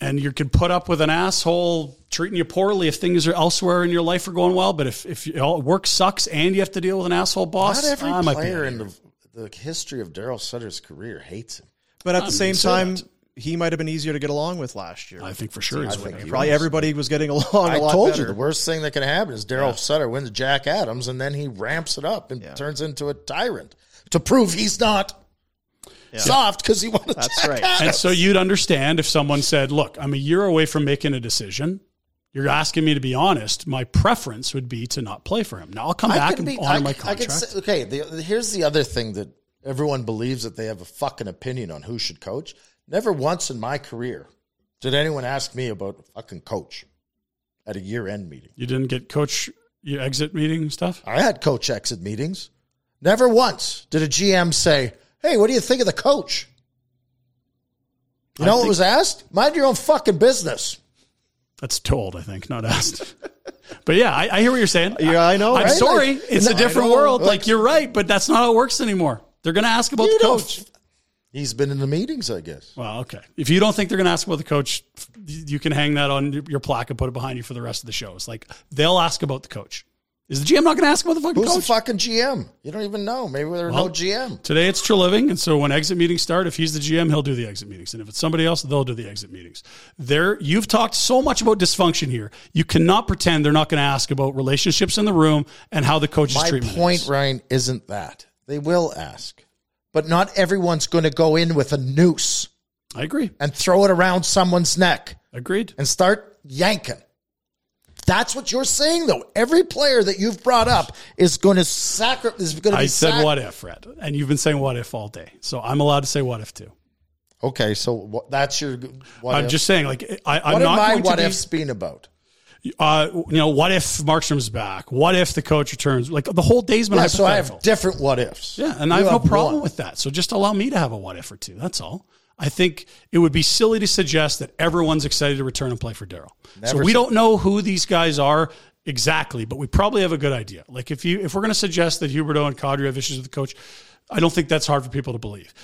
Speaker 2: And you can put up with an asshole treating you poorly if things are elsewhere in your life are going well. But if, if you- all work sucks and you have to deal with an asshole boss, Ah,
Speaker 3: Not every
Speaker 2: I might be
Speaker 3: player
Speaker 2: out
Speaker 3: in
Speaker 2: here.
Speaker 3: the the history of Daryl Sutter's career hates him.
Speaker 1: but at
Speaker 2: I'm
Speaker 1: the same
Speaker 2: saying
Speaker 1: time,
Speaker 2: that.
Speaker 1: he might have been easier to get along with last year.
Speaker 2: I think for sure he's
Speaker 3: I
Speaker 2: winning.
Speaker 3: think
Speaker 1: Probably everybody was getting (laughs) along. a
Speaker 3: I
Speaker 1: lot
Speaker 3: told
Speaker 1: better.
Speaker 3: you the worst thing that can happen is Daryl Sutter wins Jack Adams, and then he ramps it up and turns into a tyrant to prove he's not soft because he won a
Speaker 1: That's
Speaker 3: Jack
Speaker 1: right.
Speaker 3: Adams.
Speaker 2: And so you'd understand if someone said, Look, I'm a year away from making a decision. You're asking me to be honest. My preference would be to not play for him. Now I'll come back
Speaker 3: can
Speaker 2: and
Speaker 3: be-
Speaker 2: honor
Speaker 3: I-
Speaker 2: my
Speaker 3: I
Speaker 2: contract.
Speaker 3: can say, okay, the, the- here's the other thing that everyone believes that they have a fucking opinion on who should coach. Never once in my career did anyone ask me about a fucking coach at a year end meeting.
Speaker 2: you didn't get coach your exit meeting stuff?
Speaker 3: I had coach exit meetings. Never once did a GM say, hey, what do you think of the coach? You
Speaker 2: I
Speaker 3: know what
Speaker 2: think-
Speaker 3: was asked? Mind your own fucking business.
Speaker 2: That's told, I think, not asked. (laughs) but yeah, I, I hear what you're saying.
Speaker 1: Yeah, I know,
Speaker 2: I'm
Speaker 1: right?
Speaker 2: sorry,
Speaker 3: Like,
Speaker 2: it's
Speaker 3: no,
Speaker 2: a different
Speaker 3: I know.
Speaker 2: world. Like,
Speaker 3: Like-
Speaker 2: you're right, but that's not how it works anymore. They're going to ask about
Speaker 3: You
Speaker 2: the
Speaker 3: don't-
Speaker 2: coach.
Speaker 3: He's been in the meetings, I guess.
Speaker 2: Well, okay. If you don't think they're going to ask about the coach, you you can hang that on your plaque and put it behind you for the rest of the show. It's like they'll ask about the coach. Is the GM not going to ask him about the fucking
Speaker 3: Who's the
Speaker 2: coach?
Speaker 3: fucking GM? You don't even know. Maybe there are
Speaker 2: Well,
Speaker 3: no GM.
Speaker 2: Today it's True Living, and so when exit meetings start, if he's the GM, he'll do the exit meetings, and if it's somebody else, they'll do the exit meetings. There, you've talked so much about dysfunction here. You cannot pretend they're not going to ask about relationships in the room and how the coach's
Speaker 3: My
Speaker 2: treatment.
Speaker 3: point,
Speaker 2: is.
Speaker 3: Ryan, isn't that they will ask, but not everyone's going to go in with a noose
Speaker 2: I agree.
Speaker 3: and throw it around someone's neck
Speaker 2: Agreed.
Speaker 3: and start yanking. That's what you're saying, though. Every player that you've brought up is going to sacrifice. Is going to be
Speaker 2: I said
Speaker 3: sac-
Speaker 2: what if, Fred, and you've been saying what if all day, so I'm allowed to say what if too.
Speaker 3: Okay, so what, that's your. What
Speaker 2: I'm
Speaker 3: if.
Speaker 2: just saying, like I, I'm
Speaker 3: What
Speaker 2: not
Speaker 3: am I?
Speaker 2: going to
Speaker 3: What
Speaker 2: be-
Speaker 3: ifs been about?
Speaker 2: uh, you know, what if Markstrom's back? What if the coach returns? Like the whole day's been
Speaker 3: Yeah, so
Speaker 2: hypothetical.
Speaker 3: I have different what ifs.
Speaker 2: Yeah, and
Speaker 3: You
Speaker 2: I have no
Speaker 3: have
Speaker 2: problem
Speaker 3: one.
Speaker 2: with that. So just allow me to have a what if or two. That's all. I think it would be silly to suggest that everyone's excited to return and play for Daryl. So
Speaker 3: Never
Speaker 2: we
Speaker 3: said-
Speaker 2: don't know who these guys are exactly, but we probably have a good idea. Like if you if we're going to suggest that Huberto and Kadri have issues with the coach, I don't think that's hard for people to believe.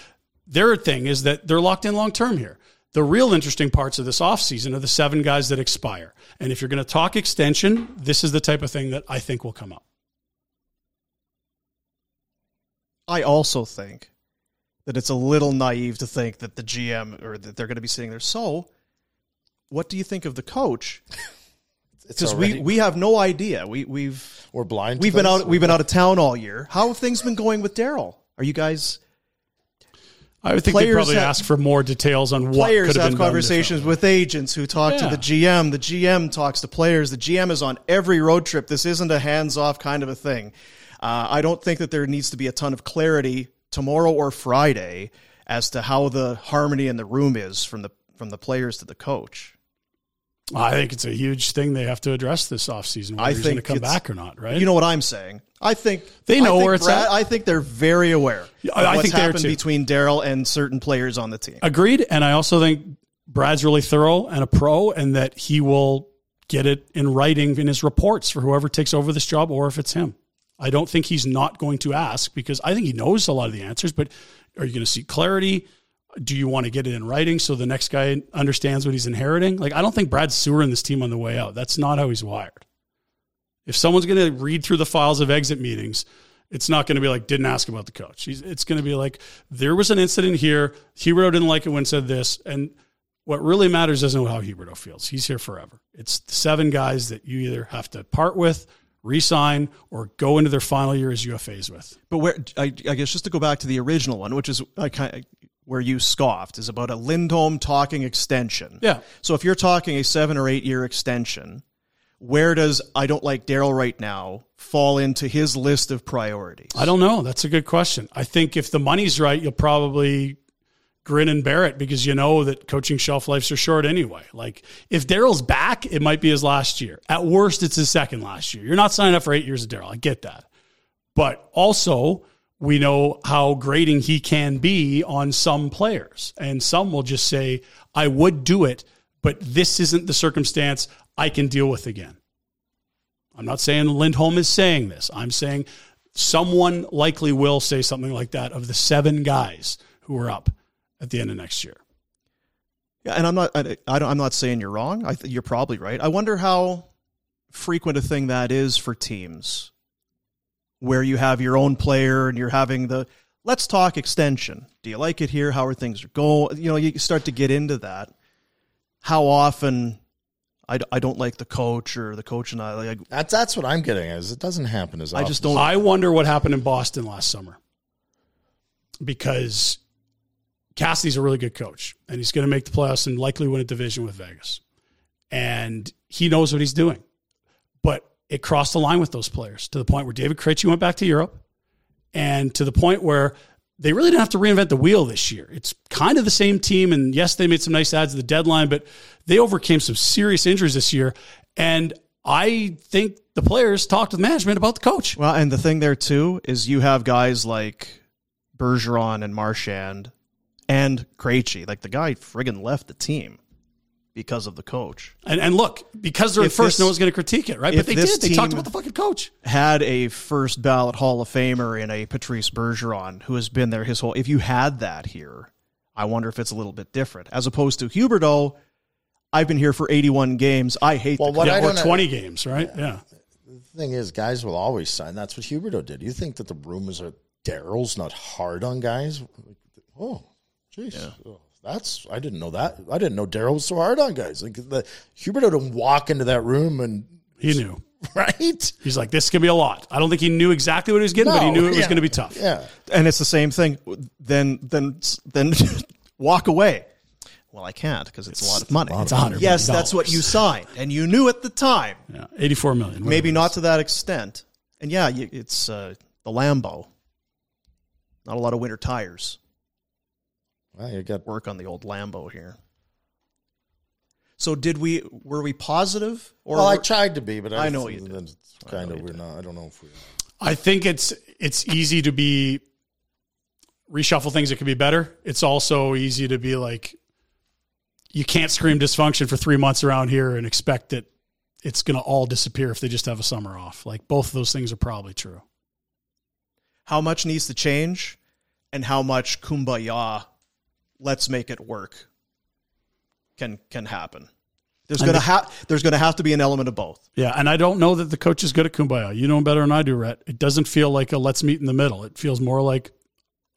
Speaker 2: Their thing is that they're locked in long term here. The real interesting parts of this offseason are the seven guys that expire. And if you're going to talk extension, this is the type of thing that I think will come up.
Speaker 1: I also think that it's a little naive to think that the GM or that they're going to be sitting there. So, what do you think of the
Speaker 3: (laughs)
Speaker 1: coach?
Speaker 3: It's
Speaker 1: Because we,
Speaker 3: already-
Speaker 1: we have no idea. We we've
Speaker 3: we're blind. to
Speaker 1: we've been
Speaker 3: this.
Speaker 1: out we've been out of town all year. How have things been going with Daryl? Are you guys
Speaker 2: I would think they
Speaker 1: Players
Speaker 2: probably
Speaker 1: have-
Speaker 2: ask for more details on what
Speaker 1: players
Speaker 2: could have
Speaker 1: have
Speaker 2: been
Speaker 1: conversations
Speaker 2: done
Speaker 1: with agents who talk
Speaker 2: Yeah.
Speaker 1: to the GM. The GM talks to players. The GM is on every road trip. This isn't a hands off kind of a thing. Uh, I don't think that there needs to be a ton of clarity tomorrow or Friday as to how the harmony in the room is from the from the players to the coach.
Speaker 2: differently. I think it's a huge thing they have to address this offseason, whether
Speaker 1: I
Speaker 2: he's
Speaker 1: think
Speaker 2: going to come
Speaker 1: it's-
Speaker 2: back or not, right?
Speaker 1: You know what I'm saying? I think
Speaker 2: They
Speaker 1: I
Speaker 2: know
Speaker 1: think
Speaker 2: where it's at.
Speaker 1: I think they're very aware.
Speaker 2: Yeah,
Speaker 1: of
Speaker 2: I- I
Speaker 1: what's
Speaker 2: think they are
Speaker 1: happened
Speaker 2: too.
Speaker 1: between Daryl and certain players on the team.
Speaker 2: Agreed. And I also think Brad's really thorough and a pro, and that he will get it in writing in his reports for whoever takes over this job or if it's him. I don't think he's not going to ask because I think he knows a lot of the answers, but are you going to see clarity? Do you want to get it in writing so the next guy understands what he's inheriting? Like, I don't think Brad's sewer in this team on the way out. That's not how he's wired. If someone's going to read through the files of exit meetings, it's not going to be like, didn't ask about the coach. He's- It's going to be like, there was an incident here. Huberto didn't like it when said this. And what really matters isn't how Huberto feels. He's here forever. It's the seven guys that you either have to part with, resign, or go into their final year as UFAs with.
Speaker 1: But where I, I guess just to go back to the original one, which is I kind where you scoffed, is about a Lindholm talking extension.
Speaker 2: Yeah.
Speaker 1: So if you're talking a seven or eight year extension, where does I don't like Daryl right now fall into his list of priorities?
Speaker 2: I don't know. That's a good question. I think if the money's right, you'll probably grin and bear it because you know that coaching shelf lives are short anyway. Like if Daryl's back, it might be his last year. At worst, it's his second last year. You're not signing up for eight years of Daryl. I get that. But also, we know how grating he can be on some players. And some will just say, I would do it, but this isn't the circumstance I can deal with again. I'm not saying Lindholm is saying this. I'm saying someone likely will say something like that of the seven guys who are up at the end of next year.
Speaker 1: Yeah, and I'm not. I, I don't, I'm not saying you're wrong. I th- you're probably right. I wonder how frequent a thing that is for teams, where you have your own player and you're having the let's talk extension. Do you like it here? How are things going? You know, you start to get into that. How often? I, d- I don't like the coach or the coach and I like.
Speaker 3: That's that's what I'm getting. Is it doesn't happen as
Speaker 1: I
Speaker 3: often.
Speaker 1: just don't.
Speaker 2: I wonder what happened in Boston last summer because Cassidy's a really good coach and he's going to make the playoffs and likely win a division with Vegas. And he knows what he's doing. But it crossed the line with those players to the point where David Krejci went back to Europe and to the point where they really didn't have to reinvent the wheel this year. It's kind of the same team, and yes, they made some nice adds at the deadline, but they overcame some serious injuries this year. And I think the players talked with management about the coach.
Speaker 1: Well, and the thing there too is you have guys like Bergeron and Marchand and Krejci. Like the guy friggin' left the team because of the coach.
Speaker 2: And, and look, because they're in
Speaker 1: If
Speaker 2: first,
Speaker 1: this-
Speaker 2: no one's going to critique it, right?
Speaker 1: if
Speaker 2: But they
Speaker 1: this
Speaker 2: did. They talked
Speaker 1: team-
Speaker 2: about the fucking coach.
Speaker 1: Had a first ballot Hall of Famer in a Patrice Bergeron who has been there his whole. If you had that here, I wonder if it's a little bit different as opposed to Huberto. I've been here for 81 games. I hate.
Speaker 3: Well,
Speaker 1: the
Speaker 3: what
Speaker 1: coach.
Speaker 2: Yeah,
Speaker 3: I
Speaker 2: or
Speaker 3: don't know-
Speaker 2: 20 games, right? Yeah.
Speaker 3: the thing is, guys will always sign. That's what Huberto did. You think that the rumors are Daryl's not hard on guys? Oh, jeez. Oh, That's I didn't know that. I didn't know Daryl was so hard on guys. Like the Huberto didn't walk into that room and (laughs)
Speaker 2: He knew.
Speaker 3: right.
Speaker 2: He's like, this can be a lot. I don't think he knew exactly what he was getting, but he
Speaker 3: No,
Speaker 2: knew it was
Speaker 3: yeah,
Speaker 2: going to be tough.
Speaker 3: Yeah.
Speaker 1: and it's the same thing. Then then then (laughs) walk away. Well, I can't because it's, a lot of money.
Speaker 2: lot It's of money. $100
Speaker 1: Yes,
Speaker 2: million.
Speaker 1: that's what you signed, and you knew at the time.
Speaker 2: Yeah, 84 million.
Speaker 1: Maybe not to that extent. And yeah, you, it's uh, the Lambo. Not a lot of winter tires.
Speaker 3: Well, you got
Speaker 1: Work on the old Lambo here. So did we? Were we positive? Or
Speaker 3: well, I
Speaker 1: were-
Speaker 3: tried to be, but I,
Speaker 1: I know you did.
Speaker 3: then It's kind of we're not. I don't know if we.
Speaker 2: I think it's it's easy to be reshuffle things that could be better. It's also easy to be like you can't scream dysfunction for three months around here and expect that it's going to all disappear if they just have a summer off. Like both of those things are probably true.
Speaker 1: how much needs to change, and how much kumbaya? Let's make it work. Can can happen. There's
Speaker 2: And
Speaker 1: gonna
Speaker 2: the-
Speaker 1: ha- There's gonna have to be an element of both.
Speaker 2: Yeah, and I don't know that the coach is good at kumbaya. You know him better than I do, Rhett. It doesn't feel like a let's meet in the middle. It feels more like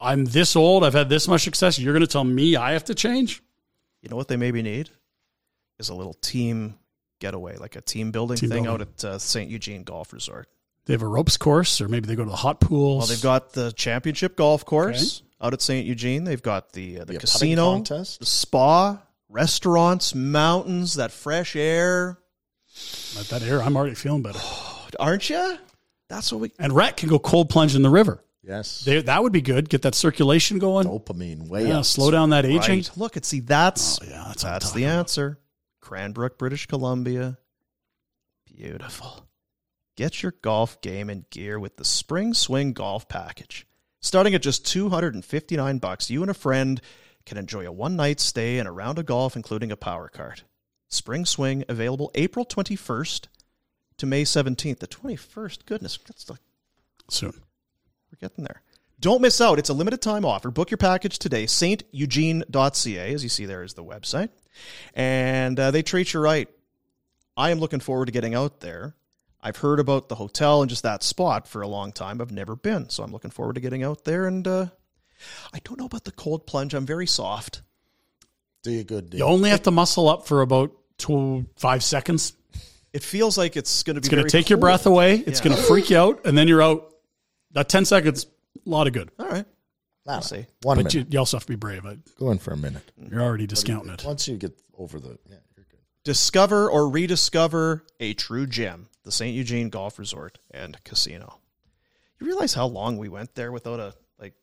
Speaker 2: I'm this old. I've had this much success. You're going to tell me I have to change?
Speaker 1: You know what they maybe need is a little team getaway, like a team building
Speaker 2: Team
Speaker 1: thing
Speaker 2: building.
Speaker 1: out at uh, St. Eugene Golf Resort.
Speaker 2: They have a ropes course, or maybe they go to the hot pools.
Speaker 1: Well, they've got the championship golf course out at St. Eugene. They've got the uh, the
Speaker 3: Be a putting
Speaker 1: casino,
Speaker 3: contest?
Speaker 1: the spa, restaurants, mountains, that fresh air.
Speaker 2: Let that air. I'm already feeling better.
Speaker 1: Aren't you? That's what we.
Speaker 2: And Rhett can go cold plunge in the river.
Speaker 3: Yes.
Speaker 2: They, that would be good. Get that circulation going.
Speaker 3: dopamine way
Speaker 2: Yeah,
Speaker 3: up.
Speaker 2: slow down that aging.
Speaker 1: Oh,
Speaker 2: Oh,
Speaker 1: Right. Look, and see, that's
Speaker 2: Yeah, that's, what I'm
Speaker 1: that's
Speaker 2: talking
Speaker 1: the
Speaker 2: about.
Speaker 1: answer. Cranbrook, British Columbia. Beautiful. Get your golf game in gear with the Spring Swing Golf Package. Starting at just 259 bucks, you and a friend can enjoy a one-night stay and a round of golf including a power cart. Spring Swing available April 21st to May 17th. The 21st, goodness, that's like
Speaker 2: Soon.
Speaker 1: we're getting there. Don't miss out. It's a limited time offer. Book your package today. SaintEugene.ca, as you see there, is the website. And uh, they treat you right. I am looking forward to getting out there. I've heard about the hotel and just that spot for a long time. I've never been. So I'm looking forward to getting out there. And uh, I don't know about the cold plunge. I'm very soft.
Speaker 3: Do you good, dude.
Speaker 2: You only have to muscle up for about two, five seconds.
Speaker 1: It feels like it's going to be
Speaker 2: It's going to
Speaker 1: very
Speaker 2: take your
Speaker 1: cold.
Speaker 2: breath away. It's going to freak you out, and then you're out. That 10 seconds, a lot of good.
Speaker 1: All right.
Speaker 3: Nah,
Speaker 1: see.
Speaker 2: but
Speaker 3: One minute.
Speaker 2: you, you also have to be brave. I-
Speaker 3: Go in for a minute.
Speaker 2: You're already discounting it.
Speaker 3: Once you get over the, yeah, you're good.
Speaker 1: Discover or rediscover a true gem, the St. Eugene Golf Resort and Casino. You realize how long we went there without a like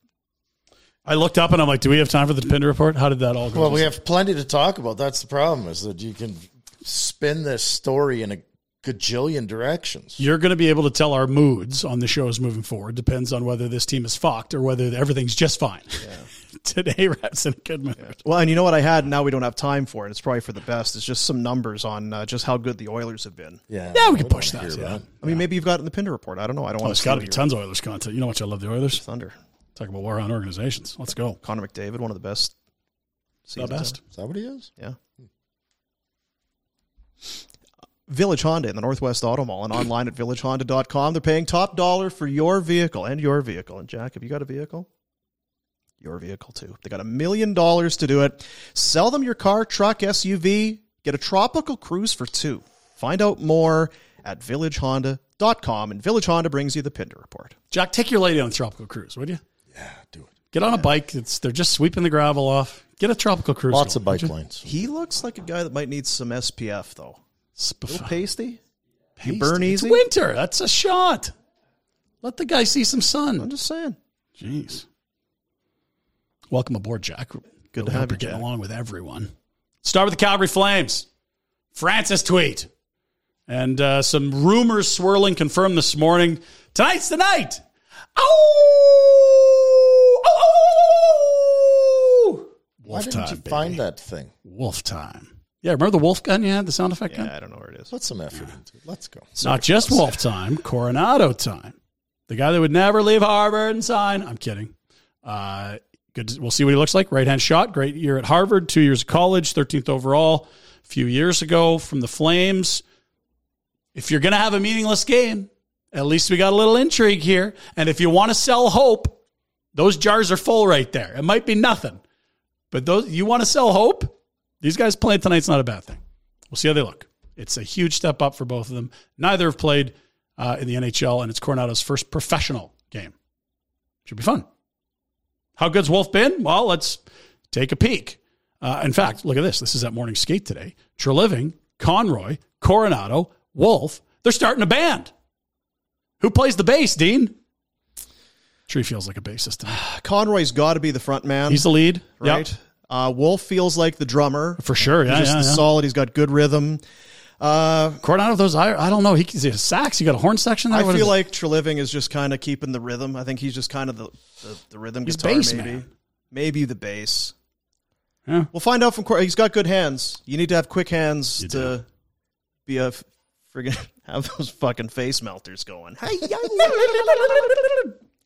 Speaker 2: I looked up and I'm like, do we have time for the Pinder report? How did that all go?
Speaker 3: Well, we have plenty to talk about. That's the problem is that you can spin this story in a gajillion directions.
Speaker 2: You're going to be able to tell our moods on the shows moving forward. Depends on whether this team is fucked or whether everything's just fine. (laughs) Today, Rat's in a good mood.
Speaker 1: Well, and you know what I had now we don't have time for it. It's probably for the best. It's just some numbers on uh, just how good the Oilers have been.
Speaker 3: Yeah,
Speaker 2: Yeah, we can
Speaker 3: don't
Speaker 2: push
Speaker 3: wanna
Speaker 2: that,
Speaker 3: hear
Speaker 2: yeah.
Speaker 1: I mean, maybe you've got it in the Pinder report. I don't know. I don't
Speaker 2: Oh,
Speaker 1: want
Speaker 2: it's
Speaker 1: to
Speaker 2: got to be tons of Oilers content. You know how much I love the Oilers.
Speaker 1: thunder.
Speaker 2: Talk about war on organizations. Let's go.
Speaker 1: Connor McDavid, one of the best.
Speaker 2: The
Speaker 1: seasons
Speaker 2: best.
Speaker 1: ever.
Speaker 3: Is that what he is?
Speaker 1: Yeah. Village Honda in the Northwest Auto Mall and online at villagehonda.com. They're paying top dollar for your vehicle and your vehicle. And Jack, have you got a vehicle? Your vehicle too. They got a million dollars to do it. Sell them your car, truck, SUV. Get a tropical cruise for two. Find out more at villagehonda.com. And Village Honda brings you the Pinder Report.
Speaker 2: Jack, take your lady on a tropical cruise, would you?
Speaker 3: Yeah, do it.
Speaker 2: Get on a bike. It's they're just sweeping the gravel off. Get a tropical cruise.
Speaker 3: Lots of
Speaker 2: going,
Speaker 3: bike
Speaker 2: would you?
Speaker 3: lanes.
Speaker 1: He looks like a guy that might need some SPF though. Little
Speaker 2: Spif-
Speaker 1: pasty.
Speaker 2: pasty.
Speaker 1: burn
Speaker 2: It's
Speaker 1: easy?
Speaker 2: winter. That's a shot. Let the guy see some sun.
Speaker 1: I'm just saying.
Speaker 2: Jeez. Welcome aboard, Jack. Good
Speaker 1: to have you,
Speaker 2: getting
Speaker 1: Jack.
Speaker 2: along with everyone. Start with the Calgary Flames. Francis tweet. And uh, some rumors swirling confirmed this morning. Tonight's the night. Oh! Oh! oh, oh, oh.
Speaker 3: Why
Speaker 2: Wolf
Speaker 3: didn't
Speaker 2: time,
Speaker 3: you
Speaker 2: baby.
Speaker 3: find that thing?
Speaker 2: Wolf time. Yeah, remember the wolf gun you had, the sound effect gun?
Speaker 1: I don't know where it is.
Speaker 3: Put some effort into it. Let's go.
Speaker 2: It's not just Wolf time, Coronado time. The guy that would never leave Harvard and sign. I'm kidding. Uh, good. to- We'll see what he looks like. Right hand shot. Great year at Harvard. Two years of college. 13th overall. A few years ago from the Flames. if you're going to have a meaningless game, at least we got a little intrigue here. And if you want to sell hope, those jars are full right there. It might be nothing, but those you want to sell hope. These guys playing tonight's not a bad thing. We'll see how they look. It's a huge step up for both of them. Neither have played uh, in the NHL, and it's Coronado's first professional game. Should be fun. How good's Wolf been? Well, let's take a peek. Uh, in fact, look at this. This is at morning skate today. Treliving, Conroy, Coronado, Wolf. They're starting a band. Who plays the bass, Dean? Tree feels like a bassist. to me.
Speaker 1: Conroy's got to be the front man,
Speaker 2: He's the lead, Yep.
Speaker 1: Um, right? Uh, Wolf feels like the drummer.
Speaker 2: for sure. Yeah,
Speaker 1: he's just
Speaker 2: yeah, yeah.
Speaker 1: solid. He's got good rhythm. Uh,
Speaker 2: Coronado, those I, I don't know. He, he's a sax. You got a horn section. There?
Speaker 1: I
Speaker 2: What is
Speaker 1: feel
Speaker 2: it?
Speaker 1: like Treliving is just kind of keeping the rhythm. I think he's just kind of the, the, the rhythm
Speaker 2: He's
Speaker 1: guitar,
Speaker 2: bass
Speaker 1: maybe.
Speaker 2: man.
Speaker 1: Maybe the bass.
Speaker 2: Yeah.
Speaker 1: We'll find out from Corey. He's got good hands. You need to have quick hands
Speaker 2: You
Speaker 1: to
Speaker 2: do.
Speaker 1: be a f- friggin' (laughs) have those fucking face melters going. Hey,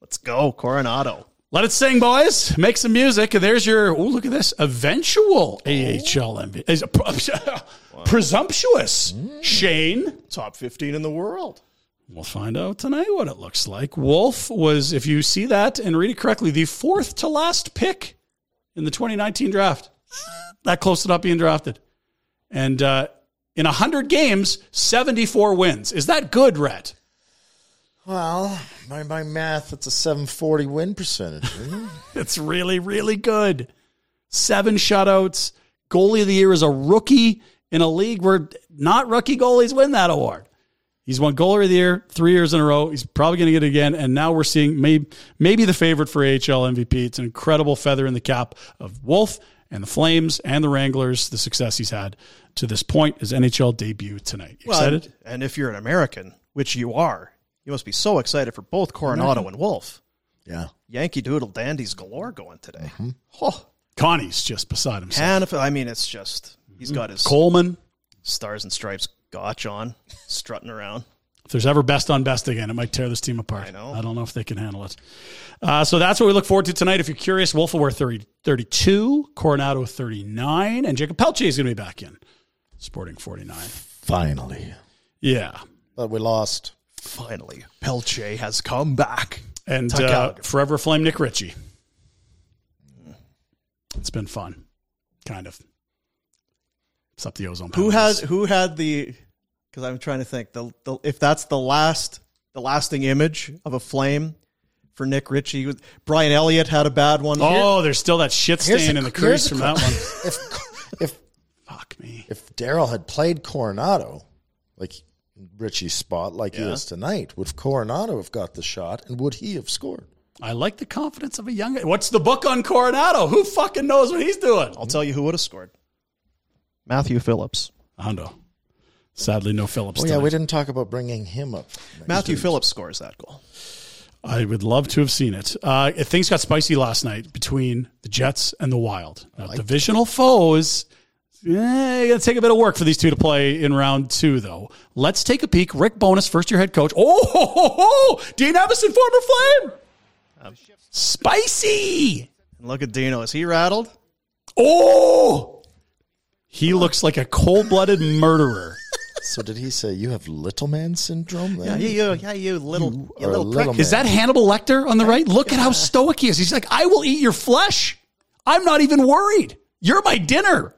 Speaker 1: let's go, Coronado.
Speaker 2: let it sing, boys. Make some music. And There's your oh, look at this eventual AHL MVP. Is a pre- (laughs) presumptuous Shane.
Speaker 1: Top fifteen in the world.
Speaker 2: We'll find out tonight what it looks like. Wolf was, if you see that and read it correctly, the fourth to last pick in the 2019 draft. That close to not being drafted. And uh, in 100 games, 74 wins. Is that good, Rhett?
Speaker 3: Well, by my math, it's a 740 win percentage. isn't it?
Speaker 2: It's really, really good. Seven shutouts. Goalie of the year is a rookie in a league where not rookie goalies win that award. He's won goalie of the year three years in a row. He's probably going to get it again. And now we're seeing maybe, maybe the favorite for AHL MVP. It's an incredible feather in the cap of Wolf and the Flames and the Wranglers. The success he's had to this point is NHL debut tonight. You
Speaker 1: Well,
Speaker 2: excited?
Speaker 1: and, and if you're an American, which you are, you must be so excited for both Coronado and Wolf.
Speaker 3: yeah.
Speaker 1: Yankee Doodle Dandies galore going today.
Speaker 2: Connie's just beside himself.
Speaker 1: Hanif- I mean, it's just he's got his
Speaker 2: Coleman.
Speaker 1: stars and stripes gotch on, strutting around.
Speaker 2: If there's ever best on best again, it might tear this team apart. I
Speaker 1: know.
Speaker 2: I don't know if they can handle it. Uh, so that's what we look forward to tonight. If you're curious, Wolf will wear 30, 32, Coronado 39, and Jacob Pelche is going to be back in, sporting 49.
Speaker 3: Finally.
Speaker 2: Yeah.
Speaker 3: But we lost.
Speaker 1: Finally, Pelche has come back.
Speaker 2: And
Speaker 1: Tuck
Speaker 2: uh,
Speaker 1: Gallagher.
Speaker 2: Forever Flame Nick Ritchie. It's been fun, kind of. It's up the ozone.
Speaker 1: Who
Speaker 2: panel.
Speaker 1: has who had the? Because I'm trying to think. The, the if that's the last the lasting image of a flame for Nick Ritchie. Brian Elliott had a bad one.
Speaker 2: Oh, there's still that shit
Speaker 3: Here's
Speaker 2: stain
Speaker 3: a-
Speaker 2: in the crease
Speaker 3: here's a
Speaker 2: from
Speaker 3: cra-
Speaker 2: that one.
Speaker 3: If if
Speaker 2: Fuck me.
Speaker 3: if Daryl had played Coronado, like Richie's spot, like he is tonight, would Coronado have got the shot and would he have scored?
Speaker 2: I like the confidence of a young. What's the book on Coronado? Who fucking knows what he's doing?
Speaker 1: I'll tell you who would have scored. Matthew Phillips.
Speaker 2: Hundo. Sadly, no Phillips.
Speaker 3: Oh yeah,
Speaker 2: tonight.
Speaker 3: we didn't talk about bringing him up.
Speaker 1: Matthew Phillips scores that goal.
Speaker 2: I would love to have seen it. Uh, things got spicy last night between the Jets and the Wild. Now, divisional foes. Yeah, it's gonna take a bit of work for these two to play in round two, though. Let's take a peek. Rick Bonus, first year head coach. Oh, ho, ho, ho! Dean Evison, former Flame. spicy.
Speaker 1: And look at Dino. Is he rattled?
Speaker 2: Oh, he looks like a cold-blooded murderer.
Speaker 3: So did he say you have little man syndrome?
Speaker 1: Yeah,
Speaker 3: Then?
Speaker 1: you, you- yeah, you little, you,
Speaker 3: are a
Speaker 1: little,
Speaker 3: little
Speaker 1: prick.
Speaker 3: man.
Speaker 2: Is that Hannibal Lecter on the right? Look at how stoic he is. He's like, I will eat your flesh. I'm not even worried. You're my dinner.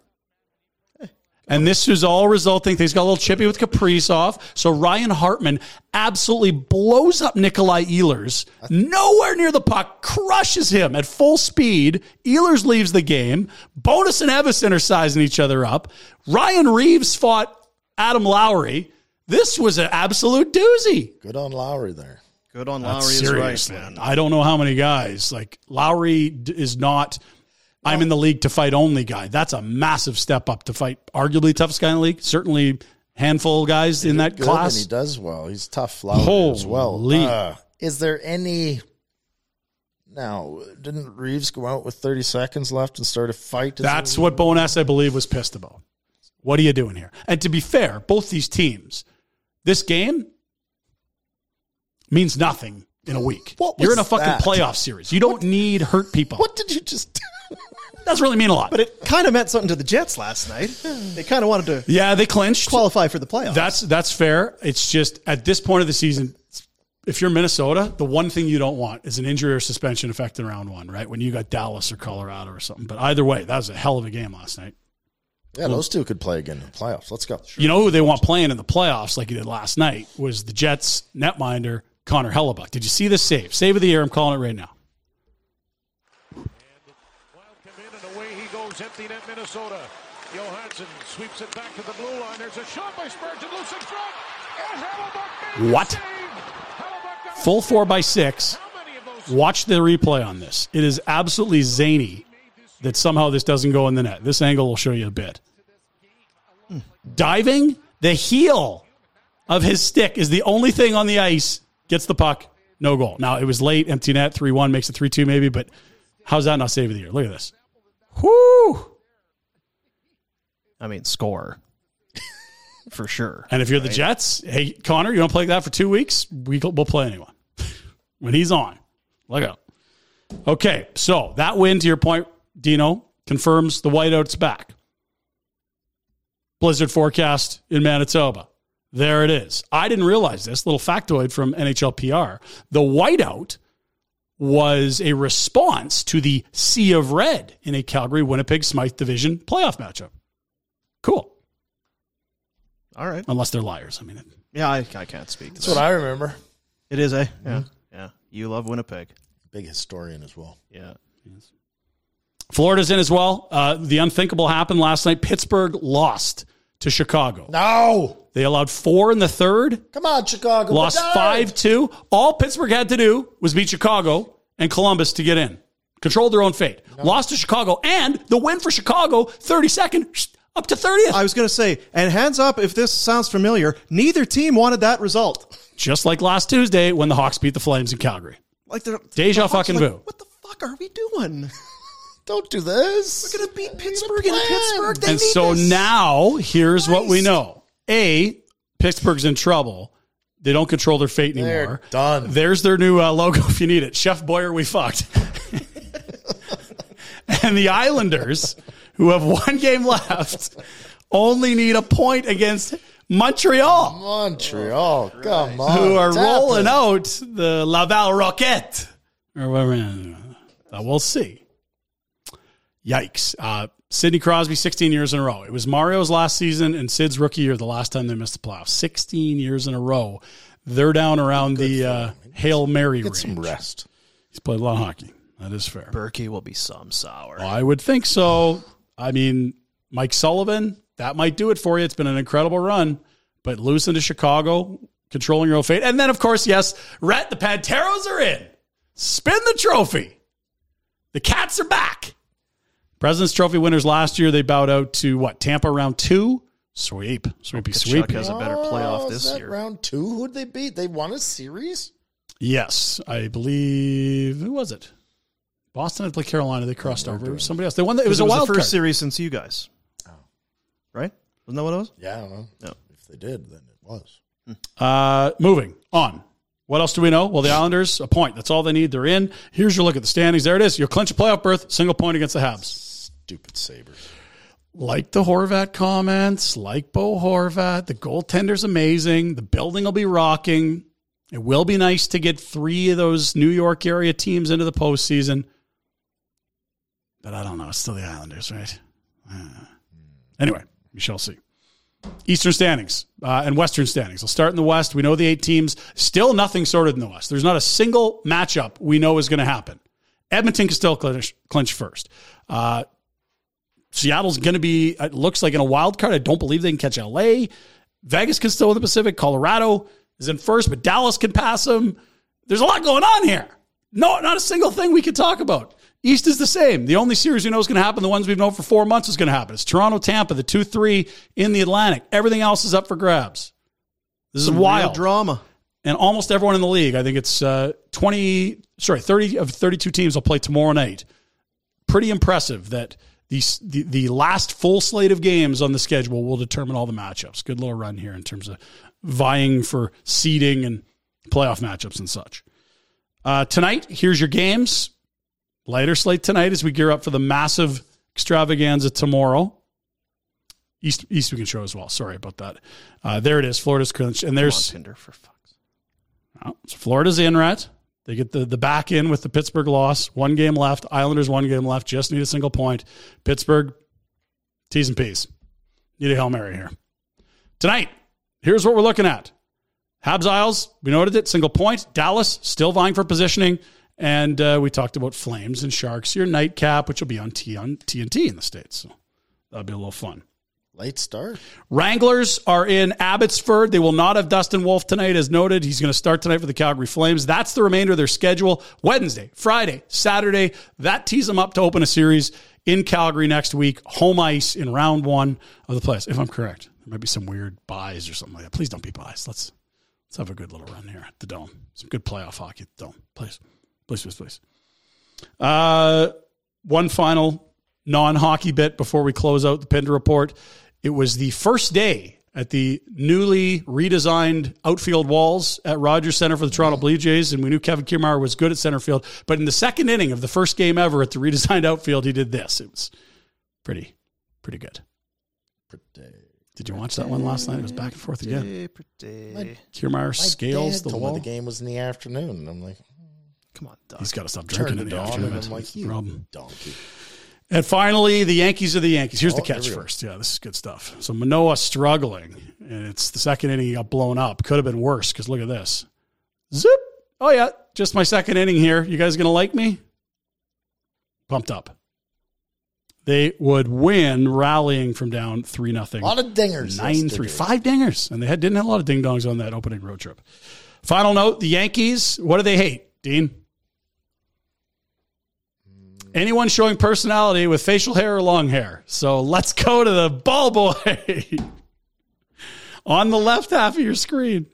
Speaker 2: And this is all resulting. Things got a little chippy with Kaprizov. So Ryan Hartman absolutely blows up Nikolai Ehlers. Nowhere near the puck, crushes him at full speed. Ehlers leaves the game. Bonus and Evison are sizing each other up. Ryan Reeves fought Adam Lowry. This was an absolute doozy.
Speaker 3: Good on Lowry there.
Speaker 1: Good on
Speaker 2: That's
Speaker 1: Lowry is right,
Speaker 2: serious,
Speaker 1: man.
Speaker 2: I don't know how many guys like Lowry d- is not. I'm in the league to fight only guy. That's a massive step up to fight arguably toughest guy in the league. Certainly handful of guys in that
Speaker 3: Good, and
Speaker 2: class.
Speaker 3: he does well. He's tough Lowry as well. Uh,
Speaker 2: Holy.
Speaker 3: is there any? Now, didn't Reeves go out with 30 seconds left and start a fight? Is
Speaker 2: That's what Bonas, I believe, was pissed about. What are you doing here? And to be fair, both these teams, this game means nothing in a week.
Speaker 3: What
Speaker 2: You're in a
Speaker 3: was
Speaker 2: fucking
Speaker 3: that?
Speaker 2: playoff series. You don't need hurt people.
Speaker 3: What did you just (laughs) do?
Speaker 2: doesn't really mean a lot.
Speaker 1: But it kind of meant something to the Jets last night. They kind of wanted to
Speaker 2: yeah, they clinched.
Speaker 1: qualify for the playoffs.
Speaker 2: That's that's fair. It's just at this point of the season, if you're Minnesota, the one thing you don't want is an injury or suspension affecting round one, right? When you got Dallas or Colorado or something. But either way, that was a hell of a game last night.
Speaker 3: Yeah, those two could play again in the playoffs. Let's go.
Speaker 2: You know who they want playing in the playoffs like he did last night was the Jets netminder Connor Hellebuck. Did you see this save? Save of the year. I'm calling it right now.
Speaker 6: Wild come in and away he goes, empty net Minnesota. Johansson sweeps it back to the blue line. There's a shot by Spurgeon, loose in front, and Hellebuck made
Speaker 2: What?
Speaker 6: the save. Hellebuck got a-
Speaker 2: Full four by six.
Speaker 6: How many of those
Speaker 2: Watch the replay on this. It is absolutely zany that somehow this doesn't go in the net. This angle will show you a bit. Diving, the heel of his stick is the only thing on the ice. Gets the puck, no goal. Now it was late, empty net, three one makes it three two maybe. But how's that not save of the year? Look at this. Whoo!
Speaker 1: I mean, (laughs) score for sure.
Speaker 2: And if you're the Jets, hey Connor, you want to play that for two weeks? We we'll play anyone (laughs) when he's on. Look out. Okay, so that win to your point, Dino, confirms the whiteout's back. Blizzard forecast in Manitoba. There it is. I didn't realize this little factoid from NHL PR. The whiteout was a response to the Sea of Red in a Calgary Winnipeg Smythe division playoff matchup. Cool.
Speaker 1: All right.
Speaker 2: Unless they're liars. I mean, it,
Speaker 1: Yeah, I, I can't speak. To
Speaker 3: That's what
Speaker 1: that.
Speaker 3: I remember.
Speaker 1: it is, eh?
Speaker 2: Mhm.
Speaker 1: Yeah. Yeah. You love Winnipeg.
Speaker 3: Big historian as well.
Speaker 1: Yeah.
Speaker 2: Florida's in as well. Uh, the unthinkable happened last night. Pittsburgh lost to Chicago.
Speaker 3: No,
Speaker 2: They allowed four in the third,
Speaker 3: come on, Chicago.
Speaker 2: lost
Speaker 3: Bedard!
Speaker 2: 5 2. All Pittsburgh had to do was beat Chicago and Columbus to get in. Controlled their own fate. Lost to Chicago, and the win for Chicago, 32nd, up to 30th.
Speaker 1: I was going to say, and hands up if this sounds familiar, neither team wanted that result.
Speaker 2: Just like last Tuesday when the Hawks beat the Flames in Calgary.
Speaker 1: Like they're
Speaker 2: Deja
Speaker 1: the Hawks
Speaker 2: fucking
Speaker 1: are like,
Speaker 2: vu.
Speaker 1: What the fuck are we doing?
Speaker 3: Don't do this.
Speaker 1: We're gonna beat Pittsburgh
Speaker 3: plan.
Speaker 1: in Pittsburgh. They
Speaker 2: and
Speaker 1: need
Speaker 2: so
Speaker 1: this.
Speaker 2: now here's what we know a pittsburgh's in trouble they don't control their fate
Speaker 3: They're
Speaker 2: anymore
Speaker 3: done.
Speaker 2: there's their new uh, logo if you need it chef boyer we fucked (laughs) and the islanders who have one game left only need a point against montreal
Speaker 3: Montreal, Oh, come on.
Speaker 2: who are
Speaker 3: Tap
Speaker 2: rolling
Speaker 3: it.
Speaker 2: out the laval roquette or whatever Uh, we'll see Yikes. Uh, Sidney Crosby, 16 years in a row. It was Mario's last season and Sid's rookie year, the last time they missed the playoffs. 16 years in a row. They're down around the uh, Hail Mary
Speaker 3: Get
Speaker 2: range.
Speaker 3: some rest.
Speaker 2: He's played a lot of hockey. That is fair.
Speaker 1: Berkey will be some sour.
Speaker 2: I would think so. I mean, Mike Sullivan, that might do it for you. It's been an incredible run, but losing to Chicago, controlling your own fate. And then, of course, yes, Rhett, the Panteros are in. Spin the trophy. The Cats are back. President's Trophy winners last year, they bowed out to what, Tampa round two? Sweep. Sweepy sweep.
Speaker 1: Kachuk has a better playoff
Speaker 3: Oh, is
Speaker 1: this
Speaker 3: that
Speaker 1: year.
Speaker 3: Round two, who'd they beat? They won a series.
Speaker 2: Yes, I believe. Who was it? Boston had played Carolina. They crossed over. It was Somebody else. They won. The, it was a wild
Speaker 1: the first
Speaker 2: card.
Speaker 1: series since you guys. Right? Wasn't that what it was?
Speaker 3: Yeah, I don't know.
Speaker 1: No.
Speaker 3: If they did, then it was.
Speaker 2: Uh, moving on. What else do we know? Well, the Islanders, a point. That's all they need. They're in. Here's your look at the standings. There it is. You'll clinch a playoff berth, single point against the Habs.
Speaker 3: Stupid Sabres.
Speaker 2: Like the Horvat comments, like Bo Horvat. The goaltender's amazing. The building will be rocking. It will be nice to get three of those New York area teams into the postseason. But I don't know. It's still the Islanders, right? Uh, anyway, we shall see. Eastern standings uh, and Western standings. I'll start in the West. We know the eight teams. Still nothing sorted in the West. There's not a single matchup we know is going to happen. Edmonton can still clinch, clinch first. Uh, Seattle's going to be, it looks like in a wild card. I don't believe they can catch LA. Vegas can still win the Pacific. Colorado is in first, but Dallas can pass them. There's a lot going on here. No, not a single thing we can talk about. East is the same. The only series we know is going to happen, the ones we've known for four months is going to happen. It's Toronto, Tampa, the 2 3 in the Atlantic. Everything else is up for grabs. This is
Speaker 1: Some real
Speaker 2: wild
Speaker 1: drama.
Speaker 2: and almost everyone in the league. I think it's uh, twenty, sorry, thirty of thirty-two teams will play tomorrow night. Pretty impressive that the the, the last full slate of games on the schedule will determine all the matchups. Good little run here in terms of vying for seeding and playoff matchups and such. Uh, tonight, here's your games. Lighter slate tonight as we gear up for the massive extravaganza tomorrow. East East Weekend Show as well. Sorry about that. Uh, there it is, Florida's clinch, and
Speaker 1: on
Speaker 2: there's
Speaker 1: Tinder for fucks.
Speaker 2: oh, so Florida's in rat. They get the the back in with the Pittsburgh loss. One game left. Islanders one game left. Just need a single point. Pittsburgh, T's and P's. Need a hail mary here tonight. Here's what we're looking at. Habs Isles, we noted it, single point. Dallas still vying for positioning, and uh, we talked about Flames and Sharks. Your nightcap, which will be on, T- on TNT in the states, so that'll be a little fun.
Speaker 3: Late start.
Speaker 2: Wranglers are in Abbotsford. They will not have Dustin Wolf tonight, as noted. He's going to start tonight for the Calgary Flames. That's the remainder of their schedule Wednesday, Friday, Saturday. That tees them up to open a series in Calgary next week, home ice in round one of the playoffs, if I'm correct. There might be some weird buys or something like that. Please don't be buys. Let's let's have a good little run here at the Dome. Some good playoff hockey at the Dome. Please, please, please, please. Uh, one final non hockey bit before we close out the Pender report. It was the first day at the newly redesigned outfield walls at Rogers Center for the Toronto Blue Jays, and we knew Kevin Kiermaier was good at center field. But in the second inning of the first game ever at the redesigned outfield, he did this. It was pretty, pretty good. Did you watch that one last night? It was back and forth again.
Speaker 1: Day per day.
Speaker 2: Kiermaier scales
Speaker 3: Dad
Speaker 2: the
Speaker 3: told me
Speaker 2: wall.
Speaker 3: The game was in the afternoon. and I'm like,
Speaker 1: Come on, Doug.
Speaker 2: He's got to stop
Speaker 3: turn
Speaker 2: drinking in
Speaker 3: it
Speaker 2: the
Speaker 3: on,
Speaker 2: afternoon.
Speaker 3: and I'm
Speaker 2: That's
Speaker 3: like,
Speaker 2: the
Speaker 3: you
Speaker 2: problem.
Speaker 3: donkey.
Speaker 2: And finally, the Yankees are the Yankees. Here's the
Speaker 3: Oh, there
Speaker 2: catch
Speaker 3: we go.
Speaker 2: first. Yeah, this is good stuff. So Manoa struggling, and it's the second inning he got blown up. Could have been worse because look at this. Zip. Oh, yeah. Just my second inning here. You guys going to like me? Pumped up. They would win rallying from down 3
Speaker 3: A
Speaker 2: nothing.
Speaker 3: lot of dingers.
Speaker 2: Nine three five dingers, and they had, didn't have a lot of ding dongs on that opening road trip. Final note: the Yankees. What do they hate, Dean? Anyone showing personality with facial hair or long hair. So let's go to the ball boy (laughs) on the left half of your screen.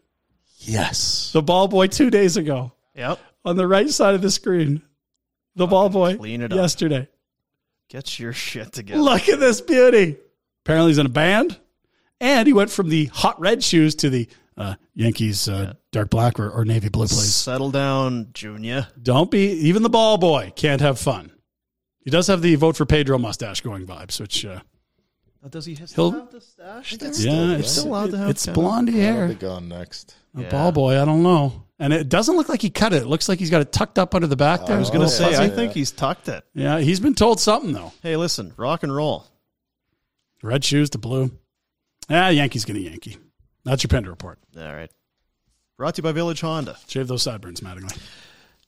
Speaker 3: Yes.
Speaker 2: The ball boy two days ago
Speaker 1: Yep.
Speaker 2: on the right side of the screen. The ball boy
Speaker 1: clean it up.
Speaker 2: yesterday.
Speaker 1: Get your shit together.
Speaker 2: Look at this beauty. Apparently, he's in a band, and he went from the hot red shoes to the uh, Yankees uh, dark black or, or navy blue. Please
Speaker 1: Settle down, Junior.
Speaker 2: don't be. Even the ball boy can't have fun. He does have the vote for Pedro mustache going vibes, which uh,
Speaker 1: Does he have,
Speaker 2: He'll-
Speaker 1: have the stash? there?
Speaker 2: yeah,
Speaker 3: right?
Speaker 2: it's
Speaker 1: Still allowed to have
Speaker 2: it's
Speaker 1: fun.
Speaker 2: blondie
Speaker 3: I'll
Speaker 2: hair.
Speaker 3: be gone next.
Speaker 2: A
Speaker 1: Yeah.
Speaker 2: ball boy, I don't know, and it doesn't look like he cut it. It looks like he's got it tucked up under the back there.
Speaker 1: I was gonna
Speaker 2: Oh,
Speaker 1: say. I
Speaker 2: fuzzy.
Speaker 1: think he's tucked it.
Speaker 2: yeah, he's been told something though.
Speaker 1: Hey, listen, rock and roll.
Speaker 2: Red shoes to blue. Ah, Yankees gonna Yankee. That's your Pender report.
Speaker 1: All right. Brought to you by Village Honda.
Speaker 2: Shave those sideburns, Mattingly.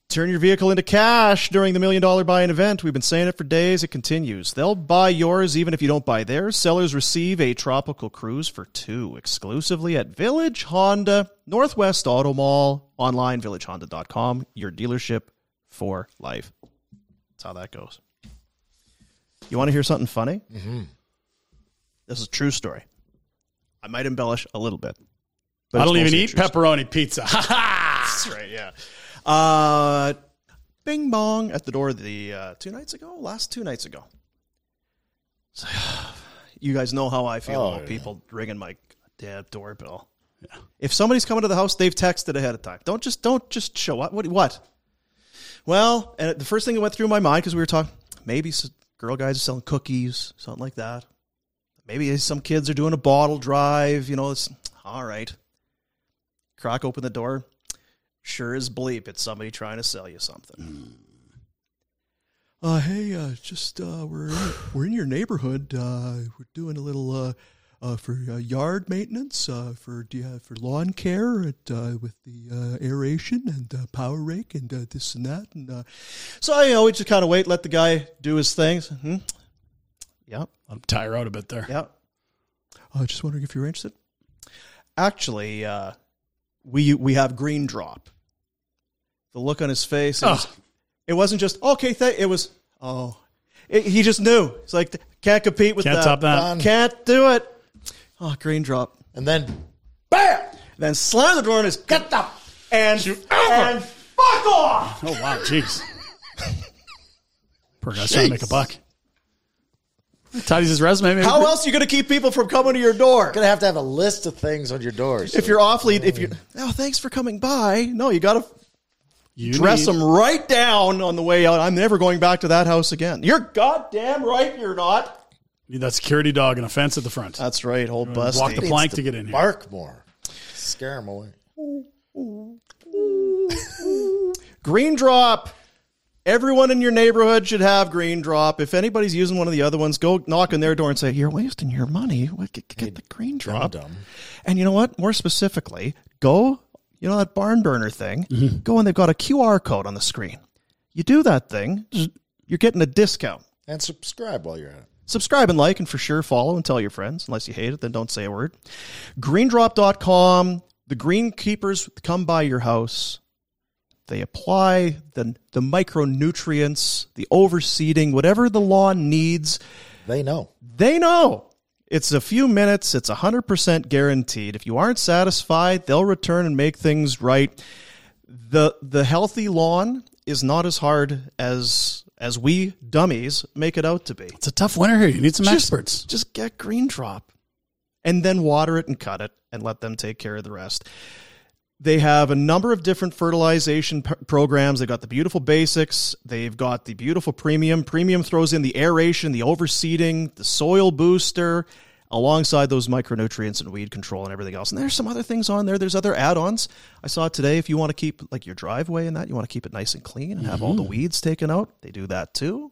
Speaker 1: Turn your vehicle into cash during the million dollar buy-in event. We've been saying it for days. It continues. They'll buy yours even if you don't buy theirs. Sellers receive a tropical cruise for two exclusively at Village Honda, Northwest Auto Mall, online villagehonda.com, your dealership for life. That's how that goes. You want to hear something funny? Mm-hmm. This is a true story. I might embellish a little bit. but
Speaker 2: I
Speaker 1: it's
Speaker 2: don't even
Speaker 1: mostly a
Speaker 2: eat
Speaker 1: true story.
Speaker 2: pepperoni pizza. (laughs) Ha ha!
Speaker 1: right, yeah. Uh, bing bong at the door the uh, two nights ago, last two nights ago. So, (sighs) you guys know how I feel
Speaker 3: Oh,
Speaker 1: about
Speaker 3: yeah.
Speaker 1: people ringing my goddamn doorbell. If somebody's coming to the house, they've texted ahead of time. Don't just don't just show up. What what? Well, and the first thing that went through my mind because we were talking, maybe s girl guys are selling cookies, something like that. Maybe some kids are doing a bottle drive. You know, it's all right. Croc opened the door. Sure as bleep, it's somebody trying to sell you something. Uh, hey, uh, just uh, we're in, we're in your neighborhood. Uh, we're doing a little uh, uh, for uh, yard maintenance, uh, for do you have- for lawn care, at, uh, with the uh, aeration and uh, power rake and uh, this and that. And uh, so you know, we just kind of wait, let the guy do his things. hmm Yep.
Speaker 2: I'm tire out a bit there.
Speaker 1: Yeah. Uh, just wondering if you're interested. Actually, uh, we we have Green Drop. The look on his face. It, was,
Speaker 2: Ugh.
Speaker 1: not just okay. Th-, it was oh, it, he just knew. It's like can't compete with
Speaker 2: Can't
Speaker 1: that.
Speaker 2: top that.
Speaker 3: Done.
Speaker 1: Can't do it. Oh, Green Drop.
Speaker 3: And then, bam!
Speaker 1: Then slam the door on his get the and and fuck off.
Speaker 2: Oh wow, jeez. Poor guy's trying to make a buck. Tidies his resume. Maybe.
Speaker 1: How else are you going to keep people from coming to your door?
Speaker 3: Gonna have to have a list of things on your doors.
Speaker 1: If you're awfully, if you, oh, thanks for coming by. No, you got to
Speaker 2: You
Speaker 1: Dress
Speaker 2: need-
Speaker 1: them right down on the way out. I'm never going back to that house again. You're goddamn right you're not.
Speaker 2: Need that security dog and a fence at the front.
Speaker 1: That's right, old busty.
Speaker 2: Walk the plank to get in here.
Speaker 3: Bark more. Scare him away.
Speaker 1: Green Drop. Everyone in your neighborhood should have Green Drop. If anybody's using one of the other ones, go knock on their door and say, You're wasting your money. Well, Get, get the Green Drop.
Speaker 3: Dumb.
Speaker 1: And you know what? More specifically, go, you know, that barn burner thing, go and they've got a QR code on the screen. You do that thing, you're getting a discount.
Speaker 3: And subscribe while you're at it.
Speaker 1: Subscribe and like, and for sure, follow and tell your friends. Unless you hate it, then don't say a word. Greendrop.com. The greenkeepers come by your house. They apply the, the micronutrients, the overseeding, whatever the lawn needs.
Speaker 3: They know.
Speaker 1: They know. It's a few minutes, it's 100% guaranteed. If you aren't satisfied, they'll return and make things right. The the healthy lawn is not as hard as as we dummies make it out to be.
Speaker 2: It's a tough winter here. You need some
Speaker 1: Just-
Speaker 2: experts.
Speaker 1: Just get green drop and then water it and cut it and let them take care of the rest. They have a number of different fertilization p- programs. They've got the beautiful basics. They've got the beautiful premium. Premium throws in the aeration, the overseeding, the soil booster, alongside those micronutrients and weed control and everything else. And there's some other things on there. There's other add-ons. I saw today if you want to keep like your driveway and that, you want to keep it nice and clean and have all the weeds taken out. They do that too.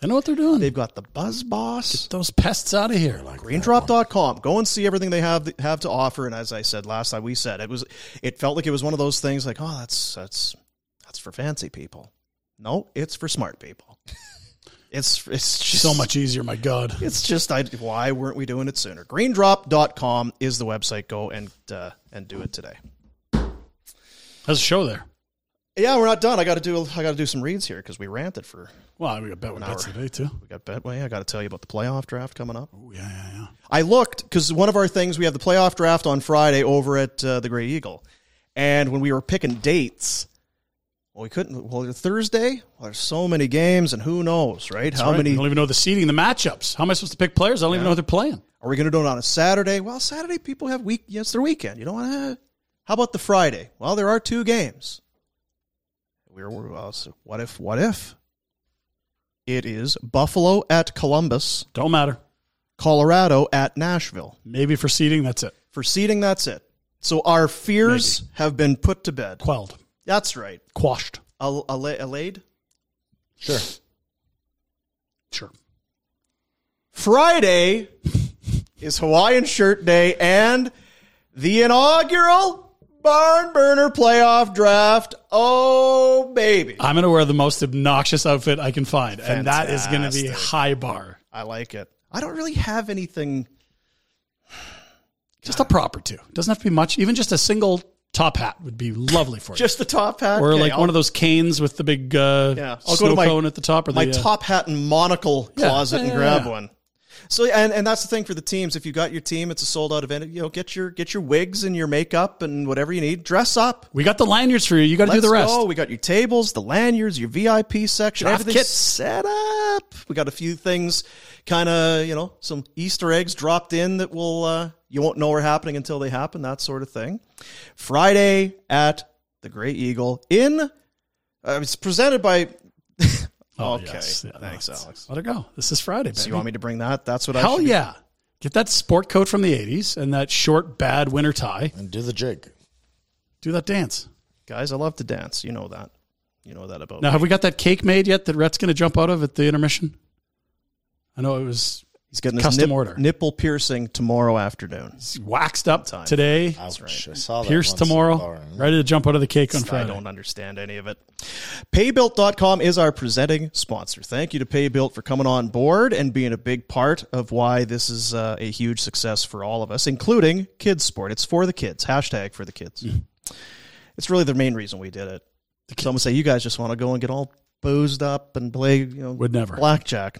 Speaker 2: They know what they're doing.
Speaker 1: They've got the Buzz Boss
Speaker 2: Those pests out of here. Like
Speaker 1: greendrop.com go and see everything they have have to offer and as i said last time we said it was it felt like it was one of those things like oh that's that's that's for fancy people no it's for smart people (laughs) it's it's just
Speaker 2: so much easier. My God.
Speaker 1: it's just I, why weren't we doing it sooner greendrop.com is the website go and uh, and do it today
Speaker 2: There's a show there.
Speaker 1: yeah we're not done i gotta do i gotta do some reads here because we ranted for
Speaker 2: Well, we got bet with
Speaker 1: hour.
Speaker 2: bets today too.
Speaker 1: we got betway i gotta tell you about the playoff draft coming up
Speaker 2: Oh yeah, yeah, yeah.
Speaker 1: I looked because one of our things we have the playoff draft on Friday over at uh, the Gray Eagle, and when we were picking dates, well, we couldn't. Well, Thursday, well, there's so many games, and who knows, right? How
Speaker 2: Right? I
Speaker 1: many
Speaker 2: don't even know the seating, the matchups. How am I supposed to pick players? I don't even know who they're playing.
Speaker 1: are we going to do it on a Saturday? Well, Saturday people have week. Yes, their weekend. You don't want to. How about the Friday? Well, there are two games. We were, we were- well, so what if? What if? It is Buffalo at Columbus,
Speaker 2: Don't matter.
Speaker 1: Colorado at Nashville.
Speaker 2: Maybe for seating, that's it.
Speaker 1: For seeding, that's it. So our fears have been put to bed.
Speaker 2: Quelled,
Speaker 1: That's right.
Speaker 2: quashed.
Speaker 1: Al- alla- allayed.
Speaker 3: Sure.
Speaker 2: Sure.
Speaker 1: Friday is Hawaiian Shirt Day and the inaugural Barn Burner Playoff Draft. Oh, baby.
Speaker 2: I'm gonna wear the most obnoxious outfit I can find, and that is gonna be high bar.
Speaker 1: I like it. I don't really have anything.
Speaker 2: Just a proper two. Doesn't have to be much. Even just a single top hat would be lovely for you.
Speaker 1: Just the top hat.
Speaker 2: or
Speaker 1: Okay,
Speaker 2: like
Speaker 1: I'll-
Speaker 2: one of those canes with the big uh,
Speaker 1: Yeah,
Speaker 2: snow cone at the top, or
Speaker 1: my
Speaker 2: the, uh,
Speaker 1: top hat and monocle
Speaker 2: Yeah,
Speaker 1: closet
Speaker 2: yeah,
Speaker 1: and
Speaker 2: yeah,
Speaker 1: grab
Speaker 2: yeah.
Speaker 1: one. So and and that's the thing for the teams. If you got your team, it's a sold out event. You know, get your get your wigs and your makeup and whatever you need. Dress up.
Speaker 2: We got the lanyards for you. You got to do
Speaker 1: Let's
Speaker 2: the rest.
Speaker 1: go. We got your tables, the lanyards, your VIP section,
Speaker 2: Draft
Speaker 1: everything
Speaker 2: kits.
Speaker 1: set up. We got a few things, kind of you know, some Easter eggs dropped in that will uh, you won't know are happening until they happen. That sort of thing. Friday at the Grey Eagle in. Uh, it's presented by. (laughs) okay,
Speaker 2: Oh, yes. Yeah,
Speaker 1: thanks,
Speaker 2: that's-
Speaker 1: Alex.
Speaker 2: Let it go. This is Friday, baby.
Speaker 1: So you want me to bring that? That's what I.
Speaker 2: Hell
Speaker 1: should be-
Speaker 2: yeah! Get that sport coat from the '80s and that short, bad winter tie.
Speaker 3: And do the jig.
Speaker 2: Do that dance.
Speaker 1: guys! I love to dance. You know that. You know that about.
Speaker 2: Now,
Speaker 1: me.
Speaker 2: have we got that cake made yet that Rhett's going to jump out of at the intermission? I know it was
Speaker 1: He's getting his
Speaker 2: custom
Speaker 1: nip-
Speaker 2: order.
Speaker 1: nipple piercing tomorrow afternoon.
Speaker 2: waxed up today,
Speaker 3: Ouch. I saw that
Speaker 2: pierced
Speaker 3: once in the
Speaker 2: tomorrow,
Speaker 3: bar.
Speaker 2: ready to jump out of the cake on
Speaker 1: I
Speaker 2: Friday.
Speaker 1: don't understand any of it. Paybuilt.com is our presenting sponsor. Thank you to Paybuilt for coming on board and being a big part of why this is uh, a huge success for all of us, including kids sport. It's for the kids. Hashtag for the kids.
Speaker 2: Mm-hmm.
Speaker 1: It's really the main reason we did it. Some say you guys just want to go and get all boozed up and play, you know,
Speaker 2: Would never.
Speaker 1: blackjack.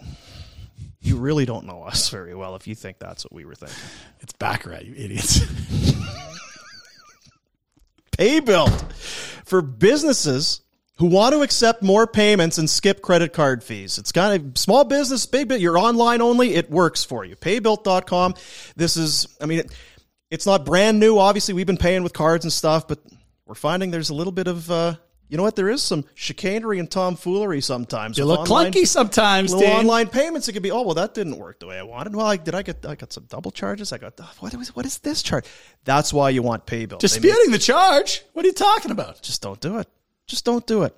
Speaker 1: You really don't know us very well if you think that's what we were thinking.
Speaker 2: It's Baccarat, you
Speaker 1: (laughs)
Speaker 2: idiots.
Speaker 1: Paybuilt for businesses who want to accept more payments and skip credit card fees. It's kind of small business, big bit. You're online only. It works for you. Paybuilt.com. This is, I mean, it, it's not brand new. Obviously, we've been paying with cards and stuff, but we're finding there's a little bit of uh, you know what? There is some chicanery and tomfoolery sometimes.
Speaker 2: You
Speaker 1: with
Speaker 2: look
Speaker 1: online-
Speaker 2: clunky sometimes,
Speaker 1: Little
Speaker 2: Dean.
Speaker 1: online payments, it could be, oh well, that didn't work the way I wanted. Well, I, did I get I got some double charges? I got what was what is this charge? That's why you want paybill. They make-
Speaker 2: Disputing the charge? What are you talking about?
Speaker 1: just don't do it. Just don't do it.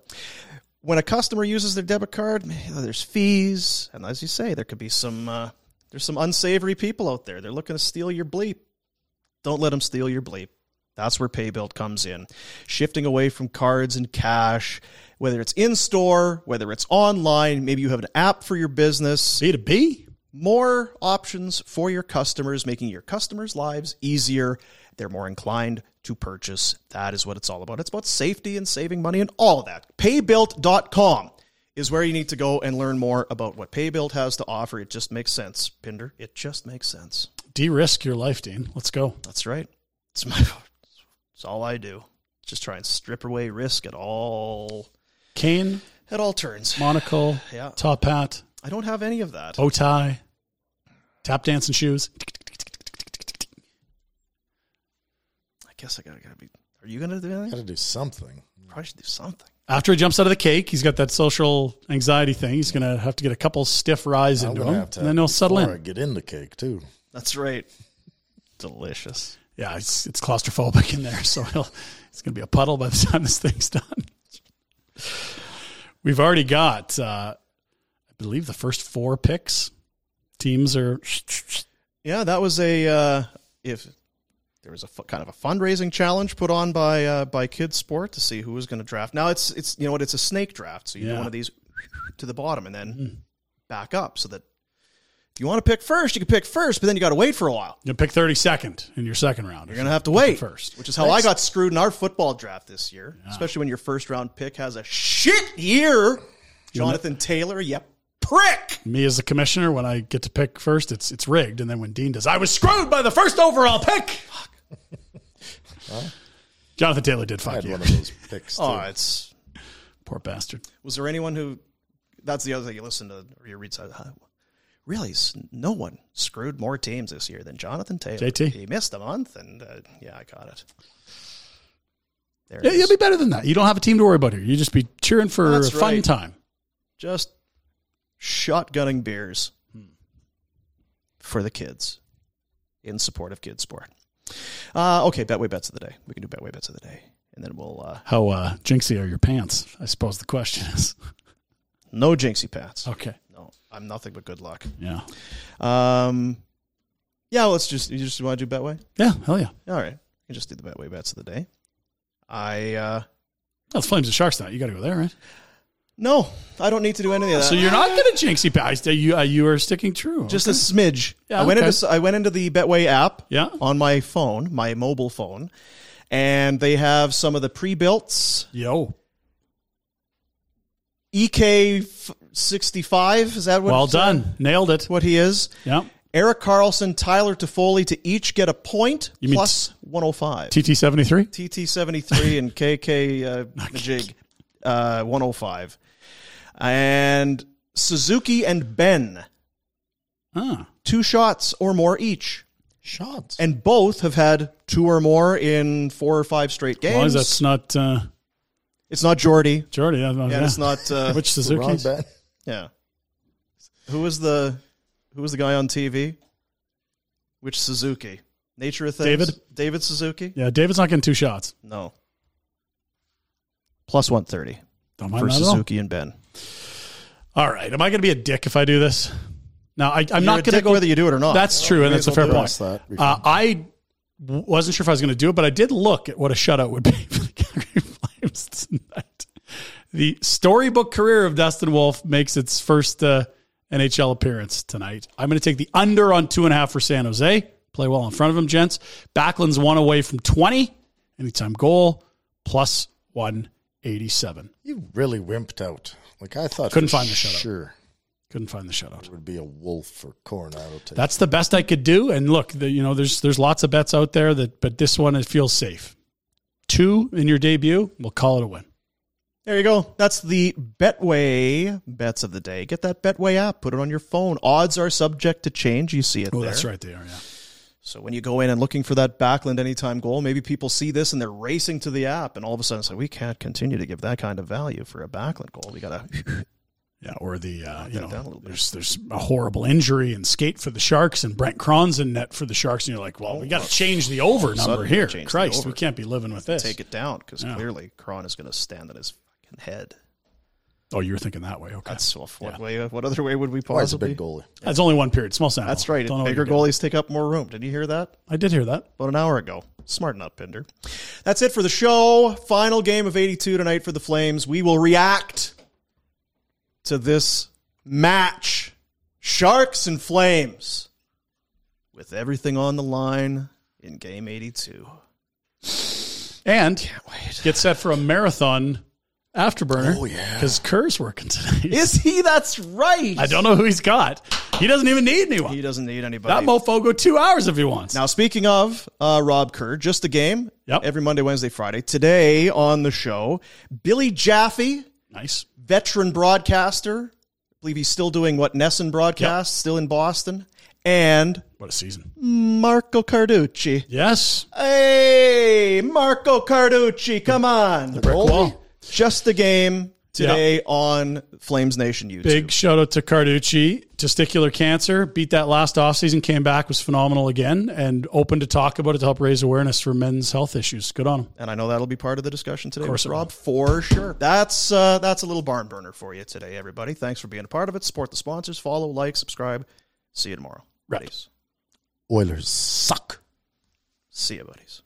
Speaker 1: When a customer uses their debit card, man, there's fees, and as you say, there could be some uh, there's some unsavory people out there. They're looking to steal your bleep. Don't let them steal your bleep. That's where PayBuilt comes in. Shifting away from cards and cash, whether it's in store, whether it's online, maybe you have an app for your business
Speaker 2: B to B?
Speaker 1: more options for your customers, making your customers' lives easier. They're more inclined to purchase. That is what it's all about. It's about safety and saving money and all of that. Paybuilt.com is where you need to go and learn more about what Paybuilt has to offer. It just makes sense, Pinder. It just makes sense.
Speaker 2: De-risk your life, Dean. Let's go.
Speaker 1: That's right. It's my (laughs) it's all I do. Just try and strip away risk at all
Speaker 2: Cane,
Speaker 1: at all turns.
Speaker 2: monocle,
Speaker 1: (sighs) Yeah.
Speaker 2: top hat,
Speaker 1: I don't have any of that.
Speaker 2: bow tie, tap dancing shoes.
Speaker 1: I guess I gotta, gotta be are you gonna do anything?
Speaker 3: Got to do something.
Speaker 1: Probably should do something.
Speaker 2: After he jumps out of the cake, he's got that social anxiety thing. He's going to have to get a couple stiff rides
Speaker 3: I'm
Speaker 2: into
Speaker 3: gonna
Speaker 2: him,
Speaker 3: have to
Speaker 2: and then he'll settle
Speaker 3: before I
Speaker 2: in.
Speaker 3: get in the cake too.
Speaker 1: That's right. Delicious.
Speaker 2: Yeah, it's, it's claustrophobic in there, (laughs) so he'll, it's going to be a puddle by the time this thing's done. We've already got, uh, I believe, the first four picks. Teams are
Speaker 1: Yeah, that was a uh, if there was a fu- kind of a fundraising challenge put on by uh, by Kids Sport to see who was going to draft. Now it's it's you know what it's a snake draft, so you do
Speaker 2: Yeah. Mm.
Speaker 1: one of these to the bottom and then back up so that if you want to pick first, you can pick first, but then you got to wait for a while.
Speaker 2: you pick 32nd in your second round.
Speaker 1: You're going to have to wait
Speaker 2: first.
Speaker 1: which is how I got screwed in our football draft this year, especially when your first round pick has a shit year. Jonathan Taylor, yep, prick.
Speaker 2: me as the commissioner when I get to pick first, it's it's rigged. And then when Dean does, I was screwed by the first overall pick. Jonathan Taylor did
Speaker 3: I
Speaker 2: fuck
Speaker 3: had
Speaker 2: you,
Speaker 3: one of those picks.
Speaker 1: (laughs)
Speaker 3: Too.
Speaker 1: Oh, it's
Speaker 2: poor bastard.
Speaker 1: Was there anyone who? That's the other thing you listen to or you read. so- huh, Really, s- no one screwed more teams this year than Jonathan Taylor.
Speaker 2: JT.
Speaker 1: he missed a month, and uh, yeah, I got it. There it
Speaker 2: Yeah,
Speaker 1: is.
Speaker 2: you'll be better than that. You don't have a team to worry about here. You just be cheering for
Speaker 1: That's
Speaker 2: a fun
Speaker 1: right.
Speaker 2: time.
Speaker 1: Just shotgunning beers
Speaker 2: Hmm.
Speaker 1: for the kids in support of kids sport. Uh, okay, betway bets of the day. We can do betway bets of the day, and then we'll uh,
Speaker 2: How uh, jinxy are your pants? I suppose the question
Speaker 1: (laughs)
Speaker 2: is.
Speaker 1: no jinxie pats.
Speaker 2: Okay.
Speaker 1: No, I'm nothing but good luck.
Speaker 2: Yeah.
Speaker 1: Um, yeah, let's just you just want to do betway.
Speaker 2: Yeah. Hell yeah.
Speaker 1: All right. We can just do the Betway bets of the day. I uh
Speaker 2: That's Oh, Flames and Sharks night. You got to go there, right?
Speaker 1: no, I don't need to do any of that.
Speaker 2: So you're not going to jinxy pants. You uh, you are sticking true.
Speaker 1: Uh, just a smidge.
Speaker 2: Yeah,
Speaker 1: I went
Speaker 2: okay.
Speaker 1: into I went into the Betway app
Speaker 2: Yeah.
Speaker 1: on my phone, my mobile phone, and they have some of the pre-built
Speaker 2: yo.
Speaker 1: EK65 E is that what
Speaker 2: Well
Speaker 1: is that
Speaker 2: done. Nailed it.
Speaker 1: what he is?
Speaker 2: Yeah.
Speaker 1: Eric Carlson, Tyler Toffoli to each get a point
Speaker 2: You mean
Speaker 1: plus 105.
Speaker 2: TT seventy three.
Speaker 1: TT73
Speaker 2: (laughs)
Speaker 1: and KK uh, Majig uh, 105. And Suzuki and Ben,
Speaker 2: Ah.
Speaker 1: two shots or more each.
Speaker 3: shots.
Speaker 1: And both have had two or more in four or five straight
Speaker 2: As long
Speaker 1: games.
Speaker 2: as that's not uh,
Speaker 1: it's not Jordy,
Speaker 2: Jordy. Oh, Yeah,
Speaker 1: and it's not uh,
Speaker 2: (laughs) Which
Speaker 3: The wrong
Speaker 2: Suzuki?
Speaker 3: bet.
Speaker 1: yeah. Who was the who was the guy on TV? Which Suzuki? Nature of things.
Speaker 2: David?
Speaker 1: David Suzuki.
Speaker 2: Yeah, David's not getting two shots.
Speaker 1: No. Plus one thirty
Speaker 2: Don't mind
Speaker 1: for
Speaker 2: that at
Speaker 1: Suzuki and Ben.
Speaker 2: all. All right, am I going to be a dick if I do this? No, I, I'm
Speaker 1: You're
Speaker 2: not
Speaker 1: a
Speaker 2: going to
Speaker 1: dick
Speaker 2: go.
Speaker 1: whether you do it or not.
Speaker 2: That's true, and
Speaker 3: may
Speaker 2: that's a
Speaker 3: as
Speaker 2: fair
Speaker 3: well do
Speaker 2: point.
Speaker 3: it. That we
Speaker 2: Uh, I w- wasn't sure if I was going to do it, but I did look at what a shutout would be (laughs) for the Calgary Flames tonight. The storybook career of Dustin Wolf makes its first uh, NHL appearance tonight. I'm going to take the under on two and a half for San Jose. Play well in front of him, gents. Backlund's one away from 20. Anytime goal, plus 187.
Speaker 3: You really wimped out. Like I thought.
Speaker 2: Couldn't
Speaker 3: for
Speaker 2: find the shutout.
Speaker 3: Sure,
Speaker 2: Couldn't find the shutout.
Speaker 3: it would be a wolf or Coronado. Take.
Speaker 2: That's the best I could do. And look, the, you know, there's there's lots of bets out there that, but this one it feels safe. Two in your debut, we'll call it a win.
Speaker 1: There you go. That's the Betway bets of the day. Get that Betway app. Put it on your phone. Odds are subject to change. You see it
Speaker 2: Oh,
Speaker 1: there.
Speaker 2: that's right, they are. Yeah,
Speaker 1: So when you go in and looking for that backland anytime goal, maybe people see this and they're racing to the app, and all of a sudden say, "We can't continue to give that kind of value for a backland goal. We
Speaker 2: (laughs)
Speaker 1: gotta."
Speaker 2: Yeah, or the uh, you
Speaker 1: that down a
Speaker 2: know,
Speaker 1: little bit.
Speaker 2: there's there's a horrible injury and skate for the Sharks and Brent Cron's in net for the Sharks, and you're like, well, we
Speaker 1: Oh,
Speaker 2: got to change the over number
Speaker 1: sudden
Speaker 2: here.
Speaker 1: change the
Speaker 2: Christ,
Speaker 1: over.
Speaker 2: we can't be living with this.
Speaker 1: take it down because
Speaker 2: Yeah.
Speaker 1: clearly Cron is gonna stand on his fucking head.
Speaker 2: Oh, you were thinking that way. Okay,
Speaker 1: That's what, what way? What other way would we
Speaker 3: Always a
Speaker 1: possibly?
Speaker 3: big goalie.
Speaker 2: That's only one period. Small sample.
Speaker 1: That's right.
Speaker 2: Don't know what
Speaker 1: Bigger
Speaker 2: you're doing.
Speaker 1: goalies take up more room. Did you hear that?
Speaker 2: I did hear that.
Speaker 1: about an hour ago. Smarten up, Pinder. That's it for the show. Final game of 82 tonight for the Flames. We will react to this match Sharks and Flames with everything on the line in game 82.
Speaker 2: And get set for a marathon afterburner.
Speaker 3: Oh, yeah.
Speaker 2: because Kerr's working
Speaker 1: (laughs)
Speaker 2: tonight.
Speaker 1: Is he? That's right.
Speaker 2: I don't know who he's got. He doesn't even need anyone.
Speaker 1: He doesn't need anybody.
Speaker 2: that mofo go two hours if he wants.
Speaker 1: Now, speaking of uh, Rob Kerr, just the game.
Speaker 2: Yep.
Speaker 1: Every Monday, Wednesday, Friday. Today on the show, Billy Jaffe,
Speaker 2: nice.
Speaker 1: veteran broadcaster. I believe he's still doing what Nesson broadcasts, still in Boston, and
Speaker 2: What a season.
Speaker 1: Mm. Marco Carducci.
Speaker 2: Yes.
Speaker 1: Hey, Marco Carducci, come on!
Speaker 2: wall.
Speaker 1: Just the game today on Flames Nation YouTube.
Speaker 2: Big shout out to Carducci. Testicular cancer. Beat that last offseason, came back, was phenomenal again, and open to talk about it to help raise awareness for men's health issues. Good on him.
Speaker 1: and I know that'll be part of the discussion today,
Speaker 2: course
Speaker 1: with
Speaker 2: it
Speaker 1: Rob, for sure. That's uh, that's a little barn burner for you today, everybody. Thanks for being a part of it. Support the sponsors. Follow, like, subscribe. See you tomorrow,
Speaker 2: Right.
Speaker 1: buddies.
Speaker 3: Oilers suck.
Speaker 1: See you, buddies.